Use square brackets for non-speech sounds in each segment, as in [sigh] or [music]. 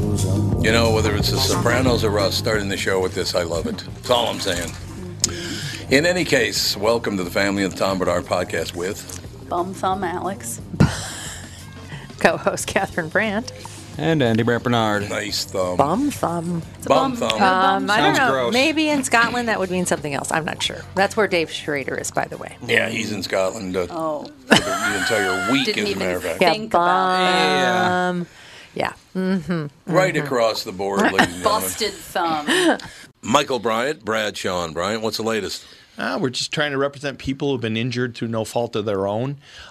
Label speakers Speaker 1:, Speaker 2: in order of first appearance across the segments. Speaker 1: You know, whether it's The Sopranos or us starting the show with this, I love it. That's all I'm saying. In any case, welcome to the family of the Tom Bernard podcast with.
Speaker 2: Bum thumb
Speaker 3: [laughs]
Speaker 2: Alex.
Speaker 3: co host Catherine Brandt.
Speaker 4: And Andy Brant Bernard.
Speaker 1: Nice thumb.
Speaker 3: Bum
Speaker 2: Um,
Speaker 3: thumb.
Speaker 2: It's a
Speaker 1: Bum
Speaker 2: bum.
Speaker 1: thumb.
Speaker 3: Um, I don't
Speaker 4: Sounds
Speaker 3: know.
Speaker 4: gross.
Speaker 3: Maybe in Scotland that would mean something else. I'm not sure. That's where Dave Schrader is, by the way.
Speaker 1: Yeah, he's in Scotland uh,
Speaker 2: Oh,
Speaker 1: for the
Speaker 2: [laughs]
Speaker 1: the entire week,
Speaker 2: didn't
Speaker 1: as a matter
Speaker 2: even
Speaker 1: of fact.
Speaker 3: Yeah,
Speaker 2: think about
Speaker 4: Yeah.
Speaker 3: Yeah. Mm-hmm. Mm.
Speaker 1: Right across the board,
Speaker 2: [laughs]
Speaker 1: ladies and
Speaker 2: it.
Speaker 1: gentlemen.
Speaker 3: [laughs]
Speaker 2: Busted thumb.
Speaker 1: Michael Bryant, Brad Sean Bryant, what's the latest?
Speaker 5: Ah, we're just trying to represent people who've been injured through no fault of their own.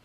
Speaker 5: [laughs]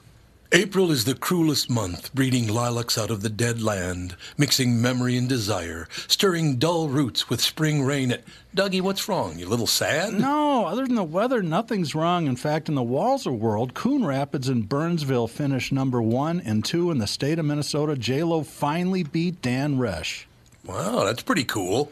Speaker 1: April is the cruelest month, breeding lilacs out of the dead land, mixing memory and desire, stirring dull roots with spring rain. At Dougie, what's wrong? You a little sad?
Speaker 6: No, other than the weather, nothing's wrong. In fact, in the Walzer world, Coon Rapids and Burnsville finished number one and two in the state of Minnesota. J-Lo finally beat Dan Resch.
Speaker 1: Wow, that's pretty cool.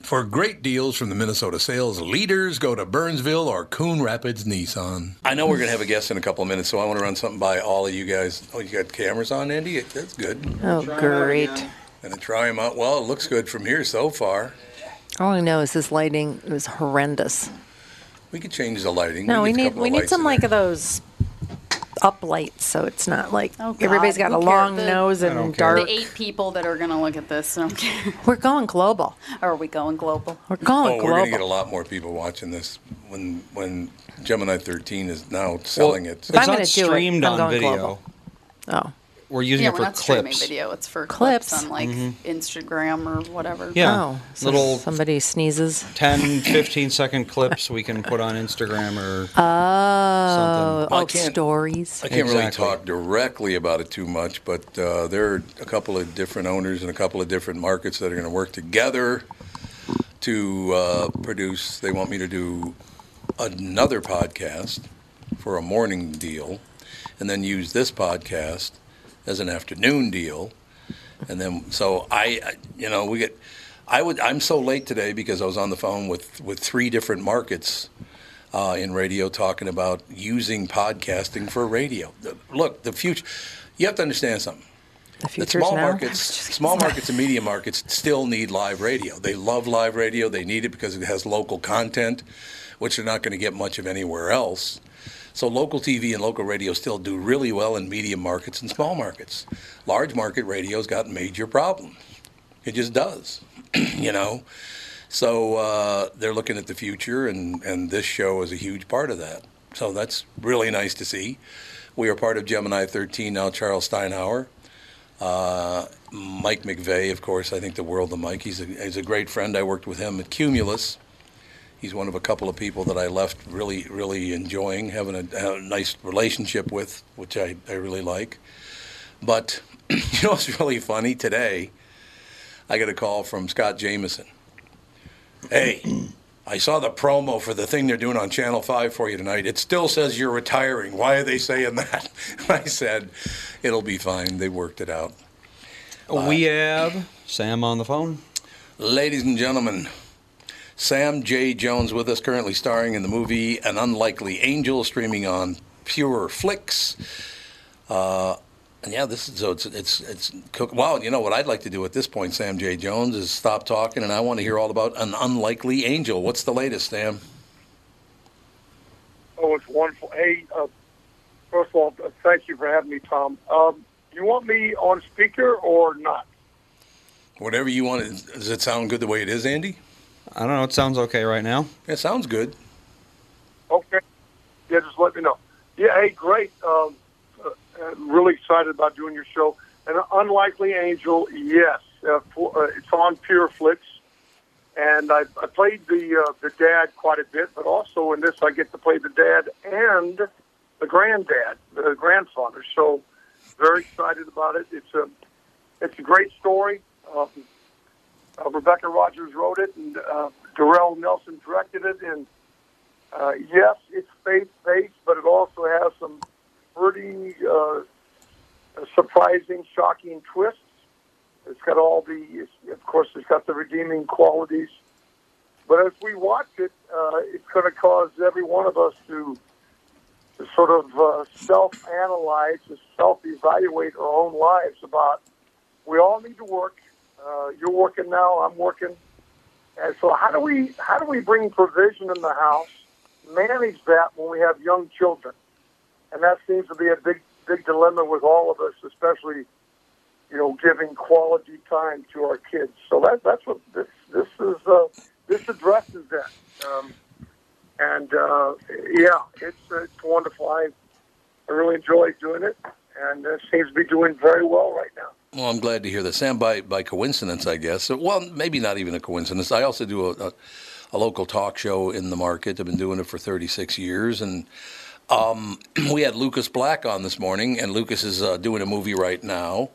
Speaker 1: For great deals from the Minnesota sales leaders, go to Burnsville or Coon Rapids Nissan. I know we're going to have a guest in a couple of minutes, so I want to run something by all of you guys. Oh, you got cameras on, Andy? That's good.
Speaker 3: Oh, great.
Speaker 1: Gonna try them out. Well, it looks good from here so far.
Speaker 3: All I know is this lighting was horrendous.
Speaker 1: We could change the lighting.
Speaker 3: No, we
Speaker 1: a
Speaker 3: need
Speaker 1: couple of
Speaker 3: we need
Speaker 1: lights
Speaker 3: some
Speaker 1: in
Speaker 3: like
Speaker 1: there.
Speaker 3: those up lights so it's not like
Speaker 2: Oh, God,
Speaker 3: everybody's got
Speaker 2: who
Speaker 3: a long
Speaker 2: cares? The-
Speaker 3: nose
Speaker 2: I
Speaker 3: and
Speaker 4: care.
Speaker 3: dark.
Speaker 2: the eight people that are going to look at this. I don't care. [laughs]
Speaker 3: We're going global.
Speaker 2: Are we going global?
Speaker 3: We're going
Speaker 1: Oh, we're
Speaker 3: global.
Speaker 1: gonna get a lot more people watching this when when Gemini 13 is now selling it.
Speaker 3: If I'm
Speaker 4: it's not
Speaker 3: gonna do it,
Speaker 4: streamed
Speaker 3: I'm
Speaker 4: on
Speaker 3: going
Speaker 4: video.
Speaker 3: global. Oh.
Speaker 4: We're using
Speaker 2: yeah,
Speaker 4: it
Speaker 2: we're
Speaker 4: for
Speaker 2: not streaming
Speaker 4: clips.
Speaker 2: video. It's for clips,
Speaker 3: Clips.
Speaker 2: on like
Speaker 1: Mm-hmm.
Speaker 2: Instagram or whatever.
Speaker 4: Yeah.
Speaker 3: Oh. So
Speaker 4: Little
Speaker 3: somebody sneezes.
Speaker 4: 10, 15 second clips we can put on Instagram or
Speaker 3: Oh,
Speaker 1: Well, I
Speaker 3: oh
Speaker 1: can't-
Speaker 3: stories.
Speaker 1: I can't really
Speaker 4: Exactly.
Speaker 1: talk directly about it too much, but uh, there are a couple of different owners and a couple of different markets that are going to work together to uh, produce. They want me to do another podcast for a morning deal, and then use this podcast as an afternoon deal, and then so I, I- you know, we get. I would. I'm so late today because I was on the phone with with three different markets uh, in radio talking about using podcasting for radio. The- Look, the future. You have to understand something.
Speaker 3: The
Speaker 1: That
Speaker 3: future's
Speaker 1: small
Speaker 3: now. [laughs]
Speaker 1: markets, small markets, and media markets still need live radio. They love live radio. They need it because it has local content, which they're not going to get much of anywhere else. So local TV and local radio still do really well in medium markets and small markets. Large market radio's got major problems. It just does, [clears throat] you know. So uh, they're looking at the future, and, and this show is a huge part of that. So that's really nice to see. We are part of Gemini 13 now, Charles Steinhauer. Uh, Mike McVeigh, of course, I think the world of Mike. He's a, he's a great friend. I worked with him at Cumulus. He's one of a couple of people that I left really, really enjoying, having a, a nice relationship with, which I, I really like. But [clears throat] you know what's really funny? Today, I got a call from Scott Jameson. Hey, I saw the promo for the thing they're doing on Channel 5 for you tonight. It still says you're [laughs] retiring. Why are they saying that? I said, it'll be fine. They worked it out.
Speaker 4: we have Sam on the phone.
Speaker 1: Ladies and gentlemen, Sam J. Jones with us, currently starring in the movie An Unlikely Angel, streaming on Pure Flicks. Uh, and yeah, this is so it's it's it's cook. Wow, you know what I'd like to do at this point, Sam J. Jones, is stop talking, and I want to hear all about An Unlikely Angel. What's the latest, Sam?
Speaker 7: Oh, it's wonderful. Hey, uh, first of all, uh, thank you for having me, Tom. Um, you want me on speaker or not?
Speaker 1: Whatever you want. Does it sound good the way it is, Andy?
Speaker 4: I don't know. It sounds okay right now.
Speaker 1: It sounds good.
Speaker 7: Okay. Yeah, just let me know. Yeah, hey, great. Um, uh, uh, really excited about doing your show. An Unlikely Angel, yes. Uh, for, uh, it's on Pure Flicks. And I, I played the uh, the dad quite a bit, but also in this I get to play the dad and the granddad, the grandfather. So very excited about it. It's a it's a great story. Um, uh, Rebecca Rogers wrote it, and uh, Darrell Nelson directed it. And uh, yes, it's faith based, but it also has some pretty uh, surprising, shocking twists. It's got all the, it's- of course, it's got the redeeming qualities. But as we watch it, uh, it's going to cause every one of us to, to sort of uh, self analyze, to self evaluate our own lives about we all need to work. Uh, you're working now, I'm working. And so how do we how do we bring provision in the house, manage that when we have young children? And that seems to be a big big dilemma with all of us, especially you know giving quality time to our kids. So that that's what this this is uh, this addresses that. Um, and uh, yeah, it's it's wonderful. I, I really enjoy doing it, and it seems to be doing very well right now.
Speaker 1: Well, I'm glad to hear that, Sam. By by coincidence, I guess. Well, maybe not even a coincidence. I also do a, a, a local talk show in the market. I've been doing it for 36 years, and um, [clears throat] we had Lucas Black on this morning, and Lucas is uh, doing a movie right now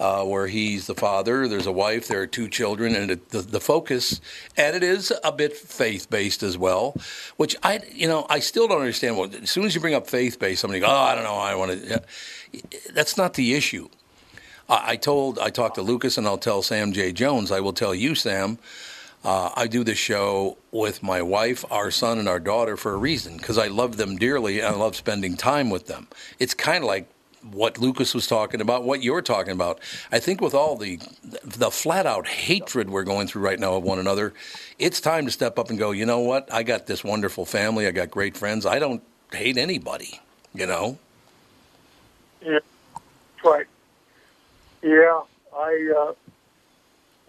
Speaker 1: uh, where he's the father. There's a wife. There are two children, and it, the, the focus, and it is a bit faith based as well, which I, you know, I still don't understand. What as soon as you bring up faith based, somebody, goes, oh, I don't know, I want to. That's not the issue. I, I told, I talked to Lucas, and I'll tell Sam J. Jones. I will tell you, Sam. Uh, I do this show with my wife, our son, and our daughter for a reason because I love them dearly and I love spending time with them. It's kind of like what Lucas was talking about, what you're talking about. I think with all the the flat out hatred we're going through right now of one another, it's time to step up and go. You know what? I got this wonderful family. I got great friends. I don't hate anybody. You know.
Speaker 7: Yeah, that's right. Yeah, I uh,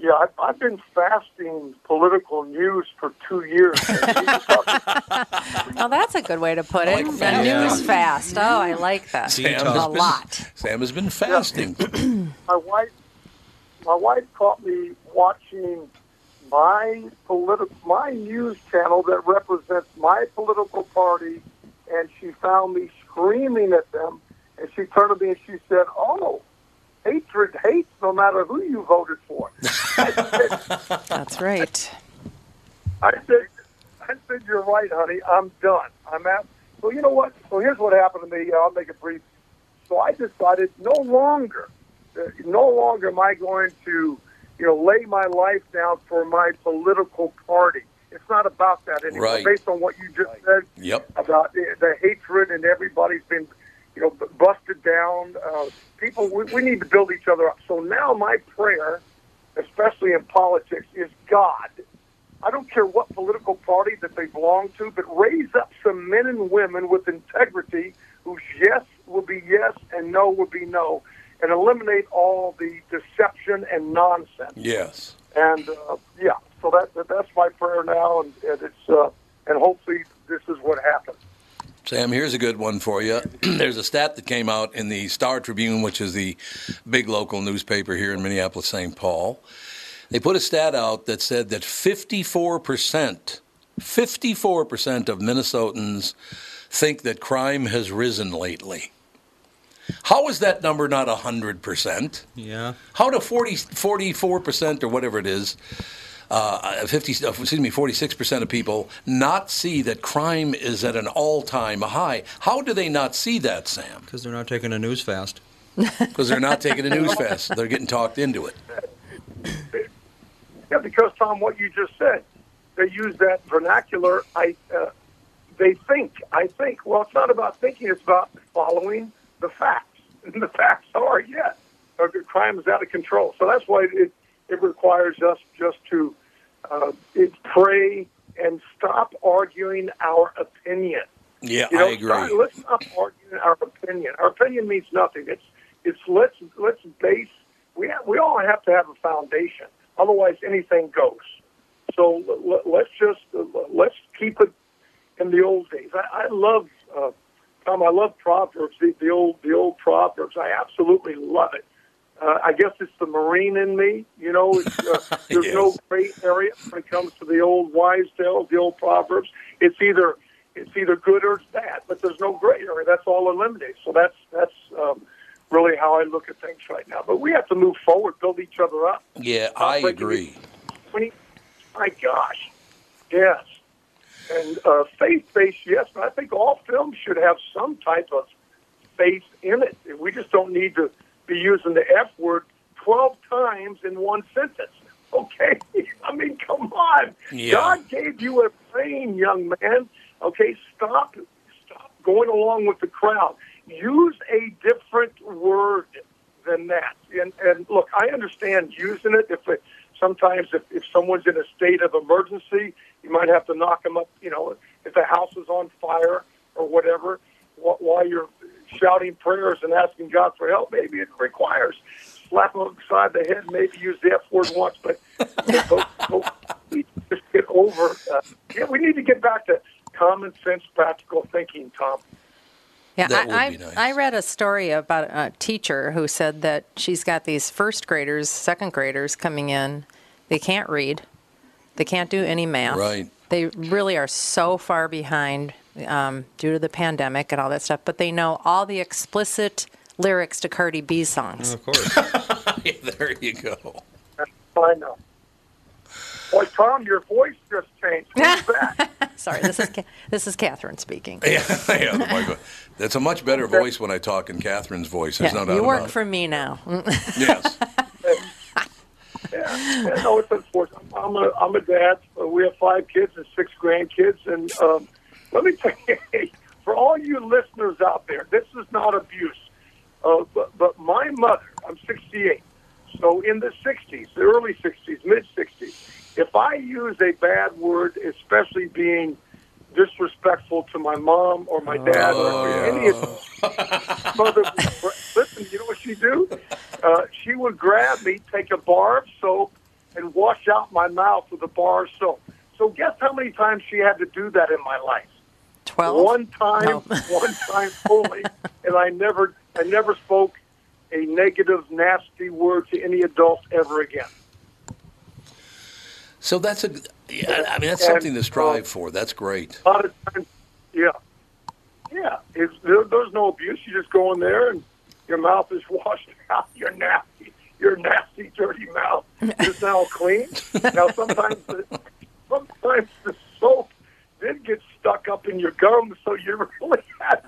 Speaker 7: yeah, I've, I've been fasting political news for two years.
Speaker 3: Well, that's a good way to put it.
Speaker 1: like
Speaker 3: the
Speaker 1: fast.
Speaker 3: news fast. Oh, I like that
Speaker 1: Sam
Speaker 3: a
Speaker 1: has been- [laughs]
Speaker 3: lot.
Speaker 1: Sam has been fasting. [clears throat]
Speaker 7: my wife, my wife caught me watching my political my news channel that represents my political party, and she found me screaming at them. And she turned to me and she said, "Oh, hatred hates no matter who you voted for."
Speaker 3: That's right.
Speaker 7: I said, I said, you're right, honey. I'm done. I'm out. Well, you know what? So here's what happened to me. Uh, I'll make it brief. So I decided no longer, uh, no longer am I going to, you know, lay my life down for my political party. It's not about that anymore.
Speaker 1: Right.
Speaker 7: Based on what you just said
Speaker 1: Yep.
Speaker 7: about the, the hatred and everybody's been, you know, b- busted down. Uh, people, we, we need to build each other up. So now my prayer, especially in politics, is God. I don't care what political party that they belong to, but raise up some men and women with integrity whose yes will be yes and no will be no, and eliminate all the deception and nonsense
Speaker 1: Yes.
Speaker 7: and uh, yeah, so that, that that's my prayer now, and, and it's uh, and hopefully this is what happens.
Speaker 1: Sam, here's a good one for you. [clears throat] There's a stat that came out in the Star Tribune, which is the big local newspaper here in Minneapolis, St. Paul. They put a stat out that said that 54%, 54% of Minnesotans think that crime has risen lately. How is that number not 100%?
Speaker 4: Yeah.
Speaker 1: How do 40, 44% or whatever it is, uh, 50, uh, excuse me, 46% of people not see that crime is at an all time high? How do they not see that, Sam?
Speaker 4: Because they're not taking a news fast.
Speaker 1: because they're
Speaker 4: [laughs]
Speaker 1: not taking a news fest. They're getting talked into it.
Speaker 7: Yeah, because Tom, what you just said, they use that vernacular. I, uh, they think. I think. Well, it's not about thinking. It's about following the facts. And the facts are yes, uh, the crime is out of control. So that's why it it requires us just to uh, it pray and stop arguing our opinion.
Speaker 1: Yeah,
Speaker 7: You know,
Speaker 1: I agree.
Speaker 7: Sorry, let's not argue our opinion. Our opinion means nothing. It's it's let's let's base. We ha we all have to have a foundation. Otherwise, anything goes. So l- l- let's just l- let's keep it in the old days. I, I love uh, Tom. I love proverbs. The, the old the old proverbs. I absolutely love it. Uh, I guess it's the Marine in me. You know, it's, uh, there's no
Speaker 1: Yes.
Speaker 7: gray area when it comes to the old wise tales, the old proverbs. It's either it's either good or it's bad, but there's no gray area. That's all eliminated. So that's that's um, really how I look at things right now. But we have to move forward, build each other up.
Speaker 1: yeah, I
Speaker 7: Stop breaking
Speaker 1: agree.
Speaker 7: We- my gosh, yes. And uh, faith-based, yes. But I think all films should have some type of faith in it. We just don't need to be using the F word 12 times in one sentence. Okay? [laughs] I mean, come on.
Speaker 1: Yeah.
Speaker 7: God gave you a brain, young man. Okay? Stop, stop going along with the crowd. Use a different word than that. And, and look, I understand using it if it, sometimes if, if someone's in a state of emergency, you might have to knock them up, you know, if the house is on fire or whatever wh- while you're shouting prayers and asking God for help. Maybe it requires slap them upside the head, maybe use the F word once, but, but, but we just get over. Uh, yeah, we need to get back to common sense, practical thinking, Tom.
Speaker 3: Yeah,
Speaker 1: That
Speaker 3: I,
Speaker 1: would
Speaker 3: I,
Speaker 1: be nice.
Speaker 3: I read a story about a teacher who said that she's got these first graders, second graders coming in. They can't read, they can't do any math.
Speaker 1: Right.
Speaker 3: They really are so far behind um, due to the pandemic and all that stuff, but they know all the explicit lyrics to Cardi B songs.
Speaker 4: Of
Speaker 1: [laughs]
Speaker 4: course.
Speaker 1: there you go.
Speaker 7: I know. Boy, Tom, your voice just changed. Who's that?
Speaker 3: Sorry, this is Ca- this is Catherine speaking.
Speaker 1: [laughs] Yeah, yeah the micro- That's a much better voice when I talk in Catherine's voice. There's no doubt
Speaker 3: you work
Speaker 1: about
Speaker 3: for me now.
Speaker 1: it. Yes.
Speaker 7: yeah, yeah, no, it's unfortunate. I'm a, I'm a dad. Uh, We have five kids and six grandkids. And um, let me tell you, [laughs] for all you listeners out there, this is not abuse. Uh, but, but my mother, I'm 68. So in the 60s, the early 60s, mid 60s, if I use a bad word, especially being disrespectful to my mom or my dad or
Speaker 8: Oh,
Speaker 7: any of mother, listen, you know what she do? Uh, she would grab me, take a bar of soap, and wash out my mouth with a bar of soap. So guess how many times she had to do that in my life?
Speaker 3: Twelve.
Speaker 7: One time,
Speaker 3: No.
Speaker 7: [laughs] one time only, and I never, I never spoke a negative, nasty word to any adult ever again.
Speaker 1: So that's a. Yeah, I mean, that's
Speaker 7: And,
Speaker 1: something to strive
Speaker 7: uh,
Speaker 1: for. That's great.
Speaker 7: A lot of times, yeah, yeah. It's, there, there's no abuse. You just go in there and your mouth is [laughs] washed out. Your nasty, your nasty, dirty mouth is now clean. now sometimes, the, sometimes the soap did get stuck up in your gums, so you [laughs] really had.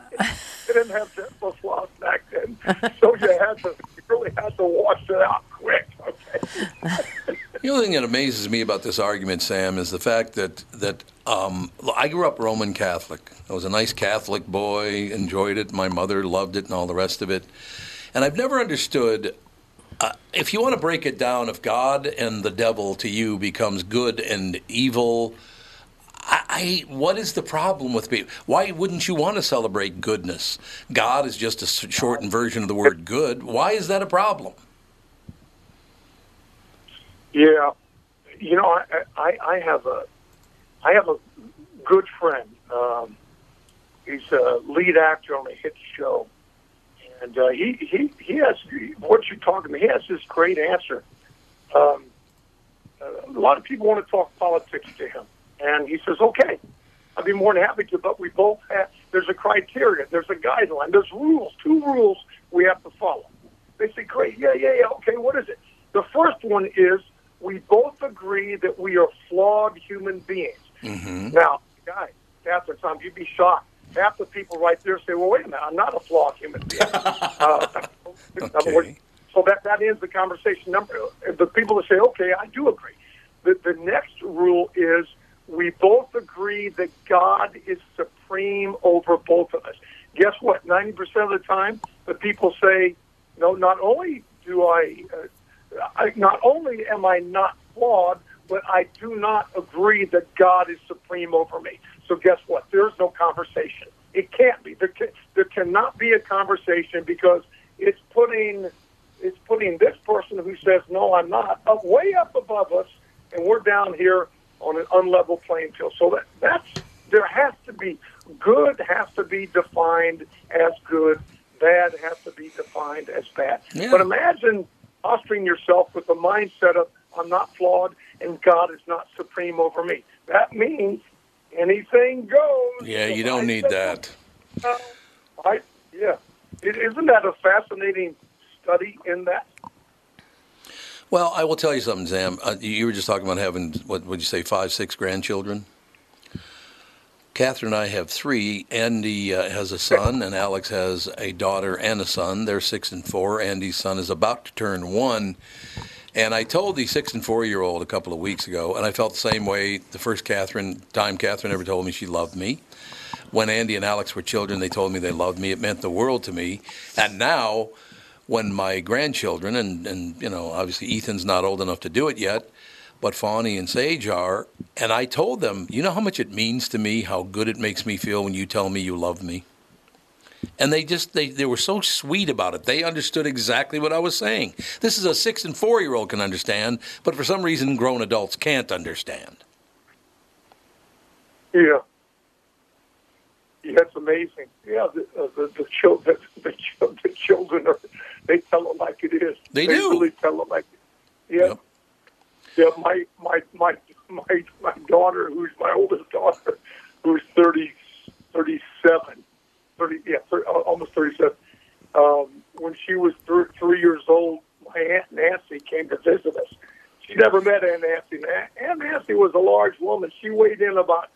Speaker 7: They didn't have dental floss back then, so you had to you really had to wash it out quick. Okay.
Speaker 1: The only thing that amazes me about this argument, Sam, is the fact that that um, I grew up Roman Catholic. I was a nice Catholic boy, enjoyed it. My mother loved it, and all the rest of it. And I've never understood uh, if you want to break it down. If God and the devil to you becomes good and evil, I, I what is the problem with me? Why wouldn't you want to celebrate goodness? God is just a s- shortened version of the word good. Why is that a problem?
Speaker 7: Yeah, you know, I, I, I have a, I have a good friend. Um, he's a lead actor on a hit show, and uh, he he he has what you're talking about. He has this great answer. Um, a lot of people want to talk politics to him, and he says, "Okay, I'd be more than happy to." But we both have there's a criteria, there's a guideline, there's rules, two rules we have to follow. They say, "Great, yeah, yeah, yeah, okay, what is it?" The first one is we both agree that we are flawed human beings. Now, guys, Catherine, Tom, you'd be shocked. half the people right there say, "Well, wait a minute, I'm not a flawed human being." uh, in other
Speaker 1: Okay.
Speaker 7: words, so that that ends the conversation. Number the people that say, "Okay, I do agree." The the next rule is we both agree that God is supreme over both of us. Guess what? Ninety percent of the time, the people say, "No, not only do I, uh, I not only am I not flawed." But I do not agree that God is supreme over me. So guess what? There's no conversation. It can't be. There, can, there cannot be a conversation because it's putting it's putting this person who says no, I'm not, up way up above us, and we're down here on an unlevel playing field. So that that's there has to be good has to be defined as good, bad has to be defined as bad.
Speaker 1: Yeah.
Speaker 7: But imagine posturing yourself with the mindset of I'm not flawed and God is not supreme over me. That means anything goes.
Speaker 1: Yeah, you
Speaker 7: If
Speaker 1: don't
Speaker 7: I
Speaker 1: need
Speaker 7: say
Speaker 1: that.
Speaker 7: no, I yeah. is isn't that a fascinating study in that?
Speaker 1: Well, I will tell you something, Sam. Uh, you- you were just talking about having what would you say five, six grandchildren. Catherine and I have three. Andy uh, has a son, and Alex has a daughter and a son. They're six and four. Andy's son is about to turn one. And I told the six and four year old a couple of weeks ago, and I felt the same way the first Catherine time Catherine ever told me she loved me. When Andy and Alex were children, they told me they loved me. It meant the world to me. And now, when my grandchildren, and, and you know, obviously Ethan's not old enough to do it yet, but Fawny and Sage are, and I told them, you know how much it means to me, how good it makes me feel when you tell me you love me? and they just they, they were so sweet about it they understood exactly what i was saying this is a six and four year old can understand but for some reason grown adults can't understand
Speaker 7: Yeah. Yeah, it's amazing. Yeah, the uh, the, the, chil- [laughs] the, the, chil- the children are they tell it like it is.
Speaker 1: They do.
Speaker 7: really tell it like. It. Yeah.
Speaker 1: Yep.
Speaker 7: Yeah, my my my my my daughter, who's my oldest daughter, who's 30, 37, 30, yeah, 30, al- almost thirty-seven. Um, when she was th- three years old, my aunt Nancy came to visit us. She never met Aunt Nancy. and Aunt- Aunt Nancy was a large woman. She weighed in about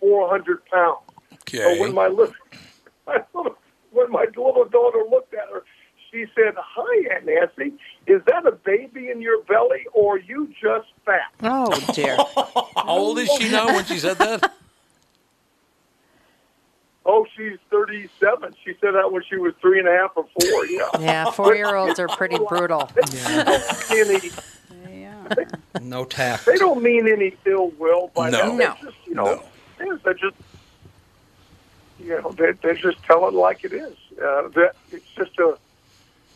Speaker 7: four hundred pounds. So when my little, [laughs] my little, when my little daughter looked at her, she said, "Hi, Aunt Nancy. Is that a baby in your belly, or are you just fat?"
Speaker 3: Oh dear.
Speaker 1: [laughs] how old is she now when she said that
Speaker 7: [laughs] Oh, she's thirty-seven. She said that when she was three and a half or four. Yeah.
Speaker 2: [laughs]
Speaker 3: Yeah, four-year-olds are pretty brutal.
Speaker 7: Any,
Speaker 2: Yeah.
Speaker 4: No tact.
Speaker 7: they don't mean any ill will by
Speaker 1: No.
Speaker 7: that.
Speaker 3: No.
Speaker 7: They just, you know, they're- they're just, you know, they're, they're just telling like it is. Uh, that it's just a.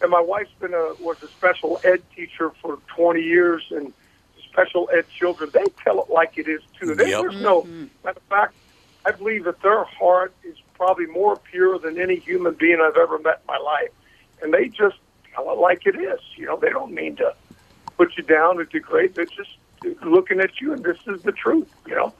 Speaker 7: And my wife's been a was a special ed teacher for 20 years, and special ed children they tell it like it is too. They,
Speaker 1: Yep.
Speaker 7: There's no matter of fact. I believe that their heart is probably more pure than any human being I've ever met in my life, and they just tell it like it is. You know, they don't mean to put you down or degrade. They're just looking at you, and this is the truth. You know.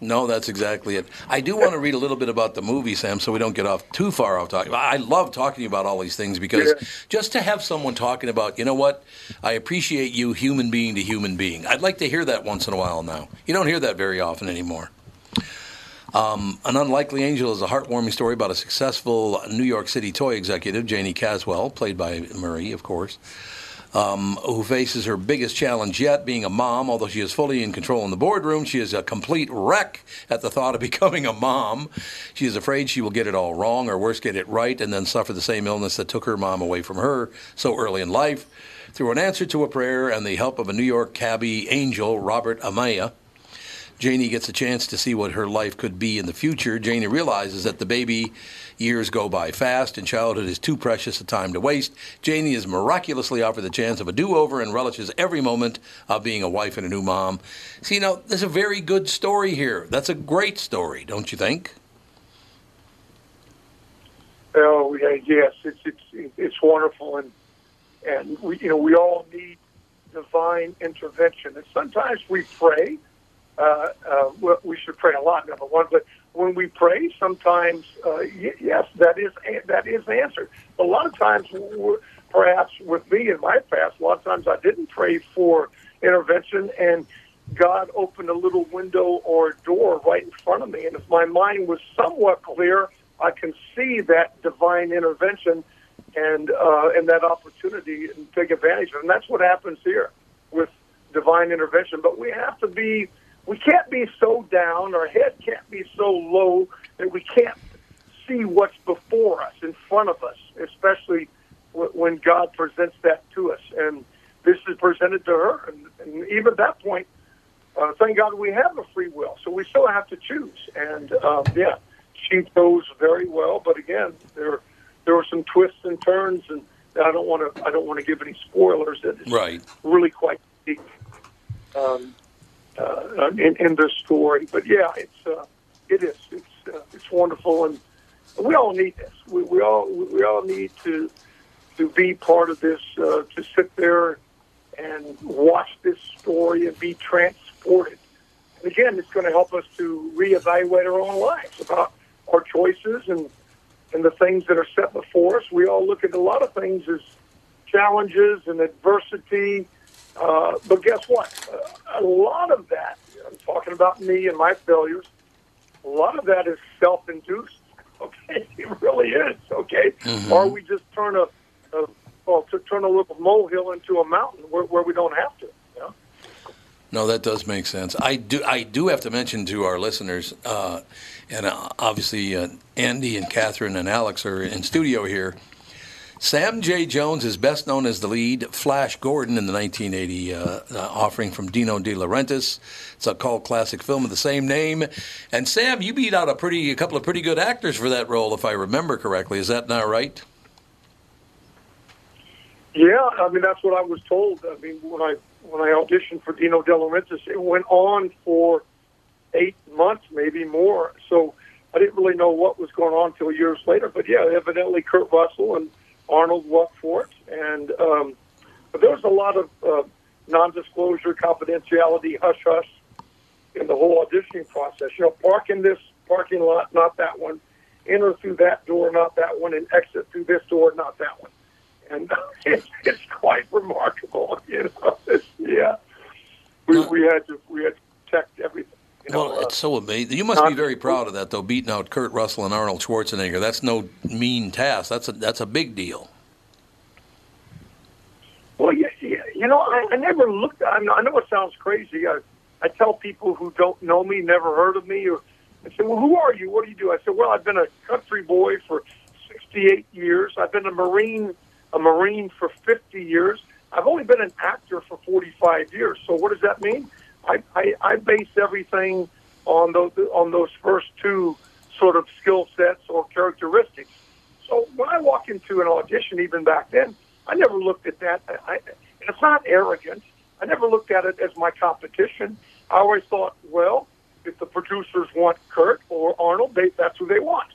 Speaker 1: no that's exactly it i do want to read a little bit about the movie sam so we don't get off too far off talking i love talking to you about all these things because
Speaker 7: Yeah.
Speaker 1: just to have someone talking about you know what i appreciate you human being to human being i'd like to hear that once in a while now you don't hear that very often anymore Um, An Unlikely Angel is a heartwarming story about a successful New York City toy executive, Janie Caswell, played by Marie, of course, um, who faces her biggest challenge yet, being a mom. Although she is fully in control in the boardroom, she is a complete wreck at the thought of [laughs] becoming a mom. She is afraid she will get it all wrong, or worse, get it right, and then suffer the same illness that took her mom away from her so early in life. Through an answer to a prayer and the help of a New York cabbie angel, Robert Amaya, Janie gets a chance to see what her life could be in the future. Janie realizes that the baby years go by fast and childhood is too precious a time to waste. Janie is miraculously offered the chance of a do over and relishes every moment of being a wife and a new mom. See, now, there's a very good story here. That's a great story, don't you think?
Speaker 7: Oh yeah, yes, it's it's it's wonderful, and and we you know we all need divine intervention, and sometimes we pray. Uh, uh, well, we should pray a lot, number one, but when we pray, sometimes uh, y- yes, that is a- that is answered. A lot of times, we're- perhaps with me in my past, a lot of times I didn't pray for intervention, and God opened a little window or door right in front of me. And if my mind was somewhat clear, I can see that divine intervention and uh, and that opportunity and take advantage of it. And that's what happens here with divine intervention. But we have to be, we can't be so down, our head can't be so low that we can't see what's before us, in front of us, especially w- when God presents that to us. And this is presented to her. And, and even at that point, uh, thank God we have a free will. So we still have to choose. And um, yeah, she chose very well. But again, there there were some twists and turns, and I don't want to I don't want to give any spoilers. It's
Speaker 1: Right.
Speaker 7: really quite deep um, uh, in, in this story. But yeah, it's uh, it is it's uh, it's wonderful, and we all need this. We, we all we all need to to be part of this, uh, to sit there and watch this story and be transported. And again, it's going to help us to reevaluate our own lives about our choices and and the things that are set before us. We all look at a lot of things as challenges and adversity. Uh, but guess what? Uh, A lot of that, I'm talking about me and my failures, a lot of that is self induced. [laughs] Okay, it really is. Okay, or we just turn a, a well, to turn a little molehill into a mountain where, where we don't have to. You know?
Speaker 1: No, that does make sense. I do. I do have to mention to our listeners, uh, and uh, obviously uh, Andy and Catherine and Alex are in studio here. Sam J. Jones is best known as the lead Flash Gordon in the 1980 uh, uh, offering from Dino De Laurentiis. It's a cult classic film of the same name. And Sam, you beat out a pretty a couple of pretty good actors for that role, if I remember correctly. Is that not right?
Speaker 7: Yeah, I mean that's what I was told. I mean when I when I auditioned for Dino De Laurentiis, it went on for eight months, maybe more. So I didn't really know what was going on until years later. But yeah, evidently Kurt Russell and Arnold worked for it, and um, but there was a lot of uh, non-disclosure, confidentiality, hush hush in the whole auditioning process. You know, park in this parking lot, not that one. Enter through that door, not that one, and exit through this door, not that one and [laughs] it's, it's quite remarkable. [laughs] You know, it's, yeah, we, we had to we had to protect everything. You know,
Speaker 1: Well,
Speaker 7: uh,
Speaker 1: it's so amazing. You must be
Speaker 7: not-
Speaker 1: very proud of that, though, beating out Kurt Russell and Arnold Schwarzenegger. That's no mean task. That's a that's a big deal.
Speaker 7: Well, you, you you know, I, I never looked. I, mean, I know it sounds crazy. I, I tell people who don't know me, never heard of me, or I say, "Well, who are you? What do you do?" I said, "Well, I've been a country boy for 68 years. I've been a marine, a marine for 50 years. I've only been an actor for 45 years. So what does that mean? I, I, I base everything on those on those first two sort of skill sets or characteristics. So when I walk into an audition, even back then, I never looked at that. I, I, and it's not arrogant. I never looked at it as my competition. I always thought, well, if the producers want Kurt or Arnold, they, that's who they want.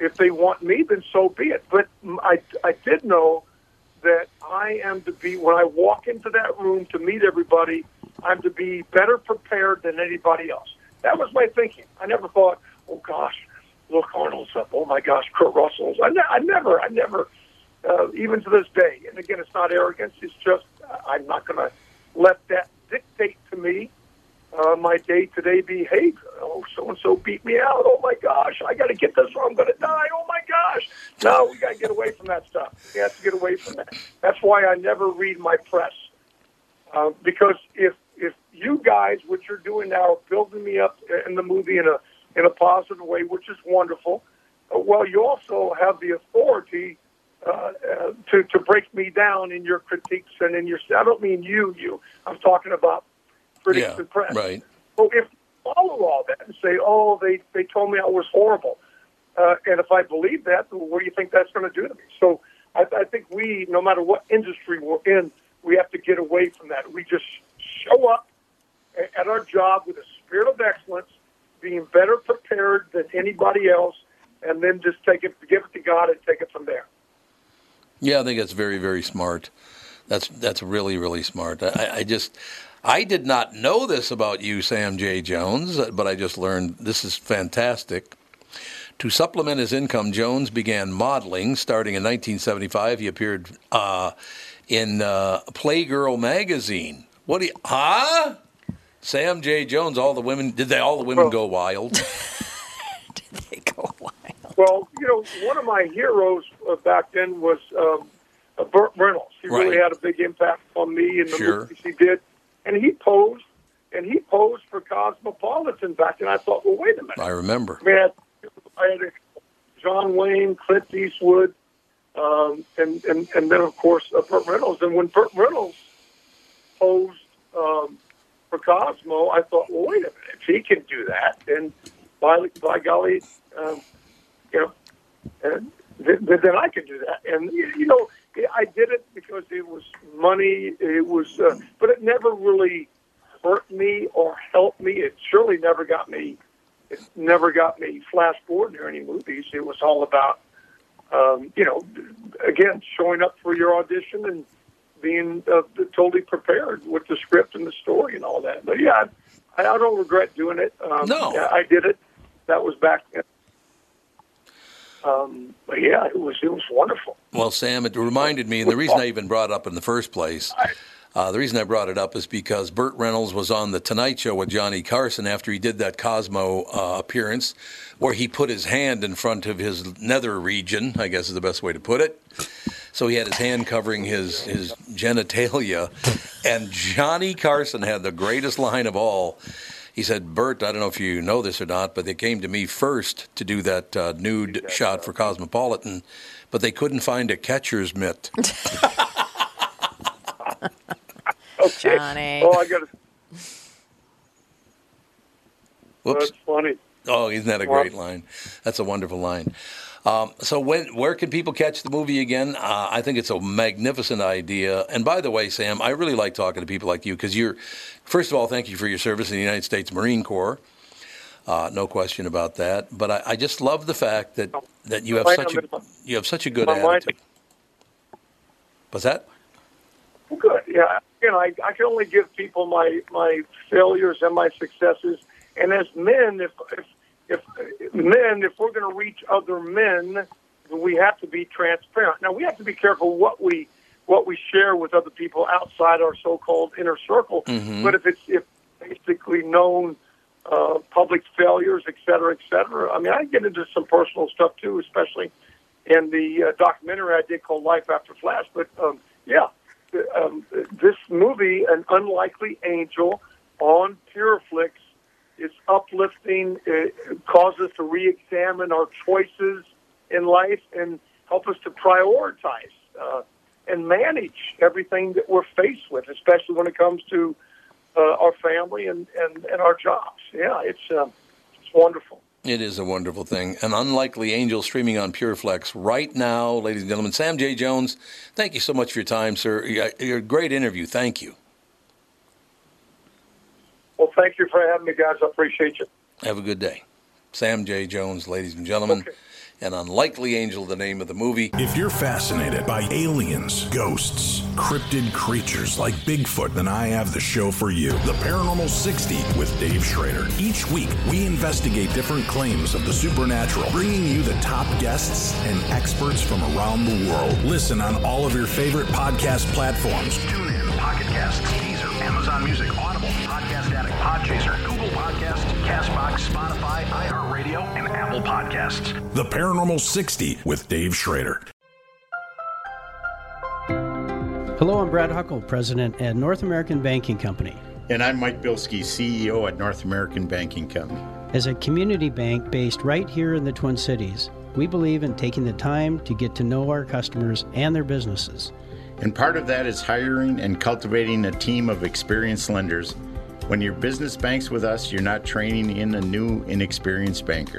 Speaker 7: If they want me, then so be it. But mm, I, I did know that I am to be, when I walk into that room to meet everybody, I'm to be better prepared than anybody else. That was my thinking. I never thought, oh gosh, look, Arnold's up. Oh my gosh, Kurt Russell's. I, ne- I never, I never, uh, even to this day. And again, it's not arrogance. It's just I- I'm not going to let that dictate to me uh, my day-to-day behavior. Oh, so and so beat me out. Oh my gosh, I got to get this or I'm going to die. Oh my gosh. No, we got to get away from that stuff. We have to get away from that. That's why I never read my press. Uh, because if if you guys, what you're doing now, are building me up in the movie in a in a positive way, which is wonderful. Uh, well, you also have the authority uh, uh, to to break me down in your critiques and in your. I don't mean you, you. I'm talking about critics
Speaker 1: Yeah,
Speaker 7: and press.
Speaker 1: right.
Speaker 7: So if you follow all that and say, oh, they, they told me I was horrible, uh, and if I believe that, then what do you think that's going to do to me? So I, I think we, no matter what industry we're in, we have to get away from that. We just show up a- at our job with a spirit of excellence, being better prepared than anybody else, and then just take it, give it to God, and take it from there.
Speaker 1: Yeah, I think that's very, very smart. That's that's really, really smart. I, I just I did not know this about you, Sam J. Jones, but I just learned this is fantastic. To supplement his income, Jones began modeling. Starting in 1975, he appeared uh, in uh, Playgirl magazine. What do you, huh? Sam J. Jones, all the women did they all the women
Speaker 7: Well-
Speaker 1: go wild?
Speaker 3: They go wild.
Speaker 7: Well, you know, one of my heroes uh, back then was um, uh, Burt Reynolds. He really
Speaker 1: Right.
Speaker 7: had a big impact on me and the
Speaker 1: Sure.
Speaker 7: movies he did. And he posed, and he posed for Cosmopolitan back then. I thought, well, wait a minute.
Speaker 1: I remember.
Speaker 7: I mean, I had, I had John Wayne, Clint Eastwood, um, and, and and then of course uh, Burt Reynolds. And when Burt Reynolds posed um, for Cosmo, I thought, well, wait a minute, if he can do that, then by by golly, um, you know, and th- th- then I could do that. And y- you know, I did it because it was money. It was, uh, but it never really hurt me or helped me. It surely never got me. It never got me flash forward or any movies. It was all about, um, you know, again showing up for your audition and being uh, totally prepared with the script and the story and all that. But yeah, I, I don't regret doing it. Um,
Speaker 1: No.
Speaker 7: yeah, I did it. That was back then. Um, but yeah, it was it was wonderful.
Speaker 1: Well, Sam, it reminded me, and the reason I even brought it up in the first place, uh, the reason I brought it up is because Burt Reynolds was on the Tonight Show with Johnny Carson after he did that Cosmo uh, appearance, where he put his hand in front of his nether region, I guess is the best way to put it. So he had his hand covering his his genitalia, and Johnny Carson had the greatest line of all. He said, "Bert, I don't know if you know this or not, but they came to me first to do that uh, nude shot for Cosmopolitan, but they couldn't find a catcher's mitt."
Speaker 7: Okay.
Speaker 3: Johnny.
Speaker 7: Oh, I got to.
Speaker 1: Whoops.
Speaker 7: That's funny.
Speaker 1: Oh, isn't that a great line? That's a wonderful line. Um, so, when where can people catch the movie again? Uh, I think it's a magnificent idea. And by the way, Sam, I really like talking to people like you because you're, first of all, thank you for your service in the United States Marine Corps. Uh, no question about that. But I, I just love the fact that that you have
Speaker 7: Wait a
Speaker 1: such a
Speaker 7: minute.
Speaker 1: you have such a good
Speaker 7: My mind-
Speaker 1: attitude. Was that?
Speaker 7: Well, good. Yeah. You know, I, I can only give people my my failures and my successes. And as men, if if, if men, if we're going to reach other men, we have to be transparent. Now we have to be careful what we what we share with other people outside our so-called inner circle. But if it's if basically known uh, public failures, et cetera, et cetera. I mean, I get into some personal stuff too, especially in the uh, documentary I did called Life After Flash. But um, yeah, th- um, this movie, An Unlikely Angel, on Pureflix, is uplifting. It causes us to re-examine our choices in life and help us to prioritize uh, and manage everything that we're faced with, especially when it comes to uh, our family and, and, and our jobs. Yeah, it's um, it's wonderful.
Speaker 1: It is a wonderful thing. An unlikely angel streaming on PureFlex right now, ladies and gentlemen. Sam J. Jones, thank you so much for your time, sir. Yeah, Your great interview. Thank you.
Speaker 7: Well, thank you for having me, guys. I appreciate you.
Speaker 1: Have a good day. Sam J. Jones, ladies and gentlemen. An unlikely angel, the name of the movie.
Speaker 9: If you're fascinated by aliens, ghosts, cryptid creatures like Bigfoot, then I have the show for you The Paranormal 60 with Dave Schrader. Each week, we investigate different claims of the supernatural, bringing you the top guests and experts from around the world. Listen on all of your favorite podcast platforms.
Speaker 10: Tune in, Pocket Casts, Deezer, Amazon Music, Audible, Podcast Addict, Podchaser, Google Podcasts, Castbox, Spotify, iHeartRadio, and Apple Podcasts.
Speaker 9: The Paranormal 60 with Dave Schrader.
Speaker 8: Hello, I'm Brad Huckle, president at North American Banking Company.
Speaker 11: And I'm Mike Bilski, CEO at North American Banking Company.
Speaker 8: As a community bank based right here in the Twin Cities, we believe in taking the time to get to know our customers and their businesses.
Speaker 11: And part of that is hiring and cultivating a team of experienced lenders. When your business banks with us, you're not training in a new, inexperienced banker.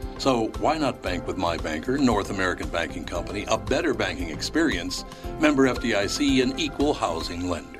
Speaker 1: So why not bank with my banker, North American Banking Company, a better banking experience, member FDIC, and equal housing lender?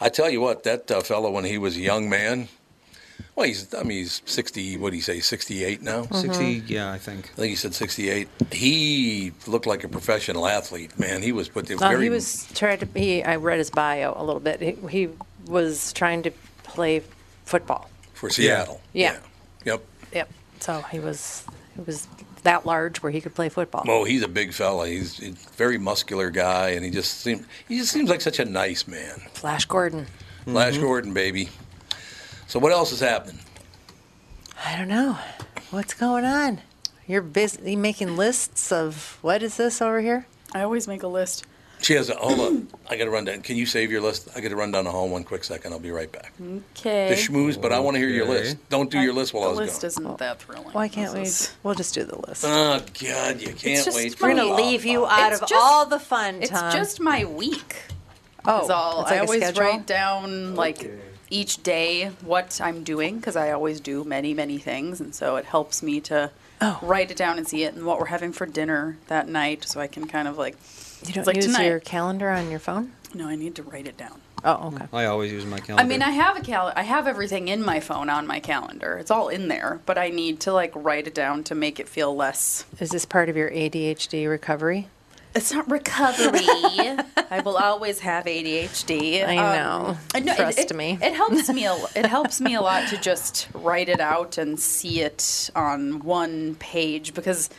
Speaker 1: I tell you what, that uh, fellow when he was a young man, well, he's I mean he's sixty. What do you say, sixty-eight now?
Speaker 4: 60, Mm-hmm. yeah, I think.
Speaker 1: I think he said sixty-eight. He looked like a professional athlete, man. He was put there
Speaker 3: Uh,
Speaker 1: very.
Speaker 3: he was trying to. He I read his bio a little bit. He, he was trying to play football.
Speaker 1: for Seattle.
Speaker 3: Yeah.
Speaker 1: Yep.
Speaker 3: Yep. So he was. He was that large where he could play football.
Speaker 1: Oh, he's a big fella. He's a very muscular guy, and he just seemed he just seems like such a nice man.
Speaker 3: Flash Gordon.
Speaker 4: Mm-hmm.
Speaker 1: Flash Gordon, baby. So what else is happening?
Speaker 3: I don't know. What's going on? You're busy making lists of what is this over here?
Speaker 2: I always make a list.
Speaker 1: She has a hold on. I got to run down. Can you save your list? I got to run down the hall one quick second. I'll be right back.
Speaker 2: Okay.
Speaker 1: The schmooze, but I want to hear your list. Don't do your list while I was
Speaker 2: the
Speaker 1: gone.
Speaker 2: list isn't that thrilling.
Speaker 3: Why can't we?
Speaker 2: This is-
Speaker 3: We'll just do the list.
Speaker 1: Oh God, you can't
Speaker 3: just
Speaker 1: wait.
Speaker 3: We're gonna
Speaker 1: till-
Speaker 3: leave you out
Speaker 2: It's
Speaker 3: of
Speaker 2: just-
Speaker 3: all the fun.
Speaker 2: It's
Speaker 3: Tom.
Speaker 2: just my week.
Speaker 3: oh,
Speaker 2: is all.
Speaker 3: it's like
Speaker 2: I
Speaker 3: a
Speaker 2: always
Speaker 3: schedule?
Speaker 2: write down like each day what I'm doing because I always do many many things, and so it helps me to
Speaker 3: Oh.
Speaker 2: write it down and see it and what we're having for dinner that night, so I can kind of like.
Speaker 3: You don't
Speaker 2: it's like
Speaker 3: use
Speaker 2: tonight.
Speaker 3: your calendar on your phone?
Speaker 2: No, I need to write it down.
Speaker 3: Oh, okay.
Speaker 4: I always use my
Speaker 2: I
Speaker 4: calendar.
Speaker 2: mean, I have a cal. I have everything in my phone on my calendar. It's all in there, but I need to like write it down to make it feel less.
Speaker 3: Is this part of your ADHD recovery?
Speaker 2: It's not recovery. [laughs] I will always have ADHD.
Speaker 3: I know.
Speaker 2: um, and Uh, no, it-
Speaker 3: Trust
Speaker 2: it,
Speaker 3: me.
Speaker 2: It helps me. A,
Speaker 3: [laughs]
Speaker 2: it helps me a lot to just write it out and see it on one page because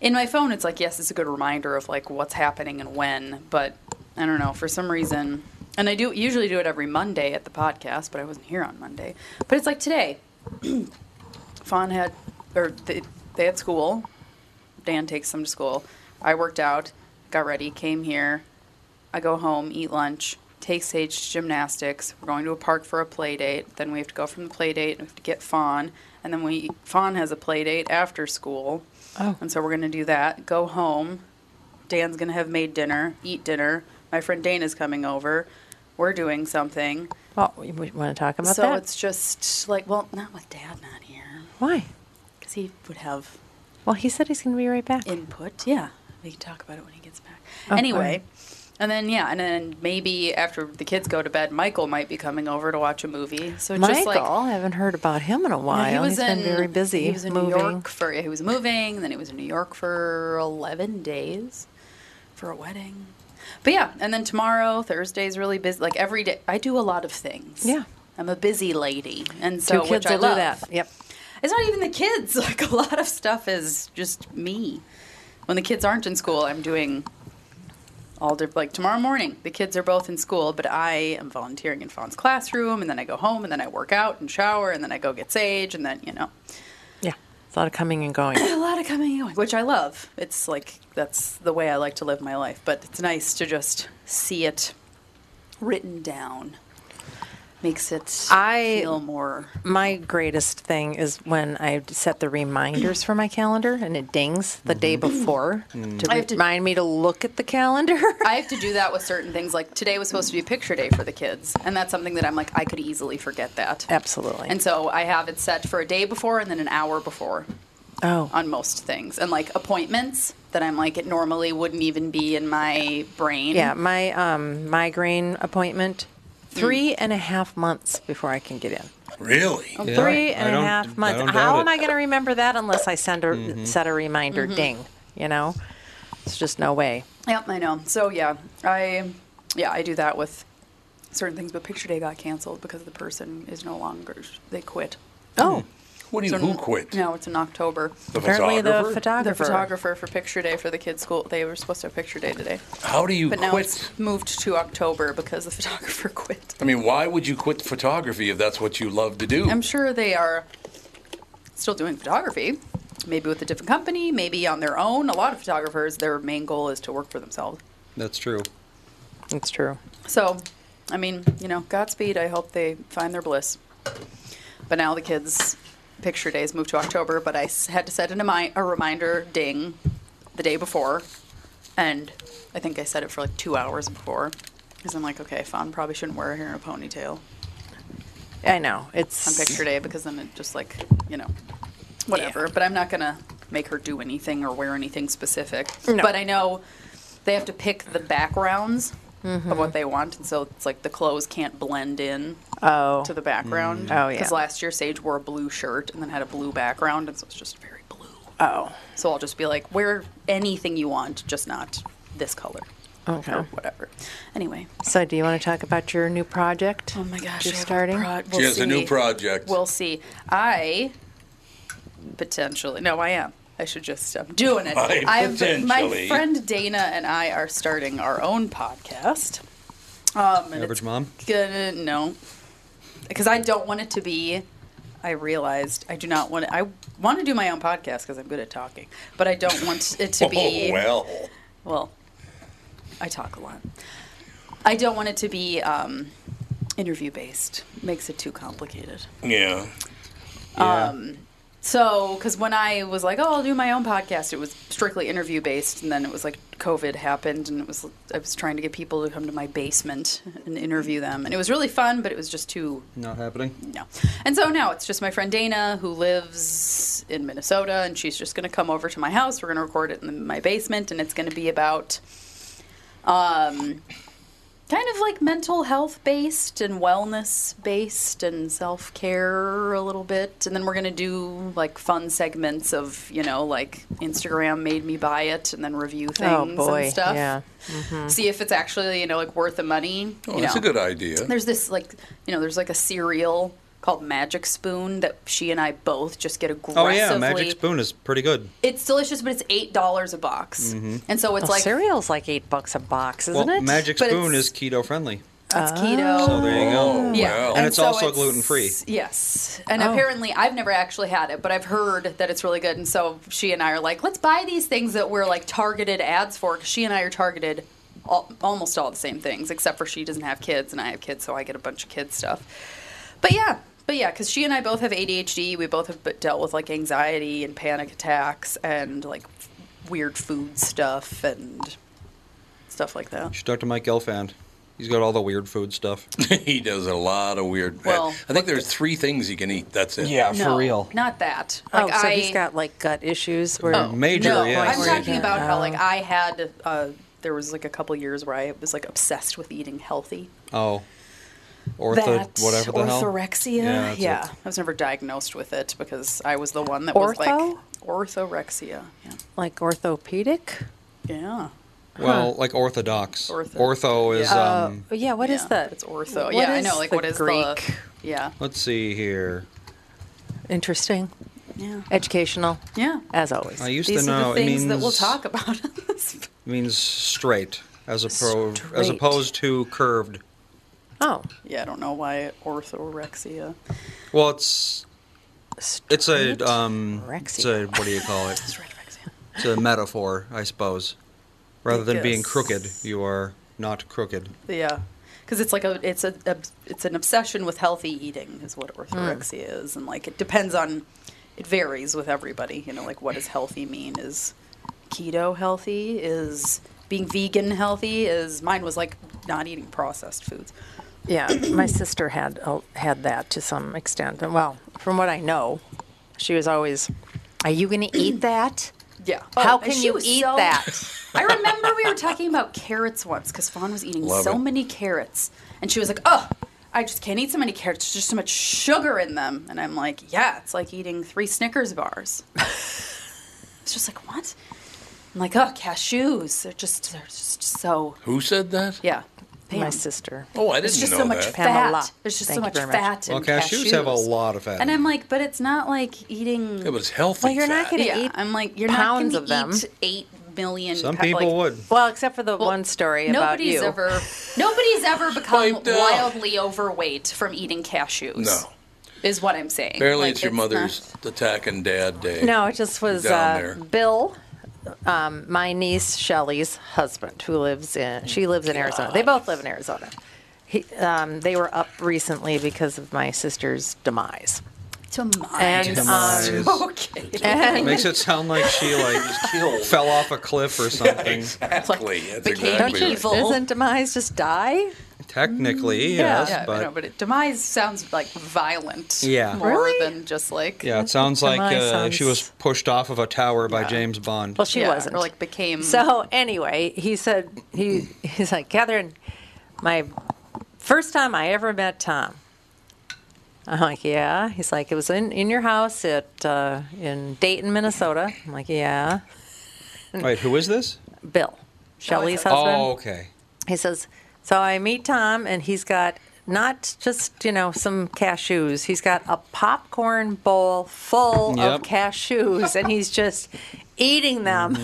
Speaker 2: in my phone it's like yes, it's a good reminder of like what's happening and when. But I don't know for some reason, and I do usually do it every Monday at the podcast, but I wasn't here on Monday. But it's like today, [clears throat] Fawn had or they, they had school. Dan takes them to school. I worked out, got ready, came here. I go home, eat lunch, take Sage to gymnastics. We're going to a park for a play date. Then we have to go from the play date and we have to get Fawn. And then we Fawn has a play date after school.
Speaker 3: Oh.
Speaker 2: And so we're going to do that. Go home. Dan's going to have made dinner, eat dinner. My friend Dana's coming over. We're doing something.
Speaker 3: Well, we want to talk about
Speaker 2: so
Speaker 3: that.
Speaker 2: it's just like, well, not with dad not here
Speaker 3: Why?
Speaker 2: because he would have
Speaker 3: Well, he said he's going to be right back.
Speaker 2: input. Yeah, we can talk about it when he gets back.
Speaker 3: Oh,
Speaker 2: anyway, and then yeah, and then maybe after the kids go to bed, Michael might be coming over to watch a movie. So
Speaker 3: Michael,
Speaker 2: just like
Speaker 3: I haven't heard about him in a
Speaker 2: you know,
Speaker 3: while. has been very busy.
Speaker 2: He was in
Speaker 3: moving.
Speaker 2: New York for he was moving, then he was in New York for eleven days for a wedding. But yeah, and then tomorrow Thursday's really busy. Like every day, I do a lot of things.
Speaker 3: Yeah.
Speaker 2: I'm a busy lady, and
Speaker 3: Two
Speaker 2: so
Speaker 3: kids
Speaker 2: which I
Speaker 3: will
Speaker 2: love.
Speaker 3: do that. Yep.
Speaker 2: It's not even the kids. [laughs] Like a lot of stuff is just me. When the kids aren't in school, I'm doing all different. Like tomorrow morning, the kids are both in school, but I am volunteering in Fawn's classroom, and then I go home, and then I work out and shower, and then I go get Sage, and then you know
Speaker 3: Yeah. It's a lot of coming and going.
Speaker 2: [clears throat] a lot of coming and going, which I love. It's like that's the way I like to live my life. But it's nice to just see it written down. [coughs] [laughs] Makes it
Speaker 3: I-
Speaker 2: feel more.
Speaker 3: My greatest thing is when I set the reminders for my calendar and it dings the day before
Speaker 2: Mm-hmm. I
Speaker 3: to
Speaker 2: have to-
Speaker 3: remind me to look at the calendar.
Speaker 2: I have to do that with certain things. Like today was supposed to be picture day for the kids, and that's something that I'm like I could easily forget that.
Speaker 3: Absolutely.
Speaker 2: And so I have it set for a day before and then an hour before
Speaker 3: oh,
Speaker 2: on most things, and like appointments that I'm like it normally wouldn't even be in my brain.
Speaker 3: yeah. My um, migraine appointment,
Speaker 2: Hmm.
Speaker 3: three and a half months before I can get in.
Speaker 1: Really?
Speaker 2: Oh.
Speaker 4: Yeah,
Speaker 3: Three
Speaker 4: I
Speaker 3: and a
Speaker 4: don't-
Speaker 3: half
Speaker 4: I
Speaker 3: months.
Speaker 4: don't
Speaker 3: How
Speaker 4: doubt
Speaker 3: am
Speaker 4: it. Mm-hmm.
Speaker 3: I going to remember that unless I send a set a reminder
Speaker 2: Mm-hmm.
Speaker 3: ding? You know, it's just no way.
Speaker 2: Yep, I know. So yeah, I yeah I do that with certain things. But picture day got canceled because the person is no longer they quit.
Speaker 3: Oh,
Speaker 1: Hmm. What do you?
Speaker 2: So
Speaker 1: who
Speaker 2: n-
Speaker 1: quit?
Speaker 2: No, it's in October.
Speaker 1: The
Speaker 3: apparently the
Speaker 1: photographer?
Speaker 2: The
Speaker 3: photographer.
Speaker 2: photographer for picture day for the kids' school. They were supposed to have picture day today,
Speaker 1: How do you
Speaker 2: but now
Speaker 1: quit?
Speaker 2: it's moved to October because the photographer quit.
Speaker 1: I mean, why would you quit photography if that's what you love to do?
Speaker 2: I'm sure they are still doing photography, maybe with a different company, maybe on their own. A lot of photographers, their main goal is to work for themselves.
Speaker 4: That's true.
Speaker 3: It's true.
Speaker 2: So I mean, you know, Godspeed. I hope they find their bliss. But now the kids' picture days moved to October, but I s- had to set an ami- a reminder ding the day before. And I think I set it for like two hours before. Because I'm like, okay, Fawn probably shouldn't wear her hair in a ponytail
Speaker 3: I know it's
Speaker 2: on picture day because then it just like, you know, whatever. But I'm not going to make her do anything or wear anything specific.
Speaker 3: No.
Speaker 2: But I know they have to pick the backgrounds of what they want. And so it's like the clothes can't blend in
Speaker 3: Oh.
Speaker 2: to the background.
Speaker 3: Mm. Oh, yeah.
Speaker 2: Because last year Sage wore a blue shirt and then had a blue background. And so it's just very blue.
Speaker 3: Oh.
Speaker 2: So I'll just be like, wear anything you want, just not this color.
Speaker 3: Okay.
Speaker 2: Or whatever. Anyway.
Speaker 3: So, do you want to talk about your new project?
Speaker 2: Oh my gosh,
Speaker 3: you're
Speaker 2: I have a
Speaker 3: starting.
Speaker 2: pro-
Speaker 1: She has a new project.
Speaker 2: We'll see. I potentially no, I am. I should just I'm doing it.
Speaker 1: [laughs] I
Speaker 2: I've- my
Speaker 1: potentially-
Speaker 2: friend Dana and I are starting our own podcast. Um, and
Speaker 4: Average mom.
Speaker 2: it's gonna no, because I don't want it to be. I realized I do not want. I want to do my own podcast because I'm good at talking, but I don't want it
Speaker 1: [laughs]
Speaker 2: to be.
Speaker 1: Oh, well.
Speaker 2: Well, I talk a lot. I don't want it to be um, interview based. Makes it too complicated.
Speaker 1: Yeah.
Speaker 2: Um, so, because when I was like, "Oh, I'll do my own podcast," it was strictly interview based, and then it was like COVID happened, and it was I was trying to get people to come to my basement and interview them, and it was really fun, but it was just too
Speaker 4: Not happening.
Speaker 2: no. And so now it's just my friend Dana who lives in Minnesota, and she's just going to come over to my house. We're going to record it in my basement, and it's going to be about um, kind of like mental health based and wellness based and self care a little bit. And then we're going to do like fun segments of, you know, like Instagram made me buy it and then review
Speaker 3: Oh
Speaker 2: things
Speaker 3: boy.
Speaker 2: and stuff. Mm-hmm.
Speaker 3: Yeah. Mhm.
Speaker 2: See if it's actually, you know, like worth the money.
Speaker 1: Oh,
Speaker 2: you
Speaker 1: that's
Speaker 2: know.
Speaker 1: a good idea.
Speaker 2: There's this like you know, there's like a cereal called Magic Spoon that she and I both just get aggressively.
Speaker 4: Oh yeah, Magic Spoon is pretty good.
Speaker 2: It's delicious, but it's eight dollars a box,
Speaker 4: Mhm.
Speaker 2: and so it's
Speaker 4: Well,
Speaker 2: like
Speaker 3: cereal's like eight bucks a box,
Speaker 4: well, Magic
Speaker 2: But
Speaker 4: Spoon
Speaker 2: it's-
Speaker 4: is keto friendly.
Speaker 2: It's keto.
Speaker 4: So there you go.
Speaker 2: Oh, Yeah. wow.
Speaker 4: And,
Speaker 2: And
Speaker 4: it's
Speaker 2: so
Speaker 4: also
Speaker 2: it's-
Speaker 4: gluten free.
Speaker 2: Yes, and
Speaker 4: Oh.
Speaker 2: apparently I've never actually had it, but I've heard that it's really good, and so she and I are like, let's buy these things that we're like targeted ads for, because she and I are targeted. All, almost all the same things, except for she doesn't have kids and I have kids, so I get a bunch of kids stuff. But yeah, but yeah, because she and I both have ADHD. We both have b- dealt with like anxiety and panic attacks and like f- weird food stuff and stuff like that.
Speaker 4: Should talk to Mike Gelfand. He's got all the weird food stuff.
Speaker 1: [laughs] he does a lot of weird.
Speaker 2: Well,
Speaker 1: I think there's three things you can eat. That's it.
Speaker 2: No, Not that. Like,
Speaker 3: oh, so
Speaker 2: I,
Speaker 3: he's got like gut issues where
Speaker 2: Oh, no, I'm talking about how like
Speaker 3: Oh.
Speaker 2: I had uh, there was like a couple years where I was like obsessed with eating healthy.
Speaker 4: Oh. Ortho,
Speaker 2: that,
Speaker 4: whatever the hell.
Speaker 2: orthorexia.
Speaker 4: Yeah,
Speaker 2: Yeah,
Speaker 4: that's it.
Speaker 2: I was never diagnosed with it because I was the one that was like
Speaker 3: Ortho?
Speaker 2: orthorexia. Yeah.
Speaker 3: like orthopedic.
Speaker 2: Yeah.
Speaker 4: Well, like orthodox.
Speaker 2: Ortho.
Speaker 4: Ortho, is,
Speaker 3: Uh,
Speaker 4: um,
Speaker 3: yeah. What is that?
Speaker 2: It's ortho.
Speaker 3: What
Speaker 2: yeah, I
Speaker 3: is
Speaker 2: know. Like,
Speaker 3: the
Speaker 2: what is
Speaker 3: Greek?
Speaker 2: the? Yeah.
Speaker 4: let's see here.
Speaker 3: Interesting.
Speaker 2: Yeah.
Speaker 3: Educational.
Speaker 2: Yeah.
Speaker 3: As always.
Speaker 4: I used to know it
Speaker 2: things
Speaker 4: means
Speaker 2: that we'll talk about. [laughs]
Speaker 4: means straight as opposed as
Speaker 2: Straight.
Speaker 4: opposed to curved.
Speaker 3: Oh.
Speaker 2: Yeah, I don't know why orthorexia.
Speaker 4: Well, it's it's a um it's a, what do you call
Speaker 2: [laughs]
Speaker 4: it? it's a metaphor, I suppose. Rather than being
Speaker 2: Because-
Speaker 4: crooked, you are not crooked.
Speaker 2: Yeah, because it's like a it's a, a it's an obsession with healthy eating is
Speaker 3: Mm.
Speaker 2: what orthorexia is, and like it depends on it varies with everybody. You know, like what does healthy mean? Is keto healthy? Is being vegan healthy? Is mine was like not eating processed foods.
Speaker 3: Yeah, my sister had uh, had that to some extent. And, Well, from what I know, she was always, "Are you going to
Speaker 2: [clears throat]
Speaker 3: eat that?
Speaker 2: Yeah.
Speaker 3: How
Speaker 2: and
Speaker 3: can
Speaker 2: Oh, she
Speaker 3: you
Speaker 2: was
Speaker 3: eat
Speaker 2: so- [laughs]
Speaker 3: that?"
Speaker 2: I remember we were talking about carrots once because Fawn was eating
Speaker 3: Love
Speaker 2: so
Speaker 3: it.
Speaker 2: many carrots, and she was like, "Oh, I just can't eat so many carrots. There's just so much sugar in them." And I'm like, "Yeah, it's like eating three Snickers bars." it's just like what? I'm like, "Oh, cashews. They're just they're just so
Speaker 1: Who said that?
Speaker 2: yeah."
Speaker 3: My
Speaker 2: Pam.
Speaker 3: sister.
Speaker 1: Oh, I
Speaker 2: There's
Speaker 1: didn't
Speaker 2: just
Speaker 1: know
Speaker 2: so much
Speaker 1: that.
Speaker 3: Pamela.
Speaker 2: fat. There's just
Speaker 3: Thank you
Speaker 2: so much
Speaker 3: very much.
Speaker 2: fat in
Speaker 4: Well, cashews, have a lot of fat.
Speaker 2: And
Speaker 4: in
Speaker 2: I'm like, but it's not like eating.
Speaker 4: Yeah, but it's healthy Well, you're not fat. gonna
Speaker 2: Yeah,
Speaker 3: eat
Speaker 2: I'm like, you're
Speaker 3: pounds
Speaker 2: not
Speaker 3: of
Speaker 2: gonna
Speaker 3: them.
Speaker 2: eat eight million.
Speaker 4: Some
Speaker 2: pa-
Speaker 4: people
Speaker 2: like,
Speaker 4: would.
Speaker 3: Well, except for the one story about
Speaker 2: Nobody's
Speaker 3: you.
Speaker 2: ever, nobody's ever become
Speaker 3: Wiped out.
Speaker 2: wildly overweight from eating cashews.
Speaker 1: No.
Speaker 2: is what I'm saying.
Speaker 1: Apparently,
Speaker 2: Like,
Speaker 1: it's your mother's attack and dad day.
Speaker 3: No, it just was
Speaker 1: down
Speaker 3: uh,
Speaker 1: there.
Speaker 3: Bill, um, my niece Shelly's husband, who lives in she lives in Arizona. They both live in Arizona. He, um, they were up recently because of my sister's demise. And,
Speaker 2: [laughs]
Speaker 4: Demise.
Speaker 3: um, and-
Speaker 4: Makes it sound like she like fell off a cliff or something.
Speaker 1: exactly. That's
Speaker 3: Don't you, isn't demise just die? Mm-hmm.
Speaker 4: Technically,
Speaker 2: yeah,
Speaker 4: yes,
Speaker 2: yeah, I know,
Speaker 4: but
Speaker 2: but it, demise sounds like violent.
Speaker 4: [laughs] Yeah.
Speaker 2: more than just like.
Speaker 4: yeah, it sounds like
Speaker 3: Demise
Speaker 4: uh, she was pushed off of a tower by James Bond.
Speaker 3: Well, she
Speaker 2: Yeah,
Speaker 3: wasn't.
Speaker 2: or like became.
Speaker 3: So anyway, he said he he's like Catherine, my first time I ever met Tom. I'm like, yeah. He's like, it was in, in your house at uh, in Dayton, Minnesota. I'm like, yeah.
Speaker 4: Wait, who is this?
Speaker 3: Bill, Shelley's Mm. husband.
Speaker 4: Oh, okay.
Speaker 3: He says, so I meet Tom, and he's got not just you know some cashews. He's got a popcorn bowl full
Speaker 2: Yep.
Speaker 3: of cashews, and he's just eating them.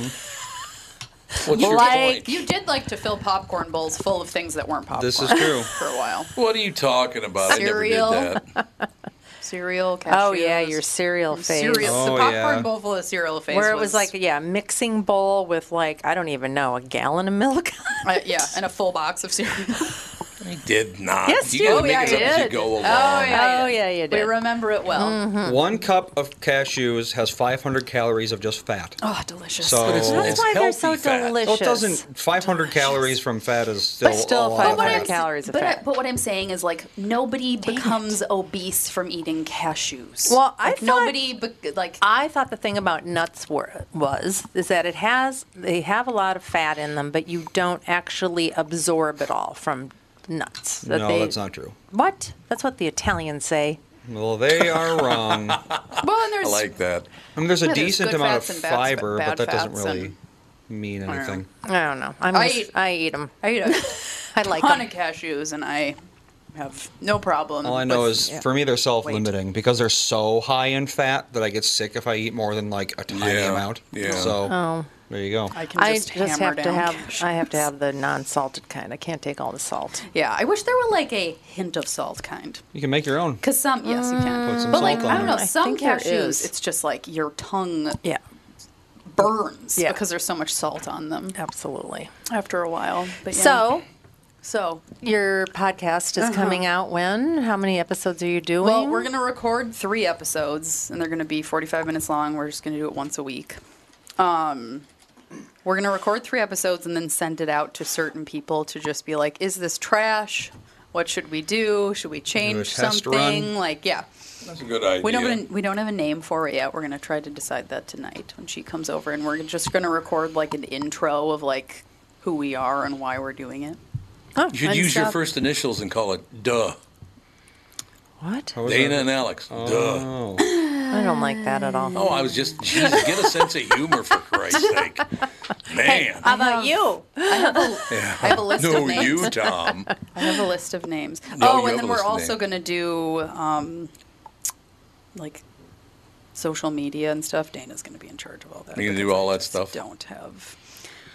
Speaker 1: What's your
Speaker 3: Like-
Speaker 1: point?
Speaker 2: You did like to fill popcorn bowls full of things that weren't popcorn.
Speaker 1: This is true.
Speaker 2: [laughs] For a while,
Speaker 1: What are you talking about? I never
Speaker 2: Cereal.
Speaker 1: did that.
Speaker 3: [laughs]
Speaker 2: cereal. Cashews, Mm,
Speaker 3: Oh yeah, your cereal face.
Speaker 2: cereal.
Speaker 4: Oh,
Speaker 2: the popcorn bowl full of cereal face.
Speaker 3: Where it was like, yeah, mixing bowl with like I don't even know a gallon of milk.
Speaker 2: Uh, yeah, and a full box of cereal.
Speaker 1: Did not.
Speaker 3: Yes,
Speaker 1: you
Speaker 3: you-
Speaker 1: gotta
Speaker 3: oh,
Speaker 1: make
Speaker 3: yeah,
Speaker 1: it
Speaker 3: you
Speaker 1: up as you
Speaker 3: did.
Speaker 1: go along.
Speaker 2: oh yeah, you did. Mm-hmm. We remember it well.
Speaker 4: One cup of cashews has 500 calories of just fat.
Speaker 2: Oh, delicious.
Speaker 4: So But it's- That's it's why
Speaker 3: they're so healthy fat.
Speaker 4: Well, it
Speaker 3: delicious.
Speaker 4: doesn't. 500 calories from fat is still, a lot of fat.
Speaker 2: but I- but what I'm saying is like nobody becomes obese from eating cashews.
Speaker 3: Well, I
Speaker 2: Like,
Speaker 3: thought,
Speaker 2: nobody be- like
Speaker 3: I thought the thing about nuts were was is that it has they have a lot of fat in them, but you don't actually absorb it all from nuts. That
Speaker 4: No,
Speaker 3: they-
Speaker 4: that's not true.
Speaker 3: What? That's what the Italians say.
Speaker 4: Well, [laughs] they are
Speaker 2: [laughs]
Speaker 4: wrong.
Speaker 2: well, and there's
Speaker 1: that.
Speaker 4: I mean, there's a
Speaker 3: Yeah, there's
Speaker 4: decent
Speaker 3: good
Speaker 4: amount of
Speaker 3: fats and bad-
Speaker 4: fiber,
Speaker 3: bad
Speaker 4: but that doesn't
Speaker 3: fats
Speaker 4: really
Speaker 3: and-
Speaker 4: mean
Speaker 2: I don't know.
Speaker 4: anything.
Speaker 3: I don't know. I'm
Speaker 2: I
Speaker 3: just-
Speaker 2: eat-
Speaker 3: I eat them.
Speaker 2: I eat a
Speaker 3: [laughs] I like
Speaker 2: ton
Speaker 3: 'em.
Speaker 2: of cashews, and I have no problem.
Speaker 4: All I know
Speaker 2: with-
Speaker 4: is
Speaker 2: Um, yeah.
Speaker 4: for me, they're self limiting because they're so high in fat that I get sick if I eat more than like a tiny
Speaker 1: Yeah,
Speaker 4: amount.
Speaker 1: yeah.
Speaker 4: So
Speaker 3: Oh.
Speaker 4: there you go.
Speaker 2: I can just hammer
Speaker 3: have to
Speaker 2: down
Speaker 3: have
Speaker 2: [laughs]
Speaker 3: I have to have the non-salted kind. I can't take all the salt.
Speaker 2: Yeah, I wish there were like a hint of salt kind.
Speaker 4: You can make your own.
Speaker 2: Because some, um, yes, you can.
Speaker 4: Put some
Speaker 2: but like,
Speaker 4: salt on
Speaker 2: I don't
Speaker 4: it.
Speaker 2: know,
Speaker 4: I
Speaker 2: some
Speaker 4: think there is.
Speaker 2: cashews, it's just like your tongue
Speaker 3: yeah.
Speaker 2: burns because there's so much salt on them.
Speaker 3: Absolutely.
Speaker 2: After a while. But yeah.
Speaker 3: So,
Speaker 2: so
Speaker 3: your podcast is
Speaker 2: Uh-huh.
Speaker 3: coming out when? How many episodes are you doing?
Speaker 2: Well, we're going to record three episodes, and they're going to be 45 minutes long. We're just going to do it once a week. Um, we're going to record three episodes and then send it out to certain people to just be like, is this trash? What should we do? Should we change
Speaker 1: test
Speaker 2: something?
Speaker 1: run.
Speaker 2: Like, yeah.
Speaker 1: That's a good idea.
Speaker 2: We don't have a, we don't have a name for it yet. We're gonna try to decide that tonight when she comes over, and we're just gonna record like an intro of like who we are and why we're doing it.
Speaker 1: You should use your first initials and call it duh.
Speaker 3: What?
Speaker 1: Dana and Alex. Duh.
Speaker 3: I don't like that at all.
Speaker 1: Oh, I was just Jesus, get a sense of humor
Speaker 2: [laughs]
Speaker 1: for Christ's sake. Man.
Speaker 3: How about you?
Speaker 2: I have a,
Speaker 1: Yeah.
Speaker 2: I have a list
Speaker 1: no,
Speaker 2: of names.
Speaker 1: you, Tom.
Speaker 2: [laughs] I have a list of names.
Speaker 1: No, you
Speaker 2: oh,
Speaker 1: have
Speaker 2: and
Speaker 1: a
Speaker 2: then we're
Speaker 1: list of
Speaker 2: also
Speaker 1: names.
Speaker 2: gonna do um, like social media and stuff. Dana's gonna be in charge of all that.
Speaker 1: You can do all that stuff.
Speaker 2: Don't have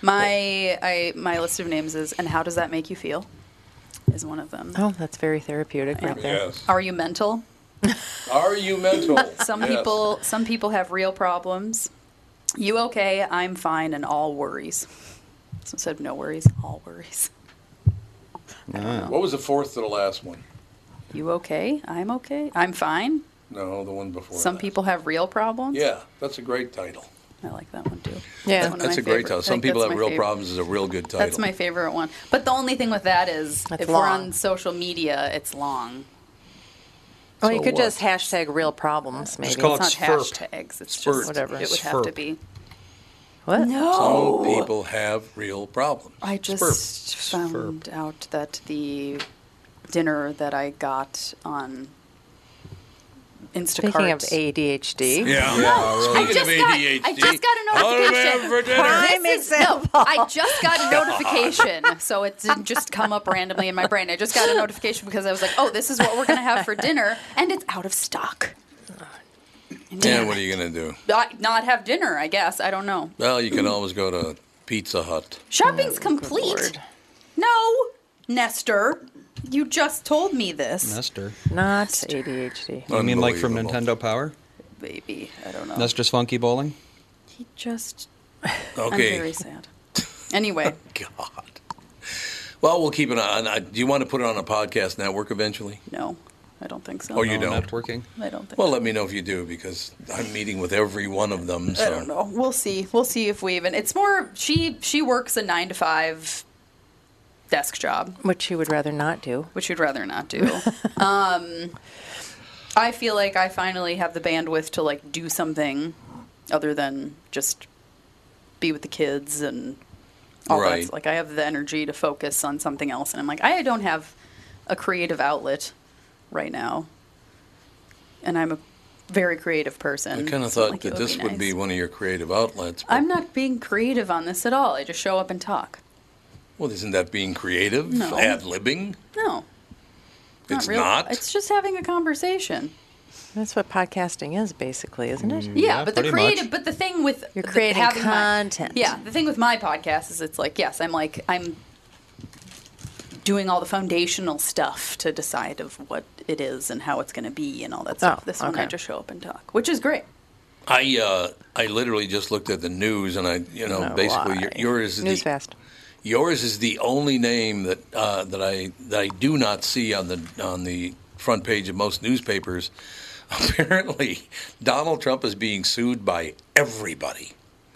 Speaker 2: my I my list of names is and how does that make you feel? Is one of them.
Speaker 3: Oh, that's very therapeutic right there.
Speaker 1: Yes.
Speaker 2: Are you mental?
Speaker 1: Are you mental?
Speaker 2: [laughs] Some
Speaker 1: Yes.
Speaker 2: people some people have real problems. You okay? I'm fine and all worries. So instead of no worries, all worries.
Speaker 1: What was the fourth to the last one?
Speaker 2: You okay? I'm okay. I'm fine.
Speaker 1: No, the one before.
Speaker 2: Some
Speaker 1: that.
Speaker 2: people have real problems.
Speaker 1: Yeah, that's a great title.
Speaker 2: I like that one too.
Speaker 1: That-
Speaker 2: one of
Speaker 1: that's
Speaker 2: my
Speaker 1: a great
Speaker 2: favorite-
Speaker 1: title.
Speaker 2: I
Speaker 1: Some
Speaker 2: think
Speaker 1: people
Speaker 2: that's
Speaker 1: have
Speaker 2: my
Speaker 1: real
Speaker 2: favorite-
Speaker 1: problems is a real good title.
Speaker 2: That's my favorite one. But the only thing with that is
Speaker 3: That's
Speaker 2: if we're
Speaker 3: long.
Speaker 2: on social media, it's long.
Speaker 3: Oh,
Speaker 2: So
Speaker 3: you could
Speaker 2: what?
Speaker 3: just hashtag real problems, maybe.
Speaker 2: call It's it not Sfrp. hashtags, it's just- Sfrp.
Speaker 3: whatever.
Speaker 2: It would have to be.
Speaker 3: What?
Speaker 1: Some people have real problems.
Speaker 2: I just found out that the dinner that I got on Instacart.
Speaker 3: Speaking of ADHD.
Speaker 1: Yeah.
Speaker 2: No,
Speaker 1: really.
Speaker 2: I, just
Speaker 1: Speaking of
Speaker 2: got, I
Speaker 1: ADHD,
Speaker 2: just got a
Speaker 1: how do we
Speaker 2: notification.
Speaker 1: have for dinner? Prime
Speaker 2: This is- no, I just got
Speaker 3: [laughs]
Speaker 2: a notification, so it didn't just come up randomly in my brain. I just got a notification because I was like, "Oh, this is what we're gonna have for dinner," and it's out of stock.
Speaker 1: Yeah, what are you going to do?
Speaker 2: Not, not have dinner, I guess. I don't know.
Speaker 1: Well, you can always go to Pizza Hut.
Speaker 2: Shopping's
Speaker 1: Oh,
Speaker 2: complete. No, Nestor, you just told me this.
Speaker 4: Nestor.
Speaker 3: Not ADHD.
Speaker 4: You mean like from Nintendo Power?
Speaker 2: Maybe. I don't know.
Speaker 4: Nestor's Funky Bowling?
Speaker 2: He just. I'm
Speaker 1: Okay.
Speaker 2: very sad. Anyway,
Speaker 1: Well, we'll keep it on. uh, Do you want to put it on a podcast network eventually?
Speaker 2: No, I don't think so.
Speaker 1: Oh, you don't?
Speaker 4: Networking?
Speaker 2: I don't think.
Speaker 1: Well, let me know if you do because I'm meeting with every one of them. So.
Speaker 2: I don't know. We'll see. We'll see if we even. It's more. She she works a nine to five desk
Speaker 1: [laughs]
Speaker 2: job,
Speaker 3: Which you would rather not do.
Speaker 2: which you'd rather not do.
Speaker 3: [laughs]
Speaker 2: um, I feel like I finally have the bandwidth to like do something other than just be with the kids and all
Speaker 1: Right.
Speaker 2: that. Like I have the energy to focus on something else, and I'm like, I don't have a creative outlet right now, and I'm a very creative person.
Speaker 1: I kind of
Speaker 2: so,
Speaker 1: thought
Speaker 2: like, it
Speaker 1: that this would
Speaker 2: nice.
Speaker 1: be one of your creative outlets.
Speaker 2: I'm not being creative on this at all. I just show up and talk.
Speaker 1: Well, isn't that being creative?
Speaker 2: No.
Speaker 1: Ad libbing?
Speaker 2: No.
Speaker 1: It's not?
Speaker 2: It's just having a conversation.
Speaker 3: That's what podcasting is, basically, isn't it?
Speaker 2: Mm, Yeah, but the creative, but the thing with
Speaker 3: You're
Speaker 2: the-
Speaker 3: creating
Speaker 2: having my-
Speaker 3: content.
Speaker 2: yeah, the thing with my podcast is it's like yes, I'm like I'm doing all the foundational stuff to decide of what it is and how it's going to be and all that stuff.
Speaker 3: Oh,
Speaker 2: this one I
Speaker 3: okay.
Speaker 2: just show up and talk, which is great.
Speaker 1: I uh, I literally just looked at the news and I you know
Speaker 3: No
Speaker 1: basically
Speaker 3: lie.
Speaker 1: your, yours is the,
Speaker 3: Newsfast.
Speaker 1: yours is the only name that uh, that I that I do not see on the on the front page of most newspapers. [laughs] Apparently, Donald Trump is being sued by everybody.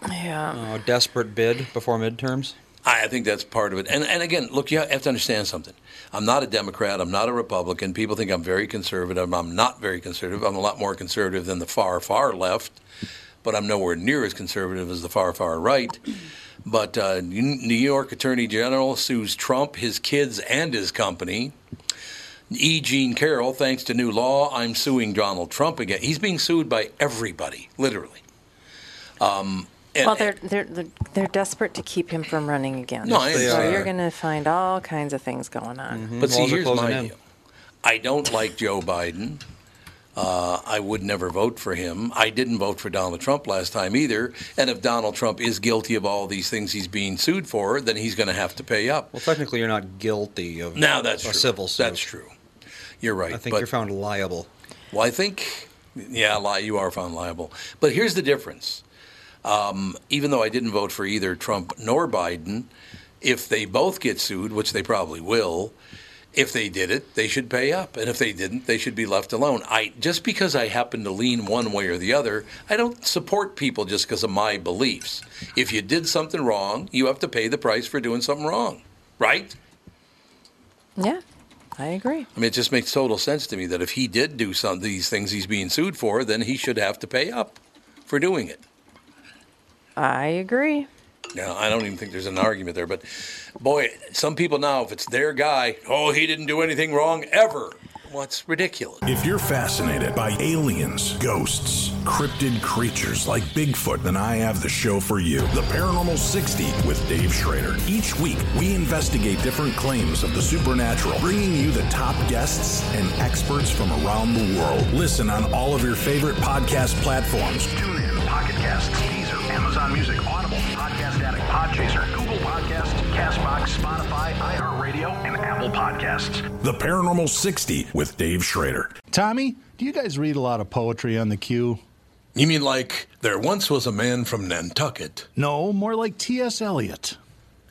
Speaker 3: Yeah.
Speaker 4: Oh, desperate bid before midterms.
Speaker 1: I I think that's part of it. And and again, look, you have to understand something. I'm not a Democrat. I'm not a Republican. People think I'm very conservative. I'm not very conservative. I'm a lot more conservative than the far far left, but I'm nowhere near as conservative as the far far right. But uh, New York Attorney General sues Trump, his kids, and his company. E. Jean Carroll, thanks to new law, I'm suing Donald Trump again. He's being sued by everybody, literally. Um, and-
Speaker 3: well, they're, they're they're they're desperate to keep him from running again.
Speaker 1: No, I Yes, they
Speaker 3: so
Speaker 1: are.
Speaker 3: you're going to find all kinds of things going on.
Speaker 1: But see,
Speaker 4: Walls are
Speaker 1: here's
Speaker 4: closing
Speaker 1: my
Speaker 4: in.
Speaker 1: deal. I don't like Joe Biden. Uh, I would never vote for him. I didn't vote for Donald Trump last time either. And if Donald Trump is guilty of all these things heese being sued for, then he's going to have to pay up.
Speaker 4: Well, technically, you're not guilty of
Speaker 1: Now that's
Speaker 4: a
Speaker 1: true.
Speaker 4: civil suit.
Speaker 1: That's true. You're right.
Speaker 4: I think
Speaker 1: but-
Speaker 4: you're found liable.
Speaker 1: well, I think, yeah, li- you are found liable. But here's the difference. Um, even though I didn't vote for either Trump nor Biden, if they both get sued, which they probably will, if they did it, they should pay up, and if they didn't, they should be left alone. I just because I happen to lean one way or the other, I don't support people just because of my beliefs. If you did something wrong, you have to pay the price for doing something wrong, right?
Speaker 3: Yeah, I agree.
Speaker 1: I mean, it just makes total sense to me that if he did do some these things he's being sued for, then he should have to pay up for doing it.
Speaker 3: I agree.
Speaker 1: Now, I don't even think there's an argument there, but boy, some people now, if it's their guy, oh, he didn't do anything wrong ever. Well, it's ridiculous.
Speaker 9: If you're fascinated by aliens, ghosts, cryptid creatures like Bigfoot, then I have the show for you The Paranormal 60 with Dave Schrader. Each week, we investigate different claims of the supernatural, bringing you the top guests and experts from around the world. Listen on all of your favorite podcast platforms.
Speaker 10: TuneIn, Pocket Casts, Deezer, Amazon Music, Audible, Podcast Addict, Podchaser, Google Podcast, Castbox, Spotify, iHeartRadio, and Apple Podcasts.
Speaker 9: The Paranormal 60 with Dave Schrader.
Speaker 6: Tommy, do you guys read a lot of poetry on the queue?
Speaker 1: You mean like there once was a man from Nantucket?
Speaker 6: No, more like T.S. Eliot.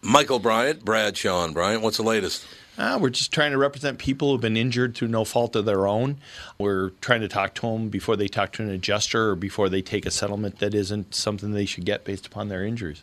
Speaker 1: Michael Bryant, Brad Sean Bryant, what's the latest?
Speaker 5: Ah, we're just trying to represent people who've been injured through no fault of their own. We're trying to talk to them before they talk to an adjuster or before they take a settlement that isn't something they should get based upon their injuries.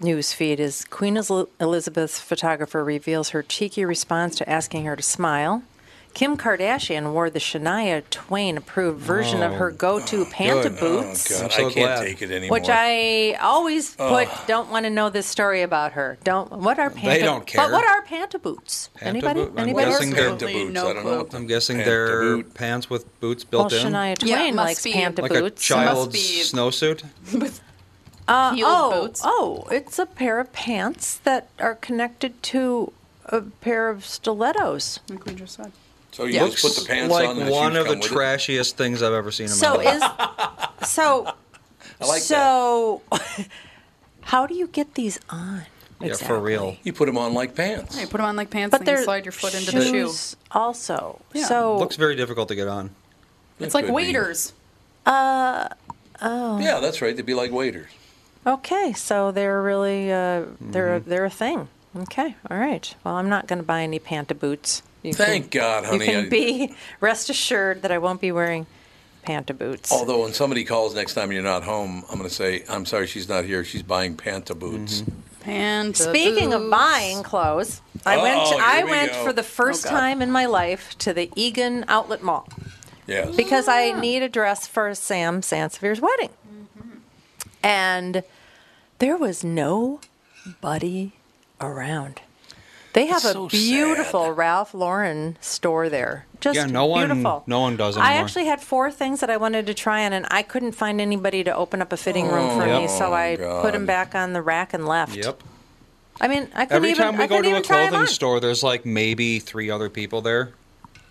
Speaker 3: news feed is Queen Eliz- Elizabeth's photographer reveals her cheeky response to asking her to smile. Kim Kardashian wore the Shania Twain approved version of
Speaker 1: Oh.
Speaker 3: her go-to panta boots.
Speaker 1: Oh, God,
Speaker 4: I'm so
Speaker 1: I can't
Speaker 4: glad.
Speaker 1: take it anymore.
Speaker 3: Which I always put.
Speaker 1: Ugh.
Speaker 3: Don't want to know this story about her. Don't. What are panta?
Speaker 4: don't
Speaker 3: But
Speaker 4: care.
Speaker 3: what are panta boots? Anybody?
Speaker 4: Panta boot-
Speaker 3: Anybody?
Speaker 4: I'm guessing they're
Speaker 2: Absolutely no I don't know clue. what the-
Speaker 4: I'm guessing
Speaker 1: Panta
Speaker 4: they're pants with boots
Speaker 3: Well,
Speaker 4: built in,
Speaker 3: Shania
Speaker 2: Yeah,
Speaker 3: Twain
Speaker 2: must
Speaker 3: likes
Speaker 2: be.
Speaker 3: panta
Speaker 4: like a
Speaker 3: boots.
Speaker 4: child's
Speaker 2: be-
Speaker 4: snowsuit.
Speaker 3: Uh,
Speaker 2: Heeled
Speaker 3: oh,
Speaker 2: boots.
Speaker 3: oh, it's a pair of pants that are connected to a pair of stilettos.
Speaker 2: Like we just said.
Speaker 1: so you
Speaker 2: Yeah.
Speaker 1: just put the pants
Speaker 4: like
Speaker 1: on. and the
Speaker 4: one
Speaker 1: shoes
Speaker 4: of the
Speaker 1: come with it?
Speaker 4: trashiest things I've ever seen in my
Speaker 3: So
Speaker 4: life.
Speaker 3: is so
Speaker 1: [laughs] I like
Speaker 3: so. how do you get these on?
Speaker 4: yeah, for real.
Speaker 1: You put them on like pants.
Speaker 2: You put them on like pants
Speaker 3: But
Speaker 2: and you
Speaker 3: they're
Speaker 2: slide your foot into the shoe.
Speaker 3: shoes also.
Speaker 2: Yeah.
Speaker 3: So
Speaker 4: Looks very difficult to get on.
Speaker 2: It's
Speaker 1: That
Speaker 2: like
Speaker 1: could be.
Speaker 2: waiters.
Speaker 3: Uh,
Speaker 1: Yeah, that's right. They'd be like waiters.
Speaker 3: oh. okay, so they're really uh, they're
Speaker 1: Mm-hmm.
Speaker 3: a they're a thing. Okay, all right. Well, I'm not going to buy any panta boots. You
Speaker 1: Thank God, honey.
Speaker 3: You can
Speaker 1: I-
Speaker 3: be [laughs] rest assured that I won't be wearing panta boots.
Speaker 1: Although when somebody calls next time and you're not home, I'm going to say, "I'm sorry, she's not here. She's buying panta boots."
Speaker 2: Panta
Speaker 3: Speaking of
Speaker 2: boots.
Speaker 3: buying clothes, I
Speaker 1: Oh,
Speaker 3: went. To,
Speaker 1: here
Speaker 3: I
Speaker 1: we
Speaker 3: went
Speaker 1: go.
Speaker 3: for the first
Speaker 2: Oh, God.
Speaker 3: time in my life to the Egan Outlet Mall
Speaker 1: Yes.
Speaker 3: because I
Speaker 2: Ah.
Speaker 3: need a dress for Sam Sansevier's wedding,
Speaker 2: Mm-hmm.
Speaker 3: and there was nobody around. They have
Speaker 1: That's
Speaker 3: a
Speaker 1: so
Speaker 3: beautiful
Speaker 1: sad.
Speaker 3: Ralph Lauren store there. Just
Speaker 4: Yeah, no one-
Speaker 3: beautiful.
Speaker 4: no one does
Speaker 3: I
Speaker 4: anymore.
Speaker 3: actually had four things that I wanted to try on, and I couldn't find anybody to open up a fitting room for me, so I put
Speaker 1: God.
Speaker 3: them back on the rack and left.
Speaker 4: Oh, Yep.
Speaker 3: I mean, I couldn't
Speaker 4: Every
Speaker 3: even.
Speaker 4: time we
Speaker 3: I
Speaker 4: go
Speaker 3: couldn't
Speaker 4: to a
Speaker 3: even try 'em
Speaker 4: clothing
Speaker 3: on.
Speaker 4: store, there's like maybe three other people there.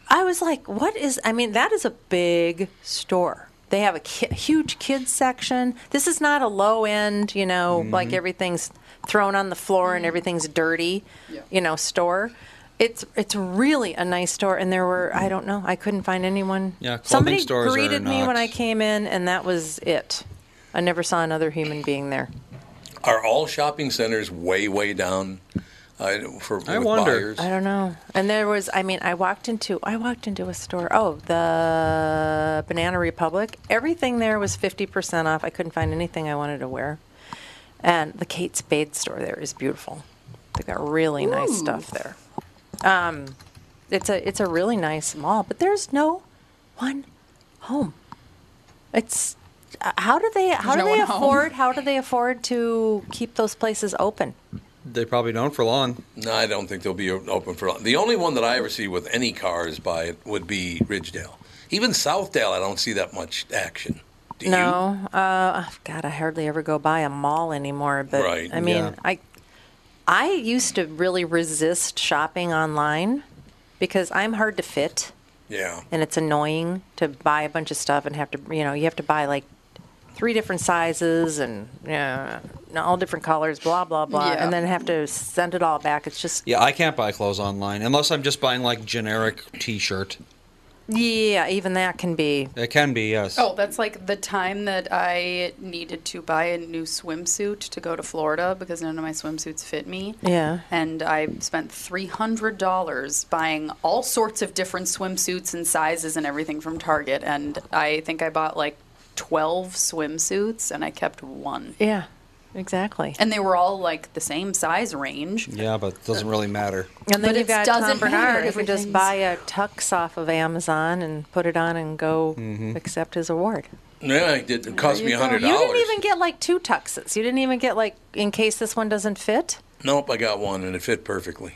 Speaker 3: I was like, "What is?" I mean, that is a big store. They have a ki- huge kids section. This is not a low end, you know,
Speaker 4: Mm-hmm.
Speaker 3: like everything's thrown on the floor
Speaker 4: Mm.
Speaker 3: and everything's dirty,
Speaker 2: Yeah.
Speaker 3: you know, store. It's it's really a nice store, and there were I don't know I couldn't find anyone.
Speaker 4: Mm-hmm. Yeah, clothing
Speaker 3: somebody
Speaker 4: stores are
Speaker 3: greeted me
Speaker 4: not-
Speaker 3: when I came in, and that was it. I never saw another human being there.
Speaker 1: Are all shopping centers way way down uh, for
Speaker 4: I
Speaker 1: with
Speaker 4: wonder.
Speaker 1: buyers?
Speaker 3: I don't know. And there was, I mean, I walked into, I walked into a store. Oh, the Banana Republic. Everything there was fifty percent off. I couldn't find anything I wanted to wear. And the Kate Spade store there is beautiful. They got really nice stuff there. Um, it's a it's a really nice mall, but there's no one home. It's uh, how do they how
Speaker 2: There's
Speaker 3: do
Speaker 2: no
Speaker 3: they
Speaker 2: one home.
Speaker 3: afford how do they afford to keep those places open?
Speaker 4: They probably don't for long.
Speaker 1: No, I don't think they'll be open for long. The only one that I ever see with any cars by it would be Ridgedale. Even Southdale, I don't see that much action. Do you?
Speaker 3: No, uh, God, I hardly ever go by a mall anymore. But
Speaker 1: Right.
Speaker 3: I mean,
Speaker 4: Yeah.
Speaker 3: I I used to really resist shopping online because I'm hard to fit,
Speaker 1: Yeah.
Speaker 3: and it's annoying to buy a bunch of stuff and have to, you know, you have to buy like three different sizes and yeah, all different colors, blah blah blah,
Speaker 2: Yeah.
Speaker 3: and then have to send it all back. It's just
Speaker 4: Yeah, I can't buy clothes online unless I'm just buying like generic T-shirt.
Speaker 3: yeah, even that can be
Speaker 4: It can be yes.
Speaker 2: Oh, that's like the time that I needed to buy a new swimsuit to go to Florida because none of my swimsuits fit me.
Speaker 3: Yeah.
Speaker 2: And I spent $300 buying all sorts of different swimsuits and sizes and everything from Target. And I think I bought like 12 swimsuits and I kept one.
Speaker 3: yeah, exactly.
Speaker 2: And they were all like the same size range.
Speaker 4: Yeah, but it doesn't really matter.
Speaker 3: And then
Speaker 2: But
Speaker 3: you've got
Speaker 2: it
Speaker 3: Tom
Speaker 2: doesn't matter,
Speaker 3: Bernard who can just
Speaker 2: everything's-
Speaker 3: buy a tux off of Amazon and put it on and go
Speaker 4: Mm-hmm.
Speaker 3: accept his award.
Speaker 1: Yeah, it did- it cost me
Speaker 2: you go.
Speaker 1: $100.
Speaker 3: You didn't even get like two tuxes. You didn't even get like in case this one doesn't fit.
Speaker 1: Nope, I got one and it fit perfectly.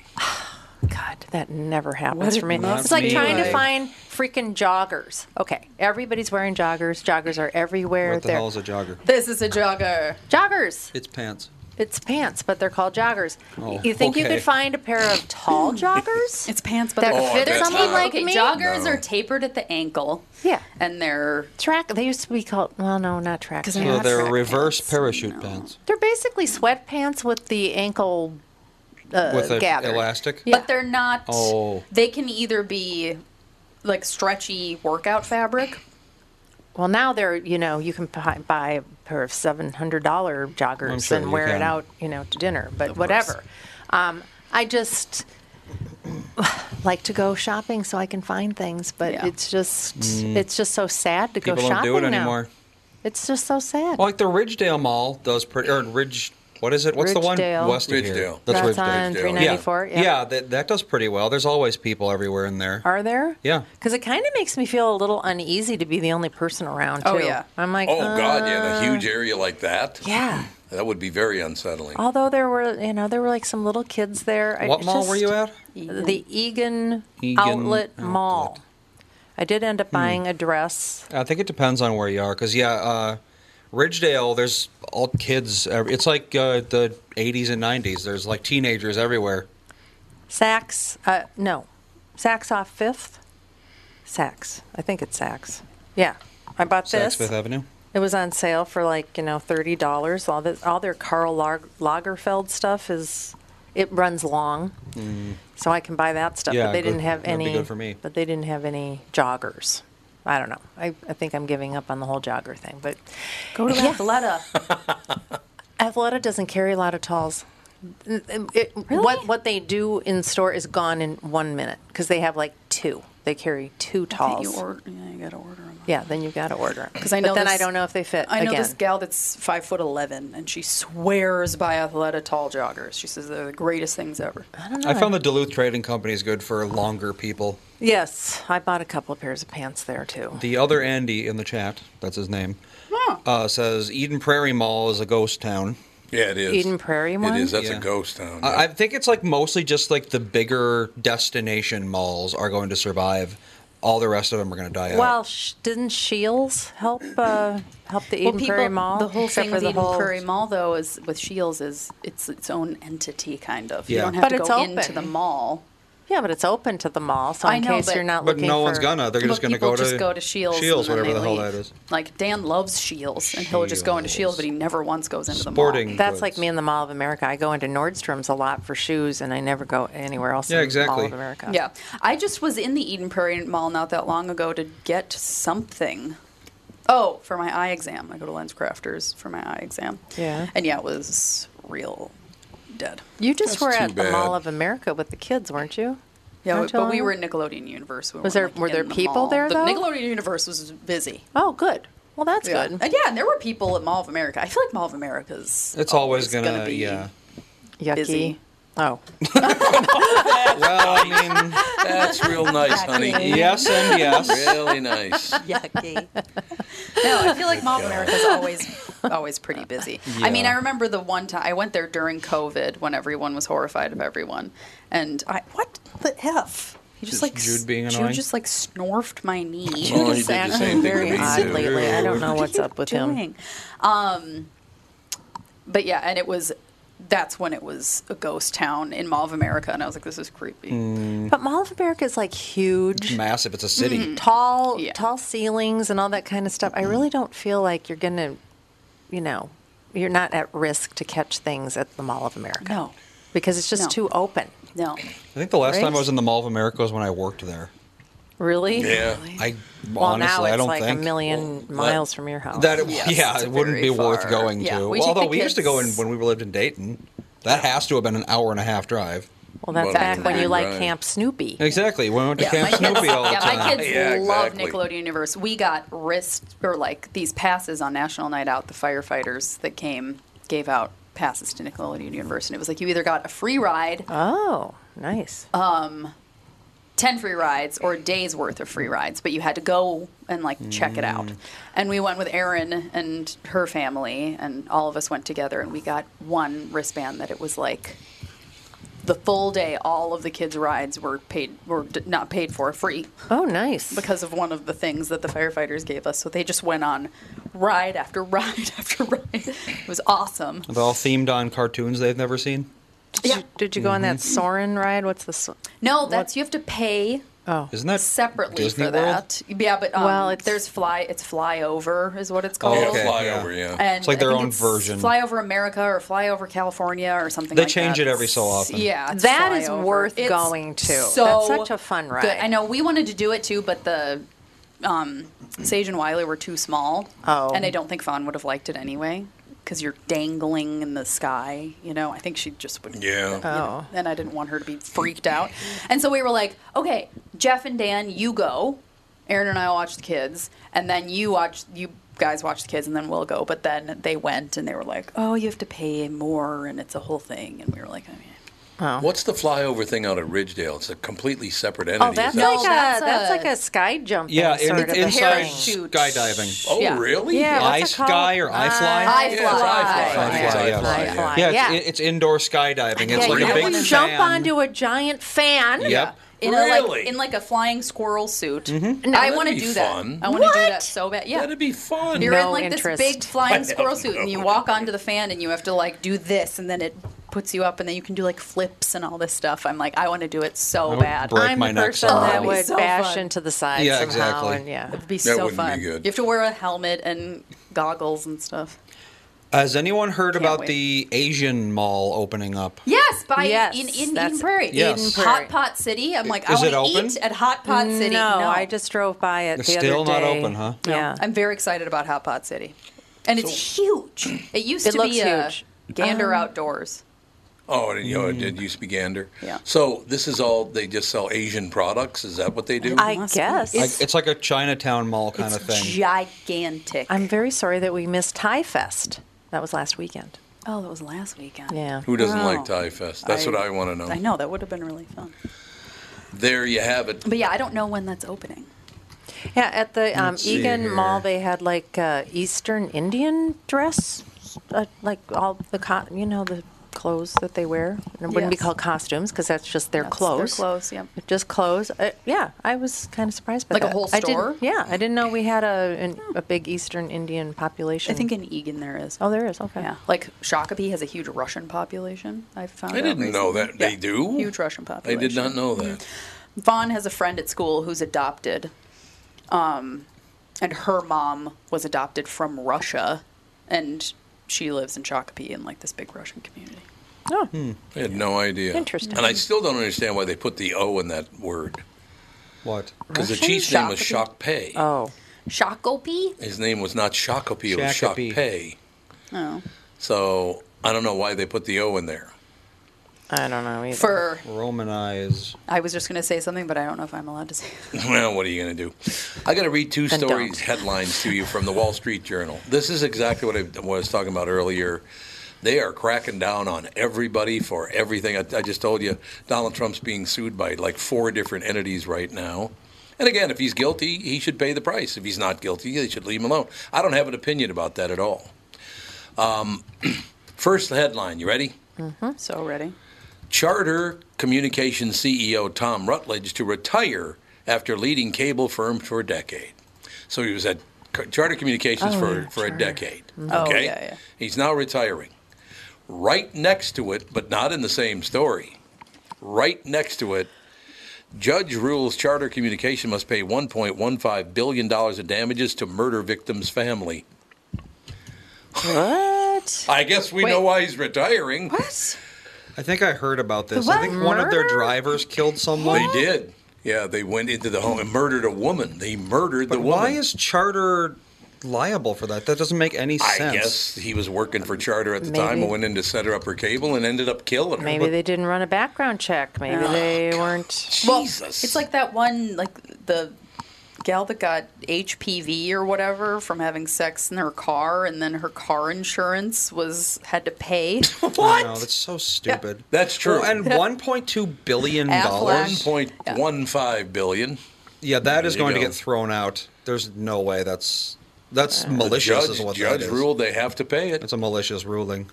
Speaker 3: That never happens
Speaker 1: What
Speaker 3: for me.
Speaker 1: it must
Speaker 3: It's like
Speaker 1: be
Speaker 3: trying to
Speaker 1: like.
Speaker 3: find freaking joggers. Okay, everybody's wearing joggers. Joggers are everywhere.
Speaker 4: What the
Speaker 3: They're-
Speaker 4: hell is a jogger?
Speaker 3: This is a jogger. Joggers.
Speaker 4: It's pants.
Speaker 3: It's pants, but they're called joggers.
Speaker 4: Oh,
Speaker 3: you think you
Speaker 4: okay.
Speaker 3: could find a pair of tall
Speaker 2: [laughs]
Speaker 3: joggers?
Speaker 2: It's pants, but
Speaker 3: that
Speaker 2: they're
Speaker 3: fit
Speaker 2: they're
Speaker 3: someone
Speaker 2: tapered.
Speaker 3: like
Speaker 2: okay,
Speaker 3: me.
Speaker 2: Joggers are tapered at the ankle.
Speaker 3: Yeah.
Speaker 2: And they're
Speaker 3: track. They used to be called. Well, no, not track.
Speaker 4: So
Speaker 3: pants.
Speaker 4: they're reverse parachute pants
Speaker 3: They're basically sweatpants with the ankle uh,
Speaker 4: with an
Speaker 3: gathered.
Speaker 4: elastic.
Speaker 2: But they're not.
Speaker 4: Oh.
Speaker 2: They can either be like stretchy workout fabric.
Speaker 3: Well, now they're you know you can buy, buy a pair of seven hundred dollar
Speaker 2: I'm
Speaker 3: joggers
Speaker 2: sure
Speaker 3: and
Speaker 2: you
Speaker 3: wear it
Speaker 2: can.
Speaker 3: out you know to dinner, but whatever. Um, I just [sighs] like to go shopping so I can find things, but it's just
Speaker 4: Mm.
Speaker 3: it's just so sad to
Speaker 4: People
Speaker 3: go
Speaker 4: don't
Speaker 3: shopping
Speaker 4: do it
Speaker 3: now.
Speaker 4: anymore.
Speaker 3: It's just so sad.
Speaker 4: Like the Ridgedale Mall does pretty, or Ridge. What is it? What's the one
Speaker 3: Ridgedale.
Speaker 4: west of here?
Speaker 3: Ridgedale. That's on
Speaker 4: Ridgedale.
Speaker 3: 394,
Speaker 4: Yeah,
Speaker 3: yeah.
Speaker 4: yeah that, that does pretty well. There's always people everywhere in there.
Speaker 3: Are there?
Speaker 4: Yeah.
Speaker 3: Because it kind of makes me feel a little uneasy to be the only person around. Too.
Speaker 1: Oh, yeah.
Speaker 3: I'm like,
Speaker 1: oh God, yeah, in
Speaker 3: uh,
Speaker 1: a huge area like that.
Speaker 3: Yeah. Oh,
Speaker 1: That would be very unsettling.
Speaker 3: Although there were, you know, there were like some little kids there.
Speaker 1: What mall were you at?
Speaker 3: The Egan,
Speaker 4: Egan
Speaker 3: Outlet Mall. I did end up
Speaker 4: Hmm.
Speaker 3: buying a dress.
Speaker 4: I think it depends on where you are, because yeah, uh, Ridgedale, there's all kids. ev- It's like uh, the '80s and '90s. There's like teenagers everywhere.
Speaker 3: Saks, uh, no, Saks off Fifth. Saks, I think it's Saks. Yeah, I bought
Speaker 4: Saks
Speaker 3: this.
Speaker 4: Fifth Avenue.
Speaker 3: It was on sale for like you know thirty dollars. All this, all their Karl Lag- Lagerfeld stuff is it runs long, so I can buy that stuff.
Speaker 4: Yeah,
Speaker 3: but they
Speaker 4: good-
Speaker 3: didn't have
Speaker 4: that'd be
Speaker 3: any.
Speaker 4: good for me.
Speaker 3: But they didn't have any joggers. I don't know. I, I think I'm giving up on the whole jogger thing. But
Speaker 2: Go to
Speaker 3: Athleta. [laughs] Athleta doesn't carry a lot of talls. It- What what they do in store is gone in one minute because they have like two. They carry two talls.
Speaker 2: You order, yeah, you gotta order them.
Speaker 3: yeah, then you've got to order them.
Speaker 2: Because I know.
Speaker 3: But then
Speaker 2: this-
Speaker 3: I don't know if they fit.
Speaker 2: I know
Speaker 3: again.
Speaker 2: this gal that's five foot eleven, and she swears by Athleta tall joggers. She says they're the greatest things ever.
Speaker 3: I don't
Speaker 4: I found the Duluth Trading Company is good for longer people.
Speaker 3: Yes, I bought a couple of pairs of pants there too.
Speaker 4: The other Andy in the chat, that's his name, uh, says Eden Prairie Mall is a ghost town.
Speaker 1: Yeah, it is.
Speaker 3: Eden Prairie one.
Speaker 1: It is. That's
Speaker 4: Yeah.
Speaker 1: a ghost town. yeah.
Speaker 4: I I think it's like mostly just like the bigger destination malls are going to survive. All the rest of them are going to die out.
Speaker 3: Well, sh- didn't Shields help uh, help the Eden Prairie Mall?
Speaker 2: The whole
Speaker 3: Except
Speaker 2: thing
Speaker 3: for
Speaker 2: with
Speaker 3: the
Speaker 2: Eden
Speaker 3: whole-
Speaker 2: Prairie Mall, though, is with Shields, is it's its own entity, kind of. You
Speaker 3: Yeah.
Speaker 2: don't have
Speaker 3: But
Speaker 2: to
Speaker 3: it's
Speaker 2: go
Speaker 3: open.
Speaker 2: into the mall.
Speaker 3: Yeah, but it's open to the mall, so
Speaker 2: I
Speaker 3: in
Speaker 2: know,
Speaker 3: case
Speaker 2: but-
Speaker 3: you're not
Speaker 4: but
Speaker 3: looking
Speaker 4: no
Speaker 3: for.
Speaker 4: one's gonna. They're just
Speaker 2: But
Speaker 4: going to go
Speaker 2: people
Speaker 4: to
Speaker 2: just go to Shields and
Speaker 4: Shields,
Speaker 2: then
Speaker 4: whatever
Speaker 2: they
Speaker 4: the hell
Speaker 2: leave.
Speaker 4: that is.
Speaker 2: Like Dan loves Shields, and he'll just go into Shields, but he never once goes into the mall.
Speaker 3: That's like me in the Mall of America. I go into Nordstrom's a lot for shoes, and I never go anywhere else.
Speaker 4: Yeah,
Speaker 3: in Mall
Speaker 4: exactly.
Speaker 3: of America.
Speaker 2: Yeah, I just was in the Eden Prairie Mall not that long ago to get something. Oh, for my eye exam, I go to Lens Crafters for my eye exam.
Speaker 3: Yeah.
Speaker 2: and yeah, it was real dead.
Speaker 3: You just
Speaker 2: That's
Speaker 3: were
Speaker 2: too
Speaker 3: at the
Speaker 2: bad.
Speaker 3: Mall of America with the kids, weren't you?
Speaker 2: Yeah,
Speaker 3: Weren't you
Speaker 2: but we
Speaker 3: on
Speaker 2: were
Speaker 3: it?
Speaker 2: in Nickelodeon Universe. We
Speaker 3: Was there-
Speaker 2: weren't, like,
Speaker 3: were there
Speaker 2: in the
Speaker 3: people
Speaker 2: mall.
Speaker 3: there,
Speaker 2: The
Speaker 3: though?
Speaker 2: Nickelodeon Universe was busy.
Speaker 3: Oh, good. Well, that's
Speaker 2: Yeah.
Speaker 3: good.
Speaker 2: And yeah, and there were people at Mall of America. I feel like Mall of America's.
Speaker 4: It's always, going
Speaker 2: gonna
Speaker 4: to
Speaker 2: be- [laughs]
Speaker 4: be. Yeah.
Speaker 3: Yucky.
Speaker 2: Busy.
Speaker 3: Oh.
Speaker 4: well, I mean,
Speaker 1: that's real nice, honey.
Speaker 4: [laughs] Yes and yes.
Speaker 1: Really nice.
Speaker 3: Yucky.
Speaker 2: No, I feel like Mall of America's always always pretty busy. I mean,
Speaker 1: Yeah.
Speaker 2: I remember the one time I went there during COVID when everyone was horrified of everyone, and I what the f. He just
Speaker 4: Is
Speaker 2: like
Speaker 4: Jude being
Speaker 2: Jude
Speaker 4: annoying?
Speaker 2: just like snorfed my
Speaker 1: Oh,
Speaker 2: knee. [laughs]
Speaker 3: Jude is acting very odd lately. I don't know
Speaker 2: What
Speaker 3: what's
Speaker 2: are
Speaker 3: up
Speaker 2: you
Speaker 3: with him.
Speaker 2: doing? Um, but yeah, and it was that's when it was a ghost town in Mall of America, and I was like, this is creepy.
Speaker 3: But Mall of America is like huge.
Speaker 4: It's Hmm, massive. It's a city.
Speaker 2: Mm-hmm. Mm.
Speaker 3: Tall, tall ceilings and all that kind of stuff. I really
Speaker 4: Mm-hmm.
Speaker 3: don't feel like you're gonna, you know, you're not at risk to catch things at the Mall of America.
Speaker 2: No,
Speaker 3: because it's just
Speaker 2: No.
Speaker 3: too open.
Speaker 2: No,
Speaker 4: I think the last time
Speaker 3: Right?
Speaker 4: I was in the Mall of America was when I worked there.
Speaker 3: really.
Speaker 4: I
Speaker 3: Well,
Speaker 4: honestly,
Speaker 3: now it's
Speaker 4: I don't
Speaker 3: like
Speaker 4: think
Speaker 3: a million miles from your house.
Speaker 4: that. It, yeah, it wouldn't be worth going
Speaker 3: Yeah,
Speaker 4: to.
Speaker 3: we
Speaker 4: Well,
Speaker 3: took the
Speaker 4: although we used to go in
Speaker 3: kids-
Speaker 4: when we lived in Dayton. That has to have been an hour and a half drive.
Speaker 3: Well, that's back when you like Camp Snoopy.
Speaker 4: Exactly. When we went to
Speaker 2: Yeah, my
Speaker 4: Camp
Speaker 2: kids-
Speaker 4: Snoopy all the
Speaker 2: yeah,
Speaker 4: time.
Speaker 2: my kids love Nickelodeon Universe. We got wrist or like these passes on National Night Out. The firefighters that came gave out passes to Nickelodeon Universe, and it was like you either got a free ride,
Speaker 3: Oh, nice.
Speaker 2: um, 10 free rides or a day's worth of free rides, but you had to go and like check it
Speaker 3: Mm.
Speaker 2: out. And we went with Erin and her family, and all of us went together, and we got one wristband that it was like the full day, all of the kids' rides were paid, were d- not paid for, free.
Speaker 3: Oh, nice.
Speaker 2: Because of one of the things that the firefighters gave us. So they just went on ride after [laughs] ride after ride. It was awesome.
Speaker 4: They're all themed on cartoons they've never seen.
Speaker 3: Yeah. Did you go on that
Speaker 4: Mm-hmm.
Speaker 3: Soren ride? What's the Sor-
Speaker 2: No, that's you have to pay
Speaker 3: Oh,
Speaker 4: isn't that
Speaker 2: separately
Speaker 4: Disney
Speaker 2: for
Speaker 4: World?
Speaker 2: that. Yeah, but um,
Speaker 3: Well, it's-
Speaker 2: there's fly. It's flyover is what it's
Speaker 4: Oh,
Speaker 2: called.
Speaker 4: okay, Yeah, Flyover, yeah.
Speaker 2: And
Speaker 4: It's like
Speaker 2: I
Speaker 4: their
Speaker 2: think
Speaker 4: own
Speaker 2: it's
Speaker 4: version.
Speaker 2: Flyover America or Flyover California or something.
Speaker 4: They
Speaker 2: like
Speaker 4: change
Speaker 2: that.
Speaker 4: it every so often.
Speaker 2: Yeah, it's
Speaker 3: That is
Speaker 2: flyover.
Speaker 3: worth
Speaker 2: It's
Speaker 3: going to.
Speaker 2: So
Speaker 3: That's such a fun ride.
Speaker 2: Good. I know we wanted to do it too, but the um, Sage and Wiley were too small.
Speaker 3: Oh.
Speaker 2: and I don't think Fawn would have liked it anyway. Because you're dangling in the sky, you know. I think she just would.
Speaker 1: Yeah.
Speaker 2: you
Speaker 3: Oh.
Speaker 2: know, and I didn't want her to be freaked out. And so we were like, okay, Jeff and Dan, you go. Aaron and I will watch the kids, and then you watch you guys watch the kids, and then we'll go. But then they went, and they were like, oh, you have to pay more, and it's a whole thing. And we were like, I mean,
Speaker 1: What's the flyover thing out at Ridgedale? It's a completely separate entity.
Speaker 3: Oh, that's
Speaker 1: is that-
Speaker 3: like a
Speaker 2: that's
Speaker 3: that's,
Speaker 2: a-
Speaker 3: like a sky jumping
Speaker 4: Yeah, in,
Speaker 3: sort of a
Speaker 4: inside
Speaker 3: thing.
Speaker 4: skydiving.
Speaker 1: Oh,
Speaker 2: Yeah.
Speaker 1: really?
Speaker 3: Yeah, what's it Uh,
Speaker 4: I sky or I fly?
Speaker 2: I
Speaker 1: Yeah,
Speaker 2: fly.
Speaker 1: it's I fly.
Speaker 4: I
Speaker 1: Yeah, it's
Speaker 4: fly,
Speaker 1: I
Speaker 4: yeah.
Speaker 1: fly,
Speaker 3: I
Speaker 1: yeah.
Speaker 3: fly.
Speaker 4: Yeah, it's,
Speaker 3: Yeah.
Speaker 4: it- it's indoor skydiving. It's
Speaker 3: Yeah,
Speaker 4: like
Speaker 3: you
Speaker 4: a big
Speaker 3: you jump
Speaker 4: fan.
Speaker 3: onto a giant fan.
Speaker 4: Yep.
Speaker 2: In a
Speaker 1: Really? Mm-hmm.
Speaker 2: like in like a flying squirrel suit.
Speaker 4: Mm-hmm.
Speaker 2: I want to
Speaker 1: be
Speaker 2: do
Speaker 1: fun.
Speaker 2: that. I want to do
Speaker 3: What?
Speaker 2: that so bad. Yeah.
Speaker 1: That'd be fun.
Speaker 2: You're
Speaker 3: No
Speaker 2: in like
Speaker 3: interest.
Speaker 2: this big
Speaker 1: [laughs] I
Speaker 2: flying
Speaker 1: have
Speaker 2: squirrel suit, and you
Speaker 1: no
Speaker 2: walk onto the fan, and you have to like do this, and then it puts you up, and then you can do like flips and all this stuff. I'm like, I want to do it so
Speaker 4: would
Speaker 2: bad.
Speaker 4: break
Speaker 3: I'm
Speaker 4: my
Speaker 3: the
Speaker 4: neck
Speaker 3: person
Speaker 4: somehow.
Speaker 2: That'd
Speaker 3: that
Speaker 2: be
Speaker 3: would
Speaker 2: so
Speaker 3: bash
Speaker 2: fun.
Speaker 3: into the side
Speaker 4: Yeah,
Speaker 3: somehow,
Speaker 4: exactly.
Speaker 3: and yeah.
Speaker 2: It'd be
Speaker 1: That
Speaker 2: so
Speaker 1: wouldn't be
Speaker 2: fun.
Speaker 1: good.
Speaker 2: You have to wear a helmet and goggles and stuff.
Speaker 4: Has anyone heard
Speaker 2: Can't
Speaker 4: about
Speaker 2: wait.
Speaker 4: the Asian mall opening up?
Speaker 2: Yes, by
Speaker 3: Yes,
Speaker 2: in, in Eden
Speaker 3: that's
Speaker 2: Prairie.
Speaker 4: Yes. Eden
Speaker 3: Prairie. Mm,
Speaker 2: Hot Pot City. I'm like,
Speaker 4: Is
Speaker 2: I
Speaker 4: it
Speaker 2: want to
Speaker 4: open?
Speaker 2: eat at Hot Pot City.
Speaker 3: No, I just drove by it
Speaker 4: It's
Speaker 3: the
Speaker 4: still
Speaker 3: other
Speaker 4: not
Speaker 3: day.
Speaker 4: open, huh?
Speaker 2: No.
Speaker 3: Yeah.
Speaker 2: I'm very excited about Hot Pot City. And it's huge. It used
Speaker 3: It
Speaker 2: to
Speaker 3: looks
Speaker 2: be uh,
Speaker 3: huge. Um,
Speaker 2: Gander Outdoors.
Speaker 1: Oh, and, you know, it did used to be gander.
Speaker 2: Yeah.
Speaker 1: So this is all they just sell Asian products. Is that what they do?
Speaker 3: I
Speaker 2: Must be.
Speaker 3: guess.
Speaker 4: Like, it's like a Chinatown mall kind of
Speaker 2: It's
Speaker 4: thing.
Speaker 2: gigantic.
Speaker 3: I'm very sorry that we missed Thai Fest. That was last weekend.
Speaker 2: oh, that was last weekend.
Speaker 3: Yeah.
Speaker 1: Who doesn't like
Speaker 2: Wow.
Speaker 1: Thai Fest? That's
Speaker 2: Oh. I-
Speaker 1: what I want to know.
Speaker 2: I know, that would have been really fun.
Speaker 1: There you have it.
Speaker 2: But yeah, I don't know when that's opening.
Speaker 3: Yeah, at the um,
Speaker 1: Let's see
Speaker 3: Egan
Speaker 1: here.
Speaker 3: Mall, they had like uh, Eastern Indian dress, uh, like all the co- you know the clothes that they wear. And it wouldn't be
Speaker 2: Yes.
Speaker 3: called costumes because that's just their
Speaker 2: That's their
Speaker 3: clothes.
Speaker 2: clothes, yep.
Speaker 3: Just clothes. Uh, yeah, I was kind of surprised by
Speaker 2: Like a
Speaker 3: that.
Speaker 2: whole
Speaker 3: I didn't-
Speaker 2: store?
Speaker 3: yeah, I didn't know we had a an, a big Eastern Indian population.
Speaker 2: I think in Egan there is.
Speaker 3: oh, there is. Okay.
Speaker 2: Yeah. Like Shakopee has a huge Russian population. I found
Speaker 1: I
Speaker 2: out
Speaker 1: didn't know
Speaker 2: recently.
Speaker 1: that. They
Speaker 2: Yeah.
Speaker 1: do?
Speaker 2: Huge Russian
Speaker 1: I
Speaker 2: population.
Speaker 1: did not know that.
Speaker 2: Vaughn has a friend at school who's adopted, um, and her mom was adopted from Russia, and she lives in Shakopee in like this big Russian community.
Speaker 3: Oh,
Speaker 1: I had no idea.
Speaker 3: Interesting.
Speaker 1: And I still don't understand why they put the O in that word.
Speaker 4: What?
Speaker 1: Because the chief's name was Shock Pei.
Speaker 3: oh,
Speaker 2: Shakopee?
Speaker 1: His name was not Shakopee, it was Shock
Speaker 4: Shakopee.
Speaker 1: Pei.
Speaker 2: Oh,
Speaker 1: So I don't know why they put the O in there.
Speaker 3: I don't know either.
Speaker 2: for
Speaker 4: Romanize.
Speaker 2: I was just gonna say something, but I don't know if I'm allowed to say. it.
Speaker 1: [laughs] Well, what are you going to do? I got to read 2
Speaker 3: Then
Speaker 1: stories,
Speaker 3: don't.
Speaker 1: headlines to you from the Wall Street Journal. This is exactly what I, what I was talking about earlier. They are cracking down on everybody for everything. I, I just told you Donald Trump's being sued by like four different entities right now. And again, if he's guilty, he should pay the price. If he's not guilty, they should leave him alone. I don't have an opinion about that at all. Um, [clears throat] first headline, you ready?
Speaker 2: So ready?
Speaker 1: Charter Communications CEO Tom Rutledge to retire after leading cable firm for a decade. So he was at C- Charter Communications
Speaker 3: Oh,
Speaker 1: for,
Speaker 3: yeah,
Speaker 1: for
Speaker 3: Charter.
Speaker 1: a decade.
Speaker 2: Oh,
Speaker 1: Okay?
Speaker 2: yeah, yeah.
Speaker 1: He's now retiring. Right next to it, but not in the same story, right next to it, judge rules Charter Communication must pay $1.15 billion in damages to murder victim's family.
Speaker 3: what?
Speaker 1: I guess we know
Speaker 2: Wait.
Speaker 1: why he's retiring.
Speaker 2: What?
Speaker 4: I think I heard about this.
Speaker 3: What?
Speaker 4: I think one of their
Speaker 3: Murder?
Speaker 4: drivers killed someone.
Speaker 1: They did. Yeah, they went into the home and murdered a woman. They murdered
Speaker 4: But
Speaker 1: the woman.
Speaker 4: why is Charter liable for that? That doesn't make any
Speaker 1: I
Speaker 4: sense.
Speaker 1: guess he was working for Charter at the time
Speaker 3: Maybe.
Speaker 1: and went in to set her up her cable and ended up killing her.
Speaker 3: Maybe they didn't run a background check. Maybe they weren't.
Speaker 1: Jesus.
Speaker 2: It's like that one, like the gal that got HPV or whatever from having sex in her car, and then her car insurance was had to pay.
Speaker 4: What? No, that's so stupid.
Speaker 1: That's true.
Speaker 4: Well,
Speaker 2: [laughs]
Speaker 4: and 1.2 billion
Speaker 2: Affleck.
Speaker 4: dollars.
Speaker 1: 1.15 billion.
Speaker 4: Yeah, that is
Speaker 1: There you
Speaker 4: going to
Speaker 1: go.
Speaker 4: get thrown out. There's no way that's
Speaker 3: Uh,
Speaker 4: that's
Speaker 1: The
Speaker 4: malicious.
Speaker 1: judge,
Speaker 4: is what
Speaker 1: judge
Speaker 4: that is.
Speaker 1: ruled they have to pay it.
Speaker 4: It's a malicious ruling.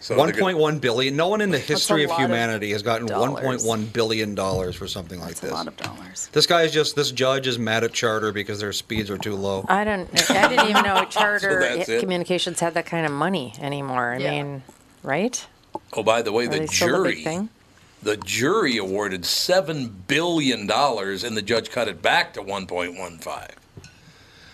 Speaker 1: So
Speaker 4: One
Speaker 1: they're gonna-
Speaker 4: point one billion. No one in the history of
Speaker 2: lot of
Speaker 4: humanity has gotten one
Speaker 2: dollars.
Speaker 4: point one billion dollars for something like
Speaker 2: a
Speaker 4: this.
Speaker 2: lot of dollars.
Speaker 4: This guy is just this judge is mad at Charter because their speeds are too low.
Speaker 3: I don't. I didn't even
Speaker 1: [laughs]
Speaker 3: know Charter
Speaker 1: that's it.
Speaker 3: Communications had that kind of money anymore. I
Speaker 2: Yeah.
Speaker 3: mean, right?
Speaker 1: Oh, by the way,
Speaker 3: Are
Speaker 1: the
Speaker 3: they still the big
Speaker 1: jury,
Speaker 3: thing?
Speaker 1: the jury awarded seven billion dollars, and the judge cut it back to 1.15.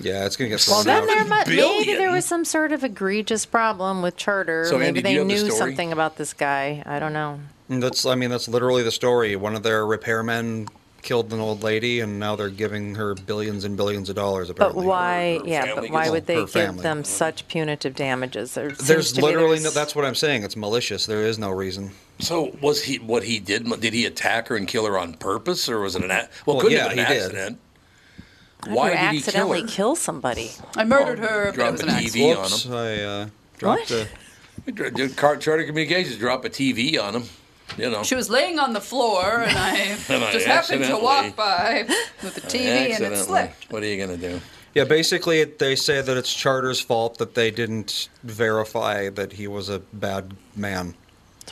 Speaker 4: Yeah, it's gonna get
Speaker 3: Well, then
Speaker 4: thrown
Speaker 3: there
Speaker 4: out.
Speaker 3: mu- maybe there
Speaker 1: billion.
Speaker 3: was some sort of egregious problem with Charter.
Speaker 1: So,
Speaker 3: maybe
Speaker 1: Andy, do
Speaker 3: they
Speaker 1: you have the
Speaker 3: knew
Speaker 1: story?
Speaker 3: something about this guy. I don't know.
Speaker 4: And That's I mean that's literally the story. One of their repairmen killed an old lady, and now they're giving her billions and billions of dollars.
Speaker 3: But
Speaker 4: Apparently,
Speaker 3: why?
Speaker 1: her
Speaker 3: yeah, but
Speaker 1: family
Speaker 3: why
Speaker 1: gets-
Speaker 3: would
Speaker 4: her
Speaker 3: they give
Speaker 4: family.
Speaker 3: them such punitive damages? There seems
Speaker 4: There's
Speaker 3: to me
Speaker 4: literally no.
Speaker 3: there's-
Speaker 4: That's what I'm saying. It's malicious. There is no reason.
Speaker 1: So was he what he did? Did he attack her and kill her on purpose, or was it an act? Well, couldn't
Speaker 4: yeah,
Speaker 1: have been
Speaker 4: he
Speaker 1: an
Speaker 4: did.
Speaker 1: accident.
Speaker 3: How do
Speaker 1: Why
Speaker 3: you
Speaker 1: did he kill
Speaker 3: accidentally
Speaker 1: her?
Speaker 3: somebody?
Speaker 2: I murdered her, but it
Speaker 1: [laughs] dropped
Speaker 2: was
Speaker 1: the
Speaker 2: an accident.
Speaker 1: TV on
Speaker 4: Whoops,
Speaker 1: him.
Speaker 4: I uh, dropped
Speaker 3: What?
Speaker 4: a.
Speaker 1: Did Car- Charter Communications drop a TV on him? You know,
Speaker 2: She was laying on the floor, and
Speaker 4: [laughs]
Speaker 2: I
Speaker 1: And I
Speaker 2: just happened to
Speaker 1: accidentally-
Speaker 2: walk by with the TV, and it
Speaker 1: accidentally.
Speaker 2: slipped.
Speaker 1: What are you gonna do?
Speaker 4: Yeah, basically, it, they say that it's Charter's fault that they didn't verify that he was a bad man.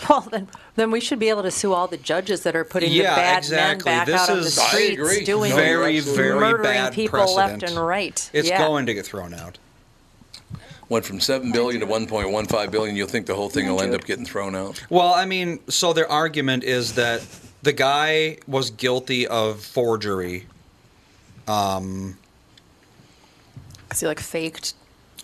Speaker 3: [laughs] Well, then, then we should be able to sue all the judges that are putting
Speaker 4: Yeah,
Speaker 3: the bad
Speaker 4: exactly.
Speaker 3: men back
Speaker 4: This
Speaker 3: out on the
Speaker 4: is- I
Speaker 3: streets,
Speaker 1: agree.
Speaker 3: doing
Speaker 1: No, you're
Speaker 4: very,
Speaker 1: absolutely
Speaker 4: very
Speaker 3: murdering
Speaker 4: bad
Speaker 3: people left
Speaker 4: precedent.
Speaker 3: and right.
Speaker 4: It's
Speaker 3: Yeah.
Speaker 4: going to get thrown out.
Speaker 1: Went from seven billion to 1.15 billion. You'll think the whole thing will end up getting thrown out.
Speaker 4: Well, I mean, so their argument is that the guy was guilty of forgery um,
Speaker 2: Because he like faked.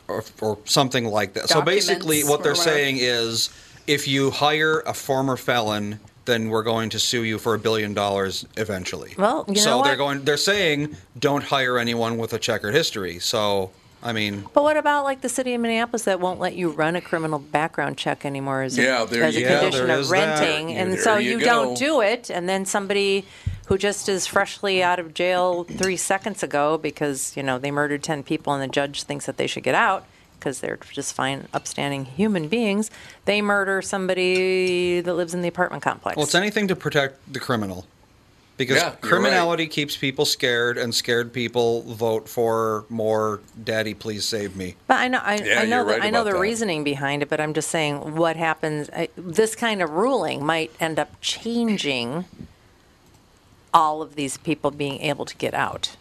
Speaker 4: or, or something like that. So
Speaker 2: Documents
Speaker 4: basically, what
Speaker 2: or
Speaker 4: they're
Speaker 2: whatever.
Speaker 4: saying is if you hire a former felon, then we're going to sue you for a billion dollars eventually.
Speaker 3: Well, you
Speaker 4: so
Speaker 3: know
Speaker 4: they're
Speaker 3: what?
Speaker 4: going. They're saying don't hire anyone with a checkered history. So I mean,
Speaker 3: But what about like the city of Minneapolis that won't let you run a criminal background check anymore as a,
Speaker 1: Yeah, there
Speaker 3: as a
Speaker 1: you go.
Speaker 3: condition
Speaker 4: There
Speaker 3: of
Speaker 4: is that.
Speaker 3: renting?
Speaker 1: There
Speaker 3: and
Speaker 1: you
Speaker 3: so
Speaker 1: go.
Speaker 3: you don't do it, and then somebody who just is freshly out of jail three seconds ago because you know they murdered ten people and the judge thinks that they should get out because they're just fine, upstanding human beings. They murder somebody that lives in the apartment complex.
Speaker 4: well, it's anything to protect the criminal, because
Speaker 1: Yeah, you're
Speaker 4: criminality keeps people scared, and scared people vote for more "Daddy, please save me."
Speaker 3: But I know, I,
Speaker 1: Yeah,
Speaker 3: I know,
Speaker 1: you're
Speaker 3: the,
Speaker 1: right
Speaker 3: I know
Speaker 1: about
Speaker 3: the
Speaker 1: that.
Speaker 3: reasoning behind it, but I'm just saying what happens. I, this kind of ruling might end up changing all of these people being able to get out,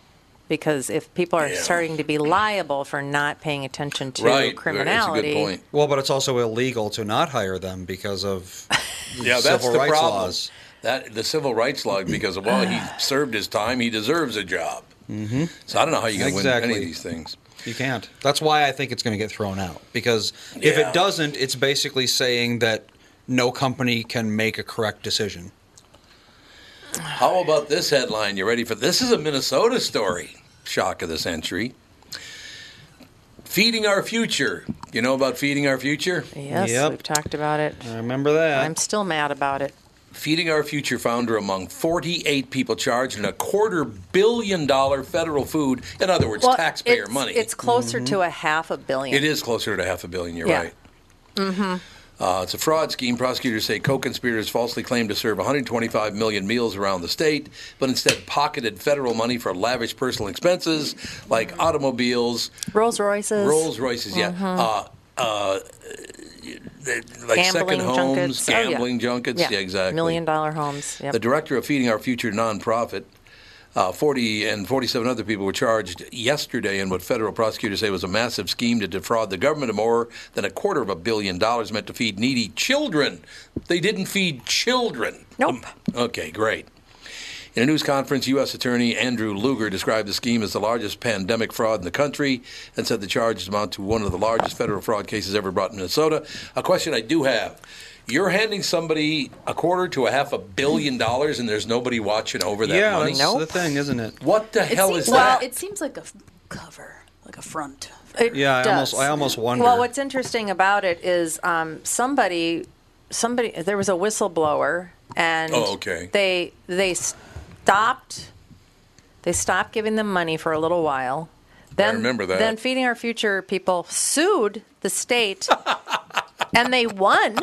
Speaker 3: because if people are
Speaker 1: Yeah.
Speaker 3: starting to be liable for not paying attention to
Speaker 1: right,
Speaker 3: criminality,
Speaker 1: That's a good point.
Speaker 4: Well, but it's also illegal to not hire them because of
Speaker 1: [laughs] Yeah, that's
Speaker 4: civil
Speaker 1: the
Speaker 4: rights
Speaker 1: problem.
Speaker 4: laws.
Speaker 1: That the civil rights law, because while he served his time, he deserves a job. Mm-hmm. So I don't know how you can win any
Speaker 4: Exactly.
Speaker 1: of these things.
Speaker 4: You can't. That's why I think it's going to get thrown out because if
Speaker 1: Yeah.
Speaker 4: it doesn't, it's basically saying that no company can make a correct decision.
Speaker 1: How about this headline? You ready for this? Is a Minnesota story. Shock of the century. Feeding our future. You know about feeding our future?
Speaker 3: yes,
Speaker 4: Yep.
Speaker 3: we've talked about it.
Speaker 4: I remember that.
Speaker 3: I'm still mad about it.
Speaker 1: Feeding Our Future founder among 48 people charged in a quarter billion dollar federal food, in other words, taxpayer
Speaker 3: it's,
Speaker 1: money. Mm-hmm.
Speaker 3: It's closer
Speaker 4: Mm-hmm.
Speaker 3: to a half a billion.
Speaker 1: It is closer to half a billion, you're
Speaker 3: Yeah. Mm-hmm.
Speaker 1: right. Uh, it's a fraud scheme. Prosecutors say co conspirators falsely claimed to serve 125 million meals around the state, but instead pocketed federal money for lavish personal expenses like automobiles,
Speaker 3: Rolls Royces.
Speaker 1: Rolls Royces, yeah.
Speaker 3: Mm-hmm.
Speaker 1: Uh, uh, like second
Speaker 3: Gambling
Speaker 1: homes,
Speaker 3: junkets. Oh, yeah.
Speaker 1: gambling junkets. Yeah, exactly.
Speaker 3: Million dollar homes. Yep.
Speaker 1: The director of Feeding Our Future nonprofit, uh, 40 and 47 other people were charged yesterday in what federal prosecutors say was a massive scheme to defraud the government of more than a quarter of a billion dollars meant to feed needy children. They didn't feed children.
Speaker 3: Nope.
Speaker 1: Okay, great. In a news conference, U.S. Attorney Andrew Luger described the scheme as the largest pandemic fraud in the country and said the charges amount to one of the largest federal fraud cases ever brought in Minnesota. A question I do have you're handing somebody a quarter to a half a billion dollars, and there's nobody watching over that
Speaker 4: yeah,
Speaker 1: money.
Speaker 4: that's
Speaker 3: Nope.
Speaker 4: the thing, isn't it?
Speaker 1: What the
Speaker 2: It
Speaker 1: hell
Speaker 2: seems
Speaker 1: is
Speaker 2: like,
Speaker 1: that?
Speaker 2: it seems like a f- cover, like a front.
Speaker 3: It
Speaker 4: Yeah, I almost,
Speaker 3: does.
Speaker 4: I almost wonder.
Speaker 3: Well, what's interesting about it is um, somebody, somebody, there was a whistleblower, and
Speaker 1: Oh, okay.
Speaker 3: they they stopped They stopped giving them money for a little while. Then,
Speaker 1: remember that.
Speaker 3: Then Feeding Our Future people sued the
Speaker 1: [laughs]
Speaker 3: state, and they won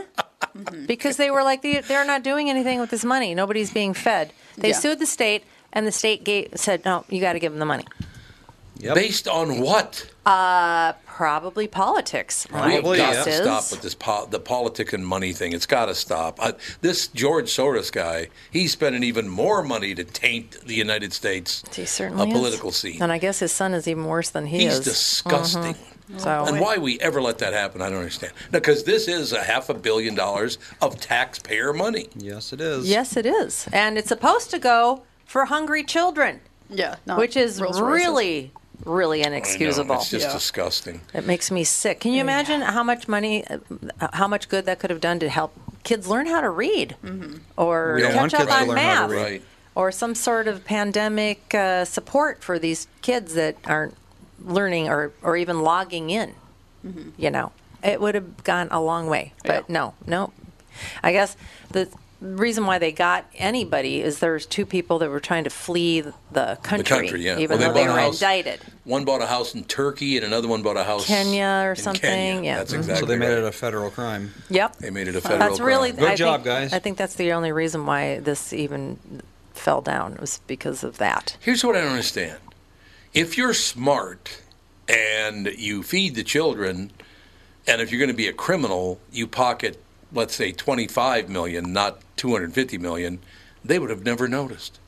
Speaker 3: because they were like, they, they're not doing anything with this money. Nobody's being fed. They
Speaker 1: Yeah.
Speaker 3: sued the state, and the state gave, said, no, you got to give them the money.
Speaker 1: Based on what?
Speaker 3: Uh, probably politics. my
Speaker 1: We've got
Speaker 3: guess
Speaker 1: to
Speaker 3: is.
Speaker 1: stop with this po- the politics and money thing. It's got to stop. I, this George Soros guy, he's spending even more money to taint the United States
Speaker 3: He
Speaker 1: a
Speaker 3: certainly is.
Speaker 1: political scene.
Speaker 3: And I guess his son is even worse than he
Speaker 1: He's
Speaker 3: is.
Speaker 1: disgusting.
Speaker 3: Mhm. So
Speaker 1: and why we ever let that happen, I don't understand. Because this is a half a billion dollars of taxpayer money.
Speaker 4: Yes, it is.
Speaker 3: Yes, it is, and it's supposed to go for hungry children.
Speaker 2: Yeah,
Speaker 3: which is
Speaker 2: Rolls Royces.
Speaker 3: really, really inexcusable.
Speaker 1: It's just disgusting.
Speaker 3: It makes me sick. Can you imagine how much money, uh, how much good that could have done to help kids learn how to read or
Speaker 1: We don't want
Speaker 3: catch up
Speaker 1: kids to
Speaker 3: on
Speaker 1: learn how
Speaker 3: math
Speaker 1: to read. Right.
Speaker 3: or some sort of pandemic uh, support for these kids that aren't learning or, or even logging in? You know, it would have gone a long way, but no, no. I guess the reason why they got anybody is there's two people that were trying to flee the country,
Speaker 1: country, yeah.
Speaker 3: even
Speaker 1: Well, they
Speaker 3: though they
Speaker 1: bought a
Speaker 3: were
Speaker 1: house.
Speaker 3: indicted.
Speaker 1: One bought a house in Turkey and another one bought a house
Speaker 3: Kenya or
Speaker 1: in
Speaker 3: something.
Speaker 1: Kenya.
Speaker 3: Yeah.
Speaker 1: That's
Speaker 3: Mhm.
Speaker 1: exactly
Speaker 4: So they made
Speaker 1: right.
Speaker 4: it a federal crime.
Speaker 3: Yep.
Speaker 1: They made it a federal
Speaker 3: That's really
Speaker 1: crime.
Speaker 3: I think, I think that's the only reason why this even fell down was because of that.
Speaker 1: Here's what I don't understand. If you're smart and you feed the children, and if you're going to be a criminal, you pocket, let's say, 25 million, not 250 million, they would have never noticed.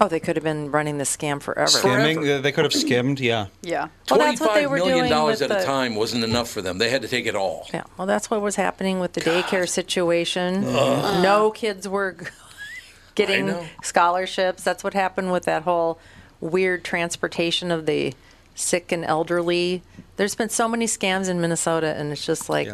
Speaker 3: Oh, they could have been running the scam forever.
Speaker 4: Skimming, they could have skimmed, yeah.
Speaker 2: Yeah.
Speaker 3: Well,
Speaker 1: Twenty-five
Speaker 3: that's what they
Speaker 1: million
Speaker 3: were doing
Speaker 1: dollars
Speaker 3: with
Speaker 1: at a
Speaker 3: the-
Speaker 1: time wasn't enough for them. They had to take it all.
Speaker 3: Yeah. Well, that's what was happening with the daycare situation.
Speaker 1: Ugh.
Speaker 3: No kids were
Speaker 1: know.
Speaker 3: [laughs] getting scholarships. That's what happened with that whole weird transportation of the sick and elderly. There's been so many scams in Minnesota, and it's just like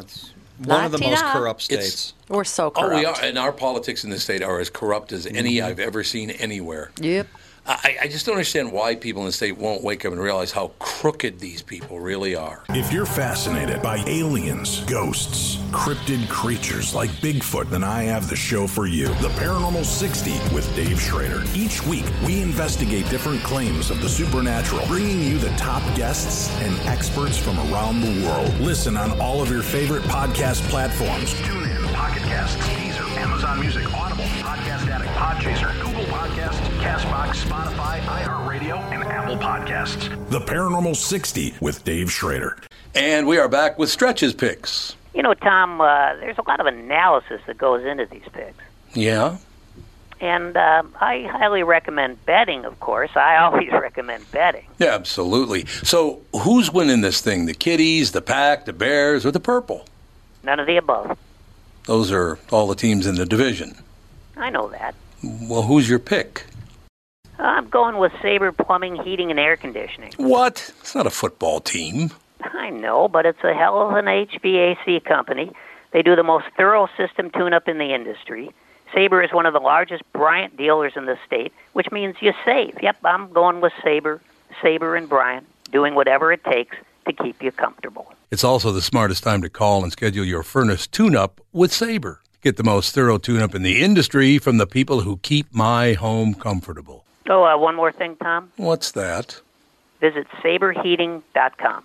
Speaker 4: One of the most
Speaker 3: "Latina."
Speaker 4: corrupt states.
Speaker 3: We're so corrupt. Mm-hmm.
Speaker 1: Oh, we are, and our politics in this state are as corrupt as any I've ever seen anywhere.
Speaker 3: Yep.
Speaker 1: I, I just don't understand why people in the state won't wake up and realize how crooked these people really are.
Speaker 9: If you're fascinated by aliens, ghosts, cryptid creatures like Bigfoot, then I have the show for you The Paranormal 60 with Dave Schrader. Each week, we investigate different claims of the supernatural, bringing you the top guests and experts from around the world. Listen on all of your favorite podcast platforms.
Speaker 10: TuneIn, Pocket Cast, Deezer, Amazon Music, Audible, Podcast Addict, Podchaser, Google Podcast, Castbox, Spotify, iHeartRadio, and Apple Podcasts.
Speaker 9: The Paranormal 60 with Dave Schrader.
Speaker 1: And we are back with stretches picks.
Speaker 12: You know, Tom, uh, there's a lot of analysis that goes into these picks.
Speaker 1: Yeah.
Speaker 12: And um, I highly recommend betting, of course. I [laughs] always recommend betting.
Speaker 1: Yeah, absolutely. So, who's winning this thing? The Kitties, the Pack, the Bears, or the Purple?
Speaker 12: None of the above.
Speaker 1: Those are all the teams in the division.
Speaker 12: I know that.
Speaker 1: Well, who's your pick?
Speaker 12: I'm going with Sabre Plumbing, Heating, and Air Conditioning.
Speaker 1: What? It's not a football team.
Speaker 12: I know, but it's a hell of an HVAC company. They do the most thorough system tune up in the industry. Sabre is one of the largest Bryant dealers in the state, which means you save. Yep, I'm going with Sabre, Sabre and Bryant, doing whatever it takes to keep you comfortable.
Speaker 1: It's also the smartest time to call and schedule your furnace tune up with Sabre. Get the most thorough tune up in the industry from the people who keep my home comfortable.
Speaker 12: Oh, uh, one more thing, Tom.
Speaker 1: What's that?
Speaker 12: Visit saberheating.com.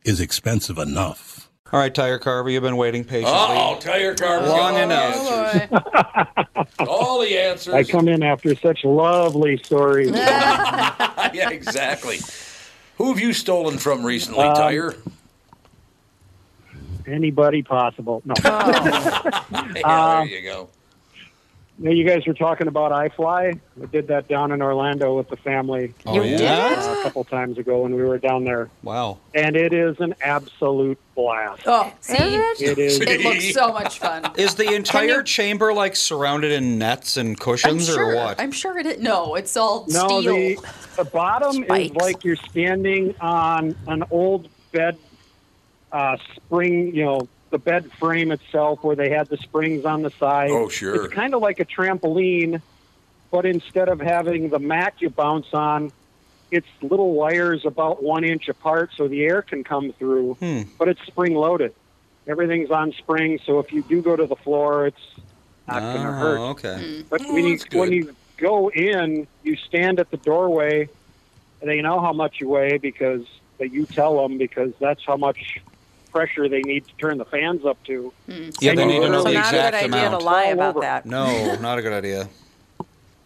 Speaker 13: is expensive enough.
Speaker 4: All right, Tire Carver, you've been waiting patiently.
Speaker 1: Oh, Tire Carver's
Speaker 4: Long
Speaker 1: got all the
Speaker 4: enough.
Speaker 1: All the answers.
Speaker 14: I [laughs] come in after such lovely stories.
Speaker 1: [laughs] yeah, exactly. Who have you stolen from recently,
Speaker 14: Um,
Speaker 1: Tire?
Speaker 14: Anybody possible? No.
Speaker 1: Oh.
Speaker 14: [laughs] uh,
Speaker 1: yeah, there you go.
Speaker 14: Now, you guys were talking about iFly. I did that down in Orlando with the family.
Speaker 5: Oh, You yeah? did?
Speaker 14: uh, a couple times ago when we were down there.
Speaker 4: Wow.
Speaker 14: And it is an absolute blast.
Speaker 2: Oh, see,
Speaker 14: It is.
Speaker 2: It
Speaker 4: [laughs]
Speaker 2: looks so much fun.
Speaker 4: Is the entire chamber like surrounded in nets and cushions
Speaker 2: I'm sure,
Speaker 4: or what?
Speaker 2: I'm sure it is. No, it's all
Speaker 14: No,
Speaker 2: steel.
Speaker 14: the, the bottom is
Speaker 2: Spikes.
Speaker 14: like you're standing on an old bed uh, spring, you know, the bed frame itself where they had the springs on the side.
Speaker 1: Oh, sure.
Speaker 14: It's kind of like a trampoline, but instead of having the mat you bounce on, it's little wires about one inch apart so the air can come through,
Speaker 4: Hmm.
Speaker 14: but it's spring loaded. Everything's on spring, so if you do go to the floor, it's not going to
Speaker 1: Ah,
Speaker 4: Oh,
Speaker 14: hurt.
Speaker 2: Hmm.
Speaker 4: okay.
Speaker 14: But when you when you go in, you stand at the doorway. and They know how much you weigh because that you tell them because that's how much pressure they need to turn the fans up to.
Speaker 4: Yeah, they
Speaker 14: And
Speaker 4: need
Speaker 14: you
Speaker 4: to know
Speaker 14: go-
Speaker 4: the exact amount.
Speaker 14: All over.
Speaker 4: No, not a good idea.
Speaker 14: [laughs]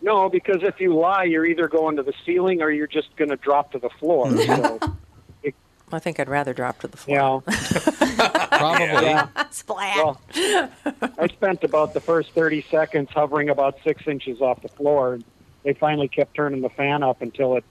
Speaker 14: No, because if you lie, you're either going to the ceiling or you're just going to drop to the floor.
Speaker 4: Mm-hmm.
Speaker 14: so,
Speaker 3: I think I'd rather drop to the
Speaker 14: floor.
Speaker 4: Probably.
Speaker 14: Yeah.
Speaker 3: Splat.
Speaker 14: Well, I spent about the first 30 seconds hovering about six inches off the floor. And they finally kept turning the fan up until it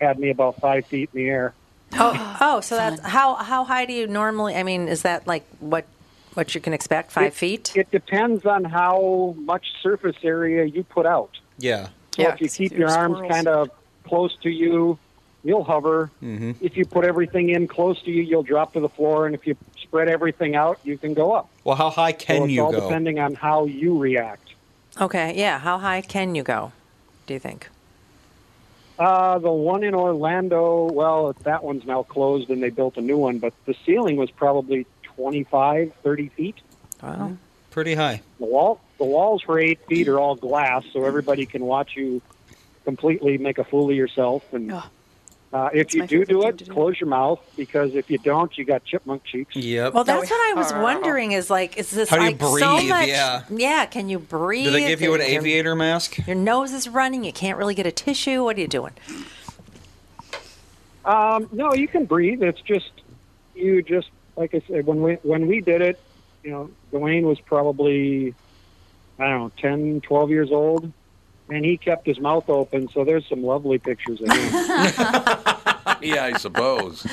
Speaker 14: had me about five feet in the air.
Speaker 3: [laughs] Oh, oh, so that's how how high do you normally? I mean, is that like what what you can expect? Five
Speaker 14: It-
Speaker 3: feet?
Speaker 14: It depends on how much surface area you put out.
Speaker 4: Yeah.
Speaker 14: So if you keep your arms
Speaker 4: squirrels.
Speaker 14: kind of close to you, you'll hover.
Speaker 4: Mm-hmm.
Speaker 14: If you put everything in close to you, you'll drop to the floor. And if you spread everything out, you can go up.
Speaker 4: Well, how high
Speaker 14: so
Speaker 4: can
Speaker 14: it's
Speaker 4: you
Speaker 14: all
Speaker 4: go?
Speaker 14: depending on how you react.
Speaker 3: Okay, yeah. How high can you go? Do you think?
Speaker 14: Uh, the one in Orlando, well, that one's now closed and they built a new one, but the ceiling was probably 25, 30 feet.
Speaker 3: Wow.
Speaker 4: Pretty high.
Speaker 14: The wall, the walls for eight feet are all glass, so everybody can watch you completely make a fool of yourself. And uh, if you do do it, close your mouth because if you don't, you got chipmunk cheeks.
Speaker 4: Yep.
Speaker 3: Well, that's what I was wondering. Is like, is this
Speaker 4: How do you
Speaker 3: like so
Speaker 4: breathe?
Speaker 3: much?
Speaker 4: Yeah.
Speaker 3: yeah, Can you breathe?
Speaker 4: Do they give you an
Speaker 3: Your-
Speaker 4: aviator mask?
Speaker 3: Your nose is running. You can't really get a tissue. What are you doing?
Speaker 14: Um, no, you can breathe. It's just you just like I said when we when we did it, you know, Dwayne was probably I don't know 10, 12 years old, and he kept his mouth open. So there's some lovely pictures of
Speaker 1: [laughs]
Speaker 14: him.
Speaker 1: yeah, I suppose.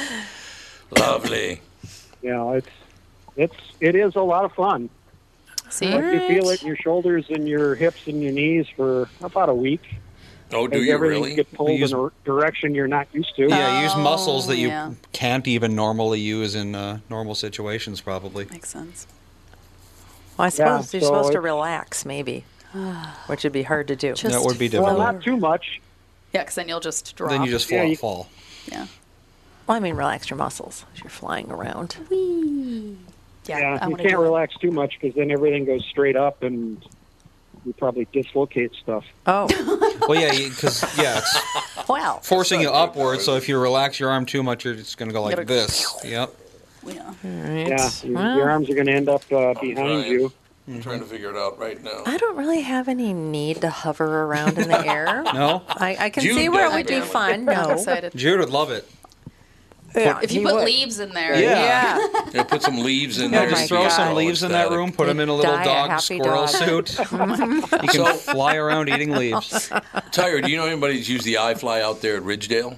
Speaker 1: Lovely.
Speaker 14: you know, it's it's it is a lot of fun.
Speaker 2: See?
Speaker 14: Like you feel it in your shoulders and your hips and your knees for about a week.
Speaker 1: Oh, do
Speaker 14: Like,
Speaker 1: you
Speaker 14: everything
Speaker 1: really?
Speaker 14: Get pulled
Speaker 4: You use-
Speaker 14: in a direction you're not used to.
Speaker 4: Yeah,
Speaker 3: Oh,
Speaker 4: use muscles that you
Speaker 14: yeah.
Speaker 4: can't even normally use in uh, normal situations, probably.
Speaker 2: Makes sense.
Speaker 3: Well, I suppose you're
Speaker 4: so
Speaker 3: supposed to
Speaker 4: it-
Speaker 3: relax, maybe, which would be hard to do.
Speaker 4: That would be difficult.
Speaker 14: not too much.
Speaker 2: Yeah, because then you'll just drop.
Speaker 4: Then you just fall. fall.
Speaker 2: Yeah.
Speaker 3: Well, I mean, relax your muscles as you're flying around.
Speaker 2: Yeah,
Speaker 3: I
Speaker 14: you
Speaker 3: wanna
Speaker 14: can't
Speaker 3: do it.
Speaker 14: relax too much because then everything goes straight up and you probably dislocate stuff.
Speaker 3: Oh,
Speaker 4: Well, yeah, because yeah,
Speaker 3: [laughs]
Speaker 4: it's
Speaker 3: well,
Speaker 4: forcing you upward. So if you relax your arm too much, you're just going to go
Speaker 14: Gotta
Speaker 4: like
Speaker 3: [laughs]
Speaker 14: go-
Speaker 4: this. Yep.
Speaker 14: yeah,
Speaker 3: right.
Speaker 14: your,
Speaker 3: Well.
Speaker 14: your arms are going to end up uh, behind you.
Speaker 1: I'm trying to figure it out right now.
Speaker 3: I don't really have any need to hover around
Speaker 4: [laughs]
Speaker 3: in the air.
Speaker 4: No.
Speaker 3: I, I can
Speaker 4: Jude
Speaker 3: see where it
Speaker 4: does,
Speaker 3: would be
Speaker 2: [laughs]
Speaker 4: apparently.
Speaker 3: fun. No,
Speaker 2: I'm excited.
Speaker 4: Jude would love it.
Speaker 3: Yeah,
Speaker 2: if you
Speaker 3: he
Speaker 2: put
Speaker 3: would.
Speaker 2: leaves in there,
Speaker 4: Yeah.
Speaker 1: Yeah, put some leaves in
Speaker 3: Oh
Speaker 4: Yeah,
Speaker 1: there.
Speaker 4: just throw some leaves in that room, put
Speaker 2: [laughs]
Speaker 4: them in a little
Speaker 1: Die a
Speaker 4: dog
Speaker 1: happy
Speaker 4: squirrel
Speaker 1: dog.
Speaker 4: suit.
Speaker 2: Oh
Speaker 4: you can fly around eating
Speaker 1: [laughs]
Speaker 4: leaves.
Speaker 1: Tyra, do you know anybody that's used the iFly out there at Ridgedale?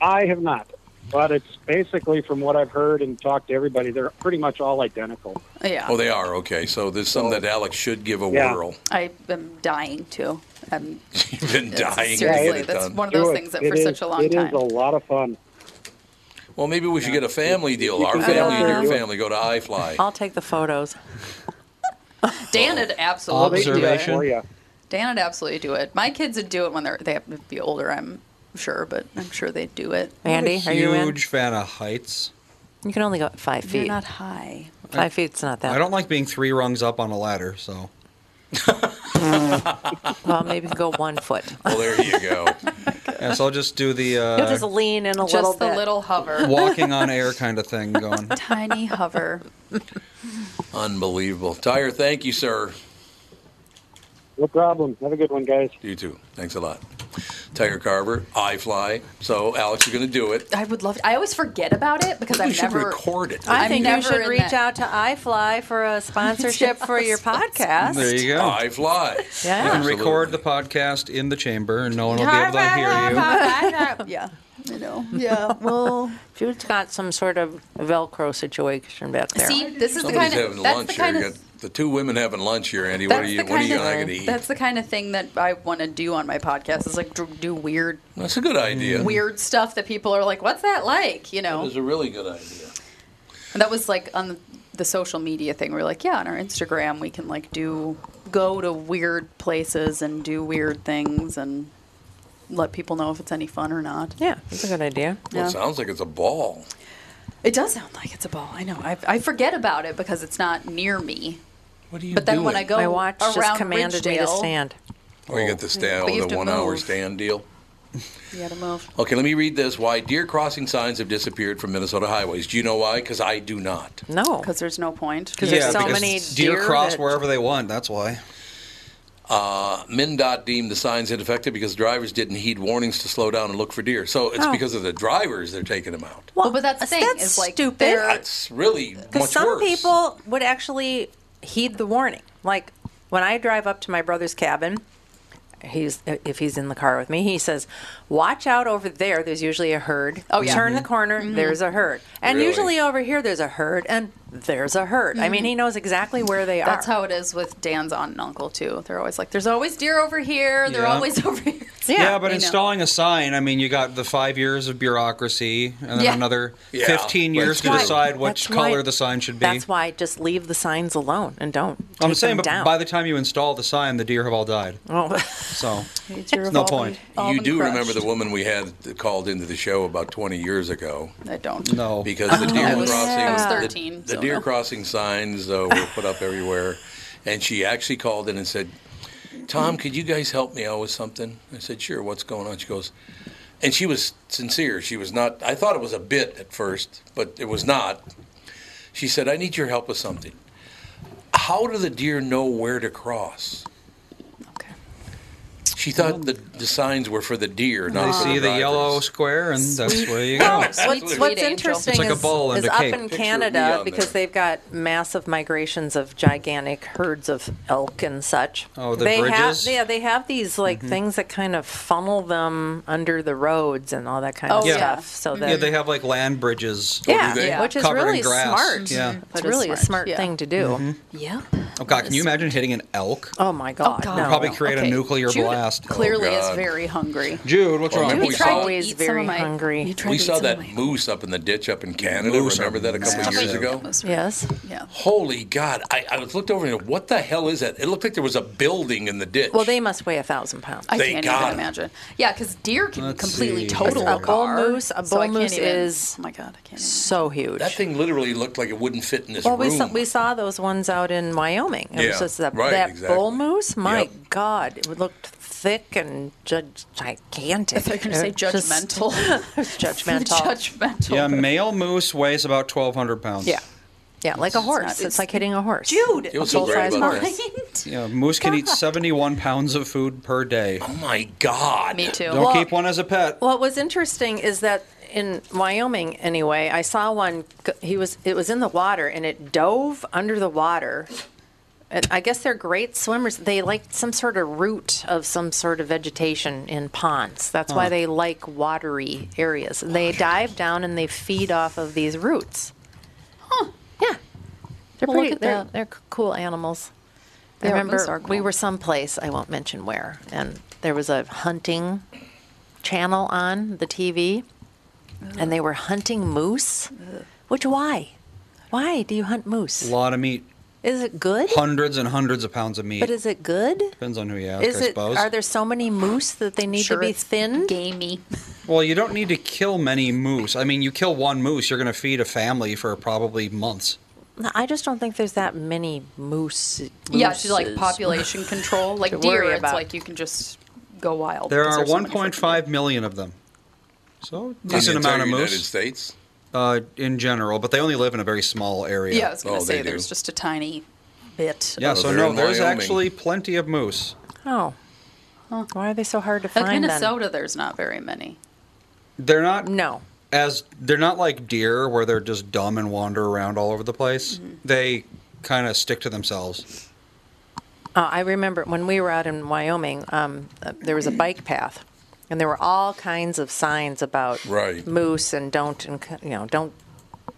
Speaker 14: I have not. But it's basically from what I've heard and talked to everybody, they're pretty much all identical.
Speaker 2: yeah.
Speaker 1: Oh, they are okay. So there's some that Alex should give a
Speaker 14: Yeah.
Speaker 1: whirl. [laughs]
Speaker 2: I am dying to. Um, I'm
Speaker 1: You've been dying to get
Speaker 2: seriously,
Speaker 1: it
Speaker 2: that's
Speaker 1: done.
Speaker 2: one of those things that for such a long time.
Speaker 14: It is a lot of fun.
Speaker 1: Well, maybe we should get a family deal. Our
Speaker 3: can go
Speaker 1: family
Speaker 3: out
Speaker 1: and
Speaker 3: there and
Speaker 1: your
Speaker 3: do it.
Speaker 1: family go to iFly.
Speaker 3: I'll take the photos.
Speaker 2: Dan
Speaker 4: Oh.
Speaker 2: would absolutely
Speaker 1: Observation.
Speaker 2: do
Speaker 14: it.
Speaker 2: Dan would absolutely do it. My kids would do it when they're they have to be older. I'm sure, but I'm sure they'd do it.
Speaker 3: Andy,
Speaker 4: I'm a
Speaker 3: are you in?
Speaker 4: Huge fan of heights.
Speaker 3: You can only go at five
Speaker 2: You're
Speaker 3: feet.
Speaker 2: not high.
Speaker 3: Five feet's not that.
Speaker 4: I don't like being three rungs up on a ladder,
Speaker 3: [laughs]
Speaker 4: so.
Speaker 3: well, maybe go one foot.
Speaker 1: Well, there you go.
Speaker 4: yeah, so I'll just do the
Speaker 3: You'll just
Speaker 4: uh,
Speaker 3: lean in a
Speaker 2: Just
Speaker 3: little
Speaker 2: the
Speaker 3: bit.
Speaker 2: little hover.
Speaker 4: walking on air kind of
Speaker 3: [laughs]
Speaker 4: thing going.
Speaker 2: Tiny
Speaker 4: [laughs]
Speaker 2: hover.
Speaker 1: Unbelievable. Tyra, thank you, sir.
Speaker 14: No problem. Have a good one, guys.
Speaker 1: You too. Thanks a lot. Tiger Carver, iFly. So Alex, you're going to do it.
Speaker 2: I would love. To, I always forget about it because
Speaker 1: We
Speaker 2: I've
Speaker 1: should
Speaker 2: never
Speaker 1: record it.
Speaker 3: I
Speaker 2: I'm
Speaker 3: think you
Speaker 2: never
Speaker 3: should
Speaker 2: in
Speaker 3: reach
Speaker 2: that-
Speaker 3: out to iFly for a
Speaker 2: [laughs]
Speaker 3: sponsorship for your podcast.
Speaker 4: There you go.
Speaker 1: I fly.
Speaker 4: You can
Speaker 1: Absolutely.
Speaker 4: record the podcast in the chamber, and no one will be able to
Speaker 2: [laughs]
Speaker 4: hear you. [laughs]
Speaker 2: yeah, I know.
Speaker 3: Yeah, well, [laughs] Jude's got some sort of Velcro situation back there.
Speaker 2: [laughs] See, this is the
Speaker 1: Somebody's
Speaker 2: kind of
Speaker 1: having
Speaker 2: that's
Speaker 1: lunch
Speaker 2: the
Speaker 1: here.
Speaker 2: kind
Speaker 1: You
Speaker 2: of
Speaker 1: got the two women having lunch here, Andy. What are
Speaker 2: That's
Speaker 1: you?
Speaker 2: the
Speaker 1: What are you
Speaker 2: kind
Speaker 1: and I
Speaker 2: of-
Speaker 1: going to eat?
Speaker 2: That's the kind of thing that I want to do on my podcast. Is like do, do weird,
Speaker 1: That's a good idea.
Speaker 2: weird stuff that people are like, "What's that like?" You
Speaker 1: That
Speaker 2: know.
Speaker 1: is a really good idea.
Speaker 2: And that was like on the social media thing. We are like, yeah, on our Instagram, we can like do go to weird places and do weird things and let people know if it's any fun or not.
Speaker 3: Yeah, that's a good idea.
Speaker 1: Well, it sounds like it's a ball.
Speaker 2: It does sound like it's a ball. I know. I, I forget about it because it's not near me.
Speaker 1: What do you?
Speaker 2: But then when I
Speaker 1: doing?
Speaker 2: go
Speaker 3: My watch just
Speaker 2: around
Speaker 3: commanded me to
Speaker 2: Ridgedale-
Speaker 3: stand.
Speaker 1: Oh, you got the stand,
Speaker 2: But you
Speaker 1: oh,
Speaker 2: have
Speaker 1: the
Speaker 2: to
Speaker 1: one-hour
Speaker 2: move.
Speaker 1: stand deal.
Speaker 2: You gotta move.
Speaker 1: Okay, let me read this. Why deer crossing signs have disappeared from Minnesota highways? Do you know why? Because I do not.
Speaker 3: No,
Speaker 2: because there's no point.
Speaker 4: yeah, because deer, cross wherever they want. That's why.
Speaker 1: Uh, MnDOT deemed the signs ineffective because drivers didn't heed warnings to slow down and look for deer. So it's
Speaker 2: Oh.
Speaker 1: because of the drivers they're taking them out.
Speaker 2: Well, but that's the thing.
Speaker 3: that's
Speaker 2: is like
Speaker 3: stupid.
Speaker 2: they're-
Speaker 1: That's really
Speaker 3: Because
Speaker 1: much
Speaker 3: some
Speaker 1: worse.
Speaker 3: people would actually heed the warning. Like when I drive up to my brother's cabin, he's if he's in the car with me, he says, "Watch out over there. There's usually a herd.
Speaker 2: Oh, yeah.
Speaker 3: Turn
Speaker 4: Mm-hmm.
Speaker 3: the corner.
Speaker 2: Mhm.
Speaker 3: There's a herd. And
Speaker 2: Really?
Speaker 3: usually over here, there's a herd, and there's a herd. I mean,
Speaker 2: Mhm.
Speaker 3: he knows exactly where they
Speaker 2: That's
Speaker 3: are.
Speaker 2: how it is with Dan's aunt and uncle too. They're always like, "There's always deer over here. They're
Speaker 4: Yeah.
Speaker 2: always [laughs] over here."
Speaker 4: but
Speaker 2: They know.
Speaker 4: installing a sign, I mean, you got the five years of bureaucracy and then
Speaker 3: Yeah.
Speaker 4: another
Speaker 3: Yeah,
Speaker 4: 15
Speaker 3: that's
Speaker 4: years to
Speaker 3: why-
Speaker 4: decide which
Speaker 3: that's why-
Speaker 4: color the sign should be.
Speaker 3: That's why just leave the signs alone and don't.
Speaker 4: I'm
Speaker 3: take
Speaker 4: saying,
Speaker 3: them
Speaker 4: but
Speaker 3: down.
Speaker 4: by the time you install the sign, the deer have all died.
Speaker 3: [laughs] Oh.
Speaker 4: So,
Speaker 3: It's
Speaker 4: your no point.
Speaker 1: You do remember the woman we had that called into the show about 20 years ago?
Speaker 2: I don't.
Speaker 1: No, because the
Speaker 2: Oh.
Speaker 1: deer
Speaker 2: I was-
Speaker 1: crossing,
Speaker 2: I was
Speaker 1: the-
Speaker 2: 13,
Speaker 1: The,
Speaker 2: so
Speaker 1: deer
Speaker 2: no.
Speaker 1: crossing signs uh, were put up everywhere, and she actually called in and said, "Tom, could you guys help me out with something?" I said, "Sure. What's going on?" She goes, and she was sincere. She was not. I thought it was a bit at first, but it was not. She said, "I need your help with something. How do the deer know where to cross?" She thought the, the signs were for the deer,
Speaker 4: They
Speaker 1: not for
Speaker 4: see
Speaker 1: the
Speaker 4: the
Speaker 1: drivers.
Speaker 4: yellow square, and that's where you
Speaker 3: No,
Speaker 4: go.
Speaker 3: what's, what's interesting
Speaker 4: It's like a
Speaker 3: is,
Speaker 4: ball and
Speaker 3: is
Speaker 4: a
Speaker 3: up
Speaker 4: cape.
Speaker 3: in Canada because they've got massive migrations of gigantic herds of elk and such.
Speaker 4: Oh, the
Speaker 3: they
Speaker 4: bridges?
Speaker 3: Have, yeah, they have these like
Speaker 4: Mhm.
Speaker 3: things that kind of funnel them under the roads and all that kind
Speaker 2: Oh,
Speaker 3: of stuff.
Speaker 2: Mm-hmm.
Speaker 3: So that
Speaker 4: yeah, they have like land bridges.
Speaker 3: Oh, Mm-hmm.
Speaker 4: Oh,
Speaker 3: Yeah, yeah, which is
Speaker 4: covered in
Speaker 3: really
Speaker 4: grass.
Speaker 3: smart.
Speaker 4: Yeah.
Speaker 3: it's
Speaker 2: is
Speaker 3: really a
Speaker 2: smart,
Speaker 3: smart
Speaker 2: yeah.
Speaker 3: thing to do.
Speaker 4: Mhm.
Speaker 2: Yeah.
Speaker 4: Oh God, can you imagine hitting an elk?
Speaker 3: Oh my God,
Speaker 4: You'd
Speaker 3: no.
Speaker 4: probably create a nuclear
Speaker 2: Jude
Speaker 4: blast.
Speaker 2: Clearly, is very hungry.
Speaker 4: Jude, what's
Speaker 1: Well,
Speaker 4: wrong?
Speaker 1: remember
Speaker 2: He
Speaker 1: we
Speaker 2: tried to
Speaker 1: saw,
Speaker 2: eat some of my- he tried
Speaker 1: we
Speaker 2: to eat
Speaker 1: saw
Speaker 2: some of
Speaker 1: that moose up in the ditch up in Canada.
Speaker 4: Moose
Speaker 1: Remember
Speaker 4: are
Speaker 1: that a couple of years
Speaker 4: massive.
Speaker 1: ago?
Speaker 3: Yes.
Speaker 2: Yeah.
Speaker 1: Holy God! I, I looked over and what the hell is that? It looked like there was a building in the ditch.
Speaker 3: Well, they must weigh a thousand pounds.
Speaker 1: I They can't even got 'em.
Speaker 2: imagine. Yeah, because deer can
Speaker 1: Let's
Speaker 2: completely
Speaker 1: see.
Speaker 2: total
Speaker 1: A
Speaker 2: a
Speaker 1: bull
Speaker 2: car.
Speaker 3: moose- a
Speaker 2: so
Speaker 3: bull
Speaker 2: I can't
Speaker 3: moose
Speaker 2: even-
Speaker 3: is
Speaker 2: Oh my god, I can't.
Speaker 3: so huge.
Speaker 1: That thing literally looked like it wouldn't fit in this
Speaker 3: Well,
Speaker 1: room.
Speaker 3: we saw, we saw those ones out in Wyoming. It
Speaker 1: Yeah,
Speaker 3: was just that,
Speaker 1: right,
Speaker 3: that
Speaker 1: exactly.
Speaker 3: bull moose. My
Speaker 1: Yep.
Speaker 3: God, it looked thick and judge, gigantic.
Speaker 2: I thought you were gonna say
Speaker 3: It just- [laughs]
Speaker 2: judgmental.
Speaker 3: Oh. judgmental. [laughs]
Speaker 2: judgmental.
Speaker 4: Yeah, male moose weighs about 1,200 pounds.
Speaker 3: Yeah. Yeah, like a horse. It's, like hitting a horse.
Speaker 2: Dude,
Speaker 4: It was so great about
Speaker 3: horse.
Speaker 2: [laughs]
Speaker 4: Yeah, moose can
Speaker 3: [laughs]
Speaker 4: eat 71 pounds of food per day. Oh
Speaker 1: my God.
Speaker 3: Me too.
Speaker 4: Don't
Speaker 3: Well-
Speaker 4: keep one as a pet.
Speaker 3: What was interesting is that in Wyoming, anyway, I saw one. g- He was it was in the water and it dove under the water. And I guess they're great swimmers. They like some sort of root of some sort of vegetation in ponds. That's why
Speaker 2: Huh.
Speaker 3: they like watery areas. And they dive down and they feed off of these roots. They're
Speaker 2: Well, look
Speaker 3: pretty.
Speaker 2: at
Speaker 3: They're,
Speaker 2: that.
Speaker 3: they're c- cool animals.
Speaker 2: Yeah,
Speaker 3: I remember
Speaker 2: moose are
Speaker 3: we were someplace I won't mention where, and there was a hunting channel on the TV, and they were hunting moose. Which why? Why do you hunt
Speaker 4: A
Speaker 3: moose?
Speaker 4: lot of meat.
Speaker 3: Is it good?
Speaker 4: Hundreds and hundreds of pounds of meat.
Speaker 3: But is it good?
Speaker 4: Depends on who you ask,
Speaker 3: Is
Speaker 4: I
Speaker 3: it?
Speaker 4: suppose.
Speaker 3: Are there so many moose that they need
Speaker 2: Sure,
Speaker 3: to be
Speaker 2: it's
Speaker 3: thin?
Speaker 2: Gamey.
Speaker 4: Well, you don't need to kill many moose. I mean, you kill one moose, you're going to feed a family for probably months.
Speaker 3: No, I just don't think there's that many moose.
Speaker 2: Yeah, to like
Speaker 3: mooses.
Speaker 2: [laughs]
Speaker 3: [laughs]
Speaker 2: population control, like
Speaker 3: To
Speaker 2: deer,
Speaker 3: worry
Speaker 2: it's
Speaker 3: about.
Speaker 2: like you can just go wild.
Speaker 4: There
Speaker 2: because
Speaker 4: are
Speaker 2: there's so many
Speaker 4: 1.5 million of them. So,
Speaker 1: In the
Speaker 4: decent amount of
Speaker 1: entire
Speaker 4: moose.
Speaker 1: United States.
Speaker 4: Uh, in general, but they only live in a very small area.
Speaker 2: Yeah, I was
Speaker 1: Oh,
Speaker 2: going to say there's just a tiny bit.
Speaker 4: Yeah,
Speaker 2: of-
Speaker 4: so no, there's actually plenty of moose.
Speaker 3: Oh. Why are they so hard to
Speaker 2: Like
Speaker 3: find? then?
Speaker 2: Minnesota, there's not very many.
Speaker 4: They're not
Speaker 3: no
Speaker 4: as they're not like deer where they're just dumb and wander around all over the place.
Speaker 2: Mm-hmm.
Speaker 4: They kind of stick to themselves.
Speaker 3: Uh, I remember when we were out in Wyoming, um, uh, there was a bike path, and there were all kinds of signs about
Speaker 1: Right.
Speaker 3: moose and don't and c- you know don't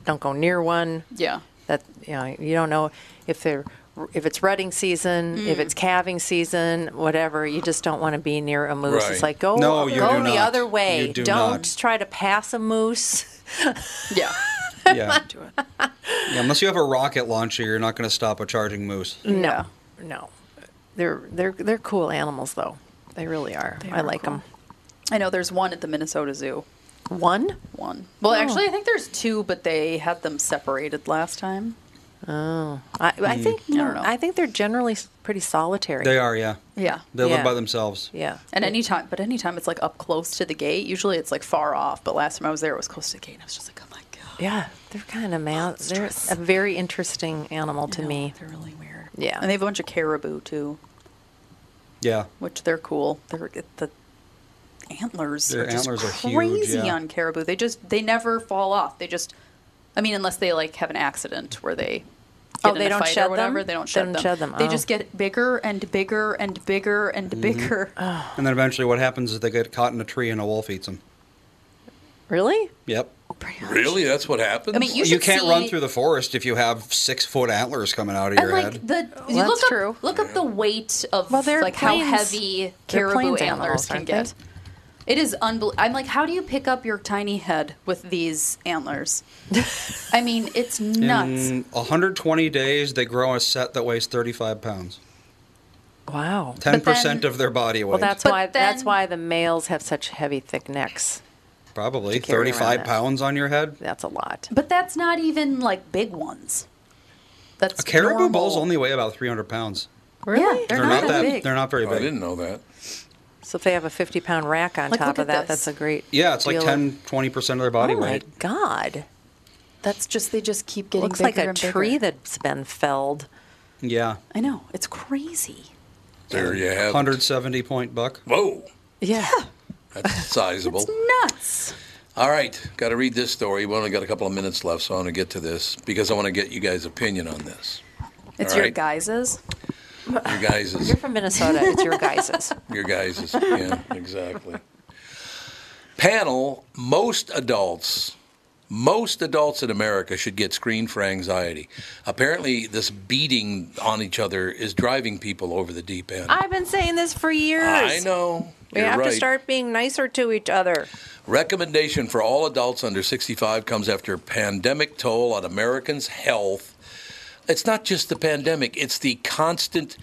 Speaker 3: don't go near one.
Speaker 2: Yeah.
Speaker 3: That you know you don't know if they're if it's rutting season, if
Speaker 2: Mm.
Speaker 3: it's calving season, whatever. You just don't want to be near a moose. It's
Speaker 2: Right.
Speaker 3: like go
Speaker 2: No, you
Speaker 3: go
Speaker 2: do
Speaker 3: the
Speaker 2: not.
Speaker 3: other way.
Speaker 2: You do
Speaker 3: not
Speaker 4: not.
Speaker 3: try to pass a moose. [laughs]
Speaker 2: yeah.
Speaker 4: Yeah. Yeah, unless you have a rocket launcher, you're not going to stop a charging moose.
Speaker 3: No, no, they're they're they're cool animals though. They really are. I
Speaker 2: are
Speaker 3: like them.
Speaker 2: I know there's one at the Minnesota Zoo.
Speaker 3: One?
Speaker 2: One. Well,
Speaker 3: Oh.
Speaker 2: actually, I think there's two, but they had them separated last time.
Speaker 3: Oh, I, I
Speaker 4: Hmm.
Speaker 3: think
Speaker 2: I don't know.
Speaker 3: I think they're generally s- pretty solitary.
Speaker 4: They are, yeah.
Speaker 2: Yeah.
Speaker 4: They
Speaker 3: Yeah.
Speaker 4: live by themselves.
Speaker 3: Yeah.
Speaker 2: And anytime, but anytime it's like up close to the gate, usually it's like far off. But last time I was there, it was close to the gate. And I was just like, oh my
Speaker 3: Yeah, they're kind of mad. They're a very interesting animal to me. They're
Speaker 2: really weird.
Speaker 3: Yeah,
Speaker 2: And they have a bunch of caribou too,
Speaker 4: Yeah.
Speaker 2: which they're cool. They're the antlers
Speaker 4: Their
Speaker 2: are just
Speaker 4: antlers are huge,
Speaker 2: crazy
Speaker 4: yeah.
Speaker 2: on caribou. They just they never fall off. They just, I mean, unless they like have an accident where they.
Speaker 3: Oh,
Speaker 2: Get in
Speaker 3: they
Speaker 2: a
Speaker 3: don't
Speaker 2: fight
Speaker 3: shed
Speaker 2: or whatever.
Speaker 3: them?
Speaker 2: They don't
Speaker 3: They
Speaker 2: shed
Speaker 3: don't
Speaker 2: them.
Speaker 3: shed them,
Speaker 2: They
Speaker 3: oh. Mm-hmm.
Speaker 2: just get bigger and bigger and bigger and bigger.
Speaker 4: Mm-hmm. And then eventually what happens is they get caught in a tree and a wolf eats them.
Speaker 3: Really?
Speaker 4: Yep.
Speaker 1: Really? That's what happens?
Speaker 2: I mean, you
Speaker 4: you
Speaker 2: should
Speaker 4: can't run
Speaker 2: see-
Speaker 4: through the forest if you have six foot antlers coming out of
Speaker 2: And
Speaker 4: your
Speaker 2: like
Speaker 4: head.
Speaker 2: the you
Speaker 3: that's
Speaker 2: look up, true. Look up the weight of
Speaker 3: they're
Speaker 2: like how
Speaker 3: plains-
Speaker 2: heavy
Speaker 3: they're
Speaker 2: caribou
Speaker 3: plains
Speaker 2: antlers
Speaker 3: animals,
Speaker 2: can
Speaker 3: aren't they?
Speaker 2: get. It is unbelievable. I'm like, how do you pick up your tiny head with these
Speaker 3: [laughs]
Speaker 2: antlers? I mean, it's nuts.
Speaker 4: In 120 days, they grow a set that weighs 35 pounds.
Speaker 3: Wow.
Speaker 4: 10% of their body weight.
Speaker 3: Well, that's why that's why the males have such heavy, thick necks.
Speaker 4: Probably
Speaker 3: carry around
Speaker 4: 35
Speaker 3: that.
Speaker 4: pounds on your head.
Speaker 3: That's a lot.
Speaker 2: But that's not even like big ones. That's
Speaker 4: A caribou
Speaker 2: normal.
Speaker 4: bulls only weigh about 300 pounds.
Speaker 3: Really?
Speaker 4: They're, not, that. They're not very big. I didn't
Speaker 1: know that.
Speaker 3: So if they have a 50 pound rack on
Speaker 2: Like,
Speaker 3: top
Speaker 2: look
Speaker 3: of
Speaker 2: at
Speaker 3: that,
Speaker 2: this.
Speaker 3: that's a great.
Speaker 4: Yeah, it's like
Speaker 3: deal of-
Speaker 4: 10, 20% of their body
Speaker 3: oh
Speaker 4: weight.
Speaker 3: my God.
Speaker 2: That's just they just keep getting
Speaker 3: Looks like a
Speaker 2: bigger and bigger.
Speaker 3: tree that's been felled.
Speaker 4: Yeah.
Speaker 2: I know it's crazy.
Speaker 1: There you have it.
Speaker 4: 170 point buck.
Speaker 1: Whoa.
Speaker 3: Yeah.
Speaker 1: That's sizable.
Speaker 2: Nuts.
Speaker 1: All right, got to read this story. We only got a couple of minutes left, so I want to get to this because I want to get you guys' opinion on this.
Speaker 2: It's
Speaker 1: All
Speaker 2: your
Speaker 1: right?
Speaker 2: guises.
Speaker 1: Your
Speaker 3: [laughs]
Speaker 1: guys'.
Speaker 3: You're from Minnesota. It's your guises.
Speaker 1: [laughs] Your guys'. Yeah, exactly. Panel Most adults, most adults in America should get screened for anxiety. Apparently, this beating on each other is driving people over the deep end.
Speaker 3: [laughs] I've been saying this for years.
Speaker 1: I know.
Speaker 3: We
Speaker 1: You're
Speaker 3: have to
Speaker 1: right.
Speaker 3: start being nicer to each other.
Speaker 1: Recommendation for all adults under 65 comes after pandemic toll on Americans' health. It's not just the pandemic, it's the constant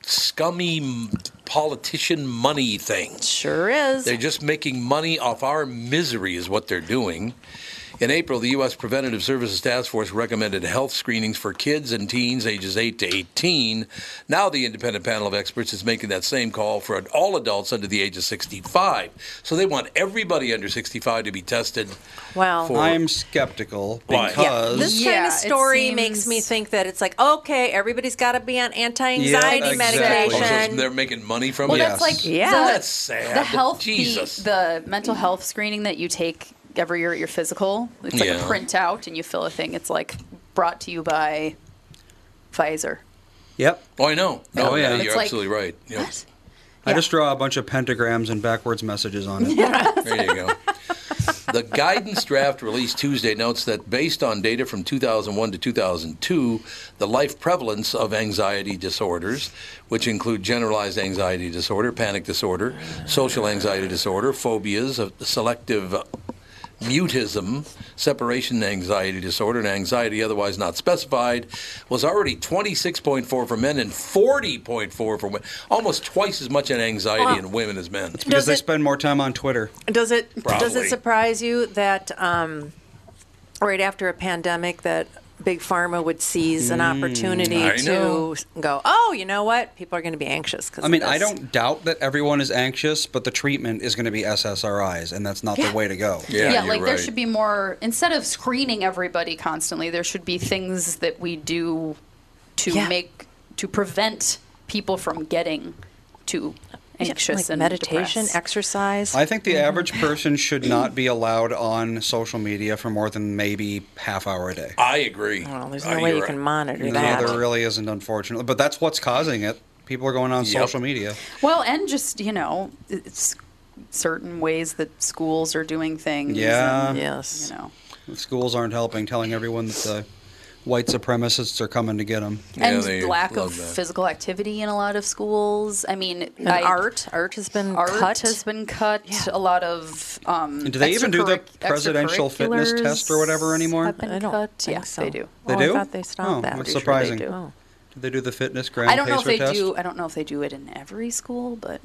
Speaker 1: scummy m- politician money thing.
Speaker 3: Sure is.
Speaker 1: They're just making money off our misery, is what they're doing. In April, the U.S. Preventative Services Task Force recommended health screenings for kids and teens ages 8 to 18. Now, the independent panel of experts is making that same call for all adults under the age of 65. So they want everybody under 65 to be tested.
Speaker 3: Wow.
Speaker 1: For-
Speaker 4: I'm skeptical
Speaker 1: Why?
Speaker 4: because
Speaker 1: Yeah,
Speaker 3: Oh. This kind
Speaker 2: Yeah,
Speaker 3: of
Speaker 2: it
Speaker 3: story makes me think that it's like, okay, everybody's got to be on anti-anxiety
Speaker 1: Yeah, exactly.
Speaker 3: medication.
Speaker 1: So they're making money from
Speaker 2: Well,
Speaker 1: it.
Speaker 2: that's like
Speaker 3: Yeah.
Speaker 2: the,
Speaker 1: That's sad.
Speaker 2: The health,
Speaker 1: Jesus.
Speaker 2: The, the mental health screening that you take every year at your physical. It's like
Speaker 1: Yeah.
Speaker 2: a printout, and you fill a thing. It's like brought to you by Pfizer.
Speaker 4: Yep.
Speaker 1: Oh, I know. No,
Speaker 4: Oh, yeah.
Speaker 1: you're
Speaker 2: It's like-
Speaker 1: absolutely right. Yep.
Speaker 4: I just draw a bunch of pentagrams and backwards messages on
Speaker 2: [laughs]
Speaker 4: it.
Speaker 1: There you go. The guidance draft released Tuesday notes that based on data from 2001 to 2002, the life prevalence of anxiety disorders, which include generalized anxiety disorder, panic disorder, social anxiety disorder, phobias, uh, selective mutism, separation anxiety disorder, and anxiety otherwise not specified, was already 26.4 for men and 40.4 for women. Almost twice as much in anxiety in women as men.
Speaker 4: Because they spend more time on Twitter.
Speaker 3: Does it does
Speaker 1: Probably.
Speaker 3: it surprise you that um, right after a pandemic that big pharma would seize an
Speaker 4: Mm,
Speaker 3: opportunity
Speaker 4: I
Speaker 3: to
Speaker 4: know.
Speaker 3: go, oh, you know what? People are going to be anxious because
Speaker 4: I mean, I don't doubt that everyone is anxious, but the treatment is going to be SSRIs, and that's not the way to go.
Speaker 2: like there should be more instead of screening everybody constantly. There should be things that we do to make to prevent people from getting to
Speaker 3: like
Speaker 2: anxious and
Speaker 3: meditation,
Speaker 2: depressed.
Speaker 3: exercise.
Speaker 4: I think the
Speaker 2: Mm-hmm.
Speaker 4: average person should not be allowed on social media for more than maybe half hour a day.
Speaker 1: I agree. Uh,
Speaker 3: Well, there's no way you can monitor
Speaker 4: Uh, no, uh,
Speaker 3: that.
Speaker 4: there really isn't, unfortunately. But that's what's causing it. People are going on
Speaker 2: Yep.
Speaker 4: social media.
Speaker 2: Well, and just you know, it's certain ways that schools are doing things.
Speaker 4: Yeah.
Speaker 2: and,
Speaker 4: Yes.
Speaker 2: You know,
Speaker 4: The schools aren't helping, telling everyone that the white supremacists are coming to get them.
Speaker 2: and lack of physical activity in a lot of schools. I mean,
Speaker 3: And
Speaker 2: I-
Speaker 3: art, art has been
Speaker 2: art
Speaker 3: cut.
Speaker 2: has been cut. A lot of um,
Speaker 4: And do they even do the
Speaker 2: extracurric-
Speaker 4: presidential fitness
Speaker 2: extracurriculars
Speaker 4: test or whatever anymore?
Speaker 2: Have been
Speaker 3: I don't
Speaker 2: cut.
Speaker 3: think
Speaker 2: yeah,
Speaker 3: so.
Speaker 2: they do.
Speaker 4: They
Speaker 3: Oh, I
Speaker 4: do?
Speaker 3: thought they stopped
Speaker 4: Oh,
Speaker 3: that.
Speaker 4: That's
Speaker 3: Pretty sure they
Speaker 4: surprising.
Speaker 3: do. Oh.
Speaker 4: Do they do the fitness grand
Speaker 2: I don't know if
Speaker 4: pacer
Speaker 2: they
Speaker 4: test?
Speaker 2: do. I don't know if they do it in every school, but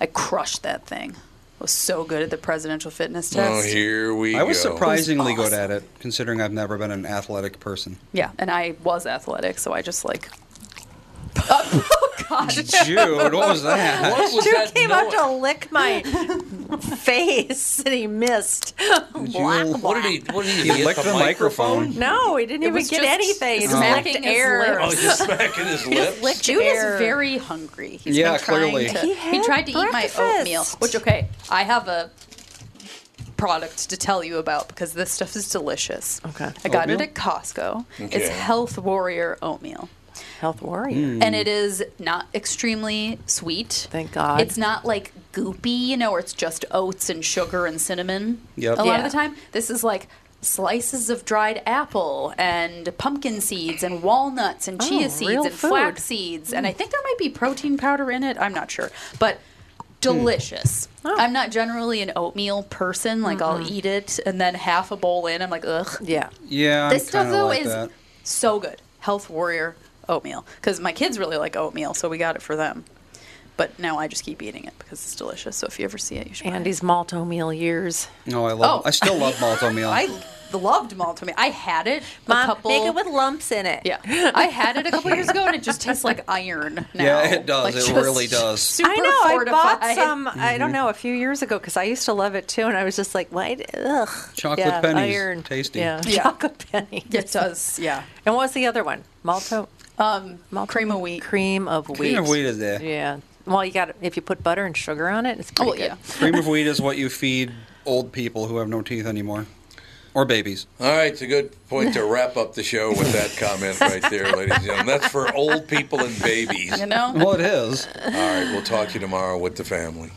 Speaker 2: I crushed that thing. I was so good at the presidential fitness test.
Speaker 1: Oh, here we
Speaker 4: I was
Speaker 1: go.
Speaker 4: surprisingly good
Speaker 2: Awesome.
Speaker 4: at it, considering I've never been an athletic person.
Speaker 2: Yeah, and I was athletic, so I just like. oh
Speaker 3: [laughs]
Speaker 2: God,
Speaker 4: Jude, what was that? What was
Speaker 3: Drew
Speaker 4: that
Speaker 3: came up to lick
Speaker 4: [laughs]
Speaker 3: my face and he missed. [laughs] Black,
Speaker 1: What did he? What did he?
Speaker 4: He licked the microphone.
Speaker 3: No, he didn't
Speaker 2: It
Speaker 3: even
Speaker 2: was
Speaker 3: get
Speaker 2: just
Speaker 3: anything. He just
Speaker 2: smacking
Speaker 3: licked
Speaker 2: his
Speaker 3: air.
Speaker 1: Oh, he's just
Speaker 3: [laughs]
Speaker 1: smacking his lips.
Speaker 3: licked
Speaker 2: Jude
Speaker 3: air.
Speaker 2: is very hungry. He's
Speaker 1: Yeah,
Speaker 2: been trying
Speaker 1: clearly.
Speaker 2: To, he,
Speaker 1: He
Speaker 3: had
Speaker 2: tried to eat my oatmeal,
Speaker 3: breakfast.
Speaker 2: which okay, I have a product to tell you about because this stuff is delicious. Okay. I got it
Speaker 3: Oatmeal?
Speaker 2: at Costco. It's
Speaker 3: Okay. Hmm.
Speaker 2: Health Warrior oatmeal.
Speaker 3: Health warrior.
Speaker 2: And it is not extremely sweet.
Speaker 3: Thank God.
Speaker 2: It's not like goopy, you know, where it's just oats and sugar and cinnamon.
Speaker 3: Yep.
Speaker 2: A lot
Speaker 3: Yeah.
Speaker 2: of the time, this is like slices of dried apple and pumpkin seeds and walnuts and chia
Speaker 3: Oh,
Speaker 2: seeds
Speaker 3: real
Speaker 2: and
Speaker 3: food. Mm.
Speaker 2: flax seeds. And I think there might be protein powder in it. I'm not sure. But
Speaker 3: Hmm.
Speaker 2: delicious.
Speaker 3: Oh.
Speaker 2: I'm not generally an oatmeal person. Like, I'll eat it and then half a bowl in, I'm like, ugh.
Speaker 3: Yeah.
Speaker 4: Yeah,
Speaker 2: This
Speaker 4: I'm
Speaker 2: stuff,
Speaker 4: kinda
Speaker 2: though,
Speaker 4: like
Speaker 2: is
Speaker 4: that.
Speaker 2: so good. Health Warrior oatmeal. Because my kids really like oatmeal, so we got it for them. But now I just keep eating it because it's delicious. So if you ever see it, you should. buy it.
Speaker 3: Andy's malt oatmeal years.
Speaker 4: No, I love.
Speaker 2: Oh.
Speaker 4: I still
Speaker 2: [laughs]
Speaker 4: love malt oatmeal.
Speaker 2: I loved malt oatmeal. I had it a
Speaker 3: Mom,
Speaker 2: couple.
Speaker 3: make it with lumps in it.
Speaker 2: Yeah, I had it a couple years ago, and it just tastes like
Speaker 4: [laughs]
Speaker 2: iron now.
Speaker 4: yeah, it does.
Speaker 2: Like,
Speaker 4: it
Speaker 2: just
Speaker 4: really does.
Speaker 2: super
Speaker 3: I know. I bought
Speaker 2: fortified.
Speaker 3: some. I
Speaker 4: Mhm.
Speaker 3: don't know a few years ago because I used to love it too, and I was just like, why? d- Ugh.
Speaker 4: Chocolate
Speaker 3: yeah,
Speaker 4: pennies.
Speaker 3: Iron.
Speaker 4: Tasty.
Speaker 3: Yeah.
Speaker 2: Yeah.
Speaker 3: Chocolate pennies.
Speaker 2: It does. Yeah.
Speaker 3: And what was the other one? Malto.
Speaker 2: Um, cream of wheat.
Speaker 3: Cream of wheat.
Speaker 4: Cream of wheat is there.
Speaker 3: Yeah. Well, you got if you put butter and sugar on it, it's
Speaker 2: Oh,
Speaker 3: pretty good.
Speaker 4: Cream of wheat is what you feed old people who have no teeth anymore, or babies.
Speaker 1: All right, it's a good point to wrap up the show with that comment right
Speaker 3: [laughs]
Speaker 1: there, ladies and gentlemen. That's for old people and babies.
Speaker 2: You know?
Speaker 4: Well, it is.
Speaker 1: All right, we'll talk to you tomorrow with the family.